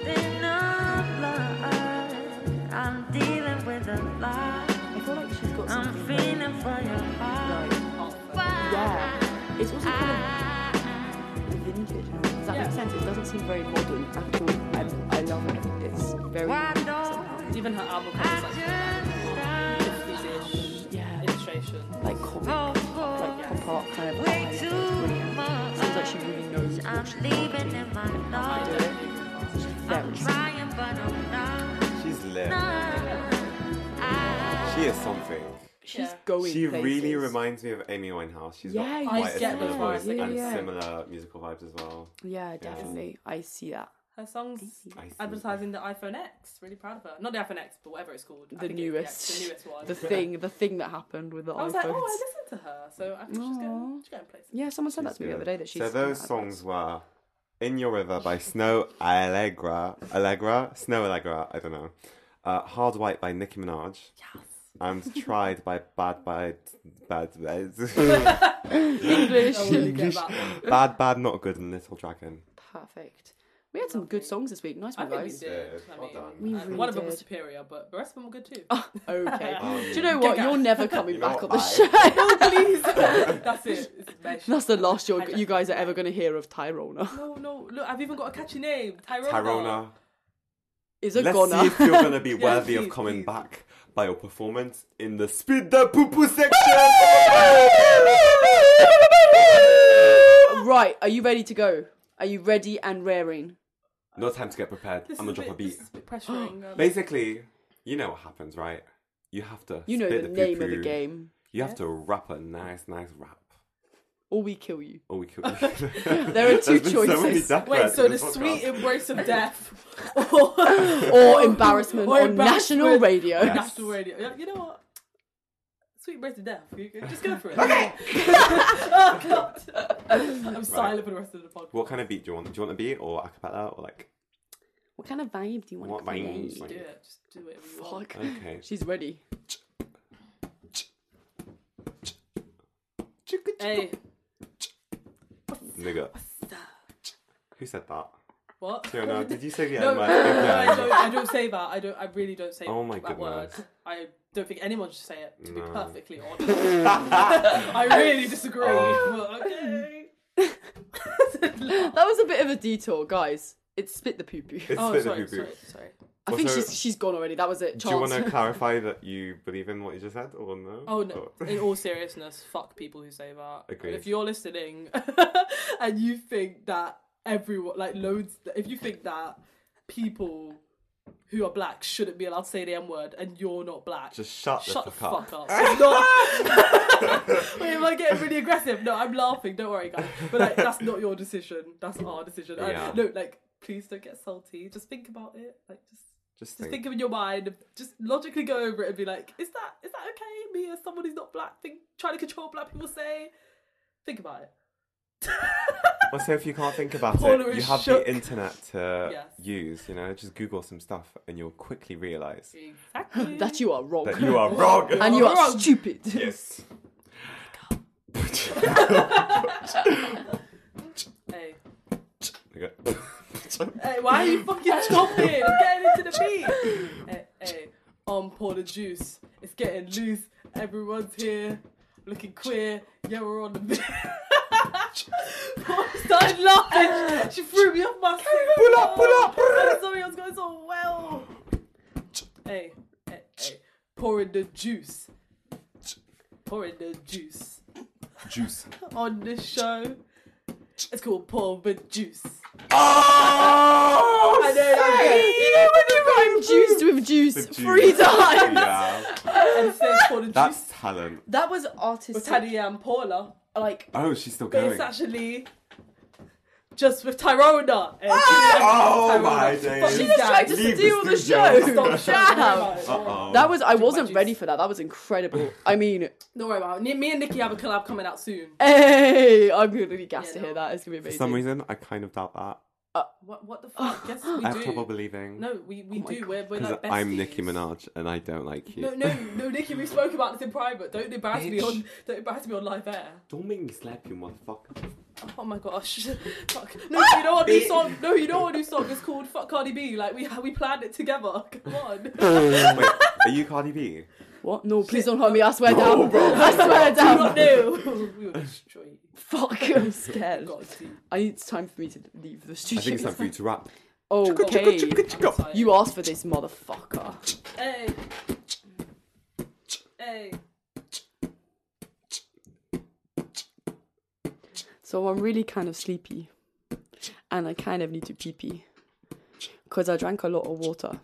Speaker 6: in a flood. I'm dealing with a lot.
Speaker 2: I feel like she's got
Speaker 6: I'm
Speaker 2: something. very,
Speaker 6: feeling for your heart.
Speaker 2: like, yeah, it's also kind of vintage. Does that
Speaker 3: Yeah.
Speaker 2: make sense? It doesn't seem very modern at all. I, I love it. It's very
Speaker 6: Why
Speaker 2: nice somehow.
Speaker 6: don't
Speaker 3: Even her album
Speaker 6: I
Speaker 3: covers
Speaker 6: just
Speaker 3: like 50s
Speaker 2: yeah,
Speaker 3: illustration.
Speaker 2: like comic,
Speaker 6: go
Speaker 2: like
Speaker 6: for
Speaker 2: pop art kind of vibe.
Speaker 6: way
Speaker 2: It's
Speaker 6: too
Speaker 2: brilliant. Seems like
Speaker 6: much?
Speaker 2: she really knows
Speaker 6: I'm
Speaker 2: what she's
Speaker 6: leaving in my
Speaker 2: doing.
Speaker 6: love.
Speaker 2: She's
Speaker 6: I'm
Speaker 2: very smart.
Speaker 6: trying, but I'm not.
Speaker 1: She's lit.
Speaker 6: I
Speaker 1: She is something.
Speaker 2: She's going.
Speaker 1: She really
Speaker 2: places.
Speaker 1: reminds me of Amy Winehouse. She's
Speaker 2: Yeah,
Speaker 1: got quite
Speaker 3: I
Speaker 1: a
Speaker 3: get
Speaker 1: similar
Speaker 3: that.
Speaker 1: voice
Speaker 3: Yeah,
Speaker 1: and
Speaker 2: yeah.
Speaker 1: similar musical vibes as well.
Speaker 2: Yeah, definitely. I see that.
Speaker 3: Her song's
Speaker 1: I see.
Speaker 3: advertising the iPhone X. Really proud of her. Not the iPhone X, but whatever it's called. I
Speaker 2: The
Speaker 3: think it- yeah,
Speaker 2: newest,
Speaker 3: it's the newest one.
Speaker 2: the thing, the thing that happened with the
Speaker 3: I was
Speaker 2: iPhones.
Speaker 3: like, oh, I listened to her, so I think she's getting,
Speaker 2: Aw.
Speaker 3: she's getting places.
Speaker 2: yeah, someone said that
Speaker 1: She's
Speaker 2: to me the other
Speaker 1: good.
Speaker 2: day that she's.
Speaker 1: so those songs were "In Your River" by Snow Allegra, Allegra, Snow Allegra. I don't know. Uh, "Hard White" by Nicki Minaj. Yes. And "Tried" by Bad Bad Bad Bad
Speaker 2: English.
Speaker 3: Oh, we'll get that one.
Speaker 1: Bad Bad Not Good and Little Dragon.
Speaker 2: Perfect. We had some good songs this week. Nice
Speaker 3: I
Speaker 2: one,
Speaker 3: think we
Speaker 2: guys.
Speaker 3: did.
Speaker 1: Yeah,
Speaker 3: I
Speaker 1: well
Speaker 3: mean,
Speaker 1: done.
Speaker 2: We
Speaker 3: um,
Speaker 2: really
Speaker 3: one of them was
Speaker 2: did. Oh.
Speaker 3: superior, but the rest of them were good too.
Speaker 2: Okay.
Speaker 1: Um,
Speaker 2: Do you know what?
Speaker 3: Gaga.
Speaker 2: You're never coming
Speaker 1: You know
Speaker 2: back on
Speaker 1: what,
Speaker 2: the
Speaker 1: bye.
Speaker 2: show.
Speaker 3: Please, that's it. It's mesh.
Speaker 2: That's the last you're, you guys are ever going to hear of Tyrona.
Speaker 3: No, no. Look, I've even got a catchy name, Tyrona.
Speaker 1: Tyrona.
Speaker 2: Is a
Speaker 1: Let's
Speaker 2: goner.
Speaker 1: see if you're gonna be
Speaker 3: Yeah,
Speaker 1: worthy
Speaker 3: please,
Speaker 1: of coming
Speaker 3: please.
Speaker 1: back by your performance in the Speed the Poo Poo section.
Speaker 2: right. Are you ready to go? Are you ready and raring?
Speaker 1: No time to get prepared.
Speaker 3: This
Speaker 1: I'm gonna
Speaker 3: is
Speaker 1: drop a
Speaker 3: bit- this
Speaker 1: beat.
Speaker 3: is bit pressuring. um,
Speaker 1: Basically, you know what happens, right? You have to.
Speaker 2: You know
Speaker 1: spit
Speaker 2: the name of the
Speaker 1: poo-poo.
Speaker 2: game.
Speaker 1: You have to rap a nice, nice rap.
Speaker 2: Or we kill you.
Speaker 1: Or we could. there
Speaker 2: There are two choices.
Speaker 3: Wait, so the sweet embrace of death or
Speaker 2: Or embarrassment
Speaker 3: Or
Speaker 2: on national
Speaker 3: embarrassment.
Speaker 2: radio.
Speaker 1: Yeah.
Speaker 3: national radio? Yeah, You know what? Sweet embrace of death. You- you Just go for it. Okay. I'm silent for the rest of the podcast.
Speaker 1: What kind of beat do you want? Do you want a beat or a cappella or like?
Speaker 2: What kind of vibe do you want
Speaker 1: What
Speaker 2: to create?
Speaker 1: vibes?
Speaker 3: Do it. Just do whatever you want.
Speaker 2: Fuck.
Speaker 1: Okay.
Speaker 2: She's ready.
Speaker 3: Hey,
Speaker 1: Nigga. Who said that?
Speaker 3: what?
Speaker 1: Fiona, did you say the
Speaker 3: No,
Speaker 1: N
Speaker 3: no,
Speaker 1: word?
Speaker 3: no, I
Speaker 1: Okay.
Speaker 3: don't, I don't say that. I don't. I really don't say
Speaker 1: Oh my
Speaker 3: that word.
Speaker 1: goodness.
Speaker 3: I don't think anyone should say it. To be
Speaker 1: No.
Speaker 3: perfectly honest, I really disagree.
Speaker 1: Oh.
Speaker 3: but okay.
Speaker 2: That was a bit of a detour, guys. It's spit the poo poo.
Speaker 1: It's
Speaker 3: Oh,
Speaker 1: Spit the
Speaker 3: sorry,
Speaker 1: Poo Poo.
Speaker 3: sorry, sorry.
Speaker 2: I think
Speaker 1: Also,
Speaker 2: she's she's gone already. That was it.
Speaker 1: Do you want
Speaker 2: Chance.
Speaker 1: to clarify that you believe in what you just said or no?
Speaker 3: Oh no!
Speaker 1: Or-
Speaker 3: In all seriousness, fuck people who say that.
Speaker 1: Agreed.
Speaker 3: If you're listening and you think that everyone, like loads, if you think that people who are black shouldn't be allowed to say the M word and you're not black,
Speaker 1: Just shut the
Speaker 3: shut
Speaker 1: fuck up.
Speaker 3: I'm not- Wait, am I getting really aggressive? No, I'm laughing. Don't worry, guys. But like, that's not your decision. That's our decision. I-
Speaker 1: Yeah.
Speaker 3: no, like, please don't get salty. Just think about it. Like, just.
Speaker 1: Just
Speaker 3: Just
Speaker 1: think.
Speaker 3: think of it in your mind. Just logically go over it and be like, is that is that okay? Me as someone who's not black, think trying to control what black people say. Think about it.
Speaker 1: Well, so if you can't think about
Speaker 3: Paula
Speaker 1: it, you
Speaker 3: is
Speaker 1: have
Speaker 3: shook.
Speaker 1: the internet to
Speaker 3: Yes.
Speaker 1: use. You know, just Google some stuff, and you'll quickly realize
Speaker 3: Exactly.
Speaker 2: that you are wrong.
Speaker 1: that you are wrong.
Speaker 2: and you are
Speaker 3: Wrong.
Speaker 2: stupid.
Speaker 1: yes.
Speaker 3: Hey,
Speaker 1: Okay.
Speaker 3: hey why are you fucking chomping? I'm getting into the beat. Hey, hey, on pour the juice. It's getting loose. Everyone's here, looking queer. Yeah, we're on the beat. Paul started laughing. She threw me off my seat.
Speaker 1: Pull up, pull up.
Speaker 3: I'm sorry, I was going so well. Hey, hey, hey. Pour in the juice. Pour in the juice.
Speaker 1: Juice.
Speaker 3: On the show. It's called Paul with juice.
Speaker 1: Oh!
Speaker 3: I know, like,
Speaker 2: You know when you rhyme juice with juice
Speaker 1: The juice.
Speaker 2: three times?
Speaker 1: Yeah.
Speaker 3: And so it's called a
Speaker 1: That's
Speaker 3: juice.
Speaker 1: talent.
Speaker 2: That was artistic.
Speaker 3: With Teddy and Paula. Like,
Speaker 1: Oh, she's still
Speaker 3: but
Speaker 1: going.
Speaker 3: it's actually just with Tyrona. And Ah!
Speaker 1: Oh my
Speaker 3: Tyrona.
Speaker 1: days.
Speaker 2: she
Speaker 1: She's
Speaker 2: just tried to
Speaker 1: Leave the
Speaker 2: steal the
Speaker 1: studio.
Speaker 2: show. Oh,
Speaker 3: Stop,
Speaker 2: Damn.
Speaker 3: shut up.
Speaker 1: Oh! Uh-oh.
Speaker 2: That was I wasn't
Speaker 3: juice.
Speaker 2: ready for that. That was incredible. I mean,
Speaker 3: Don't worry about it. Me and Nikki have a collab coming out soon.
Speaker 2: hey, I'm gonna be gassed
Speaker 3: Yeah,
Speaker 2: to
Speaker 3: no.
Speaker 2: hear that. It's gonna be
Speaker 1: For
Speaker 2: amazing.
Speaker 1: some reason, I kind of doubt that.
Speaker 3: What, what the fuck? Yes, we
Speaker 1: I
Speaker 3: do. Oh
Speaker 1: have trouble believing.
Speaker 3: No, we, we
Speaker 2: my
Speaker 3: do. We're, we're
Speaker 1: Because
Speaker 3: like besties.
Speaker 1: I'm Nicki Minaj and I don't like you.
Speaker 3: No, no, no, Nikki, we spoke about this in private. Don't embarrass me on don't embarrass me on live air.
Speaker 1: Don't make me slap you, motherfucker.
Speaker 3: Oh my gosh. Fuck. No, you know our new song no, you know our new song is called Fuck Cardi B. Like we we planned it together. Come on. Do
Speaker 1: Wait, are you Cardi B?
Speaker 2: What? No, please don't hurt me. I swear down. I swear down.
Speaker 3: not know. We will destroy you.
Speaker 2: Fuck, I'm scared.
Speaker 3: God, see.
Speaker 2: I need time for me to leave the studio.
Speaker 1: I think it's time for you to rap.
Speaker 2: Oh, okay.
Speaker 3: I'm tired.
Speaker 2: You asked for this, motherfucker.
Speaker 3: Hey. Hey.
Speaker 2: So I'm really kind of sleepy, and I kind of need to pee pee, cause I drank a lot of water,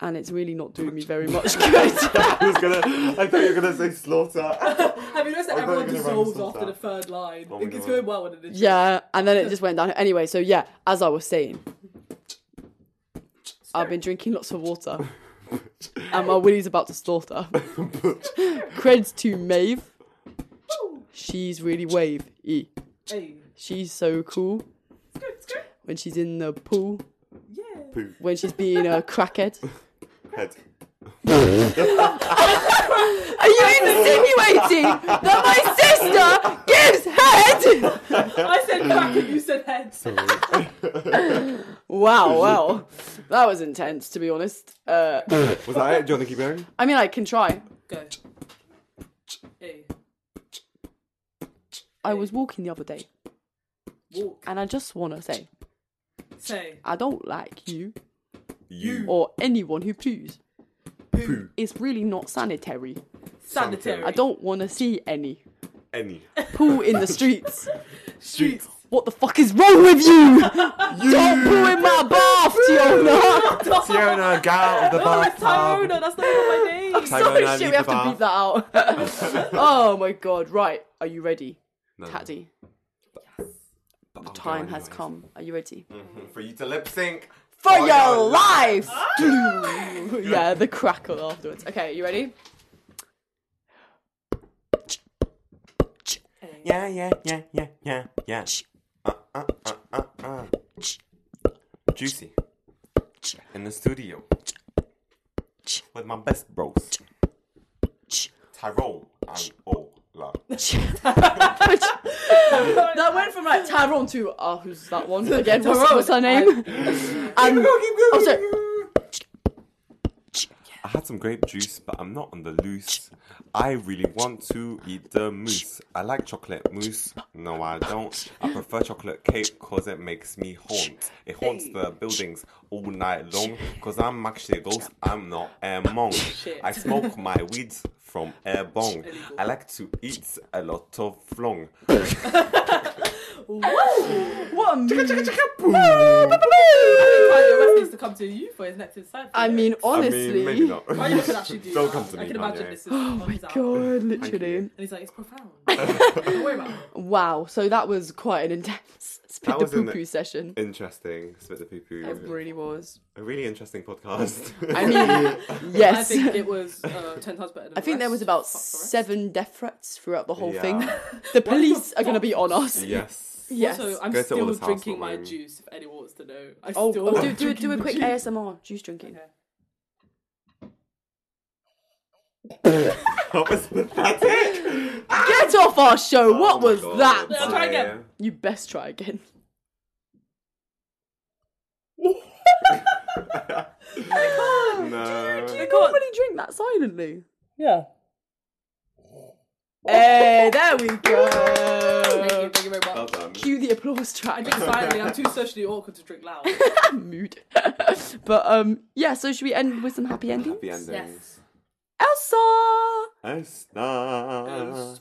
Speaker 2: and it's really not doing me very much good.
Speaker 1: I was gonna. I thought you were gonna say slaughter.
Speaker 3: Have you noticed that
Speaker 1: I thought you were
Speaker 3: everyone
Speaker 1: gonna
Speaker 3: dissolves
Speaker 1: rhyme with
Speaker 3: after the
Speaker 1: that.
Speaker 3: third line?
Speaker 1: Oh my
Speaker 3: it's
Speaker 1: God.
Speaker 3: going well with it.
Speaker 2: yeah, and then it just went down. Anyway, so yeah, as I was saying, I've been drinking lots of water, and my willy's about to slaughter. Creds to Maeve, she's really wave. E.
Speaker 3: Hey.
Speaker 2: She's so cool
Speaker 3: Skirt, skirt.
Speaker 2: when she's in the pool,
Speaker 3: Yeah.
Speaker 1: Poo.
Speaker 2: when she's being a crackhead.
Speaker 1: Head.
Speaker 2: Are you insinuating that my sister gives head?
Speaker 3: I said crack and you said head.
Speaker 2: Wow, wow. That was intense, to be honest. Uh,
Speaker 1: Was that it? Do you want to keep going?
Speaker 2: I mean, I can try.
Speaker 3: Go. Hey.
Speaker 2: I was walking the other day,
Speaker 3: Walk.
Speaker 2: and I just want to say,
Speaker 3: Say.
Speaker 2: I don't like you
Speaker 1: You.
Speaker 2: or anyone who poos.
Speaker 1: Poo.
Speaker 2: It's really not sanitary.
Speaker 3: Sanitary.
Speaker 2: I don't want to see any
Speaker 1: Any.
Speaker 2: poo in the streets.
Speaker 3: Streets.
Speaker 2: What the fuck is wrong with you? Don't poo in my bath, Tiona.
Speaker 1: Fiona, get out of the
Speaker 3: Oh, it's
Speaker 1: bathtub.
Speaker 3: Tyrona. That's not even my name.
Speaker 1: Tyrone,
Speaker 2: Sorry,
Speaker 1: I
Speaker 2: shit,
Speaker 1: leave
Speaker 2: we have
Speaker 1: the
Speaker 2: to beat that out. oh my god, right. Are you ready,
Speaker 1: No.
Speaker 2: Taddy?
Speaker 1: But I'm Oh.
Speaker 2: Time
Speaker 1: going
Speaker 2: has
Speaker 1: anyway.
Speaker 2: come. Are you ready?
Speaker 1: For you to lip sync.
Speaker 2: For
Speaker 1: Oh, yeah.
Speaker 2: your lives! yeah, the crackle afterwards. Okay, you ready?
Speaker 1: Yeah, yeah, yeah, yeah, yeah, yeah. Uh, uh, uh, uh, uh. Juicy. In the studio. With my best bros. Tyrone and Ola.
Speaker 2: That went from like Tyrone to ah, who's that one again? What's, what's her name? and
Speaker 1: I had some grape juice, but I'm not on the loose. I really want to eat the mousse. I like chocolate mousse. No, I don't. I prefer chocolate cake because it makes me haunt. It haunts the buildings all night long because I'm actually a ghost. I'm not a monk. I smoke my weed from a bong. I like to eat a lot of flong.
Speaker 2: what a move.
Speaker 3: Kanye West needs to come to you for his next insight.
Speaker 2: I mean, honestly.
Speaker 1: I mean, maybe not.
Speaker 3: Kanye could actually do
Speaker 1: Don't
Speaker 3: that.
Speaker 1: come to me,
Speaker 3: I can
Speaker 1: Kanye.
Speaker 3: imagine this is oh my
Speaker 2: God, literally.
Speaker 1: you.
Speaker 3: And he's like, it's profound. Don't worry about it.
Speaker 2: Wow, so that was quite an intense spit
Speaker 1: That
Speaker 2: the
Speaker 1: was in
Speaker 2: poo
Speaker 1: the-
Speaker 2: poo session.
Speaker 1: Interesting. Spit the poo
Speaker 2: It
Speaker 1: poo.
Speaker 2: really was.
Speaker 1: A really interesting podcast.
Speaker 2: I mean, yes.
Speaker 3: I think it was uh, ten times better. Than
Speaker 2: I think there was about seven death threats throughout the whole thing.
Speaker 1: Yeah.
Speaker 2: The police are going to be on us.
Speaker 1: yes.
Speaker 2: Yes.
Speaker 3: So I'm
Speaker 1: Go to
Speaker 3: still
Speaker 1: Oliver's house
Speaker 3: drinking
Speaker 1: one
Speaker 3: my
Speaker 1: morning.
Speaker 3: juice. If anyone wants to know, I
Speaker 2: oh,
Speaker 3: still
Speaker 2: oh, do, do, do a quick ASMR juice drinking.
Speaker 1: That was pathetic.
Speaker 2: Get off our show! what
Speaker 1: Oh my
Speaker 2: was
Speaker 1: God.
Speaker 2: that?
Speaker 3: Yeah, try again.
Speaker 2: You best try again.
Speaker 1: No.
Speaker 2: Nobody drink that silently.
Speaker 3: Yeah.
Speaker 2: Hey, Eh, there we go.
Speaker 3: Thank you. Thank you very
Speaker 1: Well
Speaker 3: much.
Speaker 1: done.
Speaker 2: Cue the applause
Speaker 3: I
Speaker 2: track.
Speaker 3: drink silently. I'm too socially awkward to drink loud.
Speaker 2: Mood. but um, yeah. So should we end with some happy endings?
Speaker 1: Happy endings.
Speaker 3: Yes.
Speaker 2: Elsa,
Speaker 1: Elsa.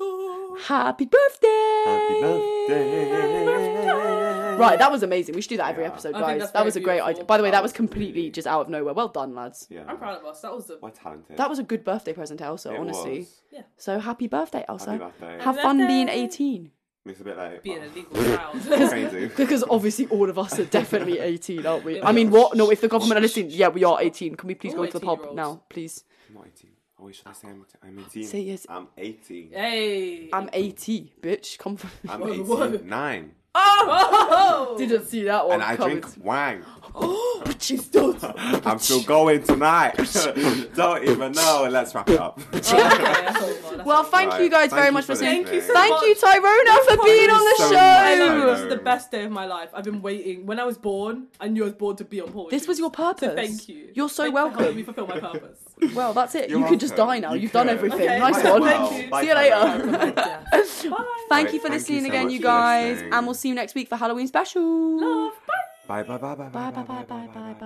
Speaker 2: happy birthday!
Speaker 1: Happy birthday.
Speaker 2: Right, that was amazing. We should do that every
Speaker 1: Yeah.
Speaker 2: episode,
Speaker 3: I think
Speaker 2: guys.
Speaker 3: that's
Speaker 2: That
Speaker 3: very
Speaker 2: was a great
Speaker 3: beautiful.
Speaker 2: idea. By the way, that
Speaker 1: That
Speaker 2: was
Speaker 1: was
Speaker 2: completely
Speaker 1: really-
Speaker 2: just out of nowhere. Well done, lads.
Speaker 1: Yeah.
Speaker 3: I'm proud of us. That was the.
Speaker 1: We're talented.
Speaker 2: That was a good birthday present to Elsa,
Speaker 1: It
Speaker 2: honestly.
Speaker 1: was.
Speaker 2: So happy birthday, Elsa.
Speaker 1: Happy birthday.
Speaker 2: Have fun being
Speaker 3: birthday.
Speaker 2: 18.
Speaker 1: It's a bit like
Speaker 3: Being a
Speaker 1: oh,
Speaker 3: legal child.
Speaker 1: crazy.
Speaker 2: Because obviously all of us are definitely 18, aren't we? I mean, what? No, if the government are listening, yeah, we are 18. Can we please
Speaker 3: All
Speaker 2: go to the pub
Speaker 3: 18-year-olds.
Speaker 2: now, please?
Speaker 1: I'm not 18. Oh, wait, should I say I'm, I'm 18?
Speaker 2: Say yes.
Speaker 1: I'm 18.
Speaker 3: hey.
Speaker 2: I'm 80, bitch. Come from...
Speaker 1: I'm
Speaker 3: Whoa,
Speaker 1: 18.
Speaker 3: whoa.
Speaker 1: Nine.
Speaker 3: oh!
Speaker 2: Didn't see that one
Speaker 1: And I
Speaker 2: coming.
Speaker 1: drink wang.
Speaker 2: But she's done.
Speaker 1: I'm still going tonight. Don't even know. Let's wrap it up.
Speaker 2: Well, thank you guys
Speaker 1: Right,
Speaker 2: very much for
Speaker 1: listening.
Speaker 2: listening.
Speaker 3: Thank you so
Speaker 2: Thank
Speaker 3: much.
Speaker 2: you, Tyrona, for being on the
Speaker 1: so
Speaker 2: show.
Speaker 1: much.
Speaker 3: I love it. This is
Speaker 1: Hello.
Speaker 3: the best day of my life. I've been waiting. When I was born, I knew I was born to be on poetry.
Speaker 2: This was your purpose.
Speaker 3: So thank you.
Speaker 2: You're so
Speaker 3: Thanks For helping me
Speaker 2: welcome.
Speaker 3: fulfill my purpose.
Speaker 2: Well, that's it.
Speaker 1: You're
Speaker 2: you can just
Speaker 1: welcome.
Speaker 2: die now.
Speaker 1: You
Speaker 2: You've done
Speaker 1: could.
Speaker 2: everything.
Speaker 3: Okay.
Speaker 2: Nice
Speaker 3: Might as
Speaker 2: one.
Speaker 3: well.
Speaker 2: See
Speaker 1: Bye,
Speaker 2: you later.
Speaker 1: Tyrone.
Speaker 3: Bye.
Speaker 2: Thank you for
Speaker 1: Thank you
Speaker 2: listening
Speaker 1: so
Speaker 2: again,
Speaker 1: much
Speaker 2: you
Speaker 1: for
Speaker 2: guys.
Speaker 1: listening.
Speaker 2: And we'll see you next week for Halloween special.
Speaker 3: Love. Bye.
Speaker 1: Bye bye bye bye
Speaker 2: Bye, bye, bye, bye, bye, bye.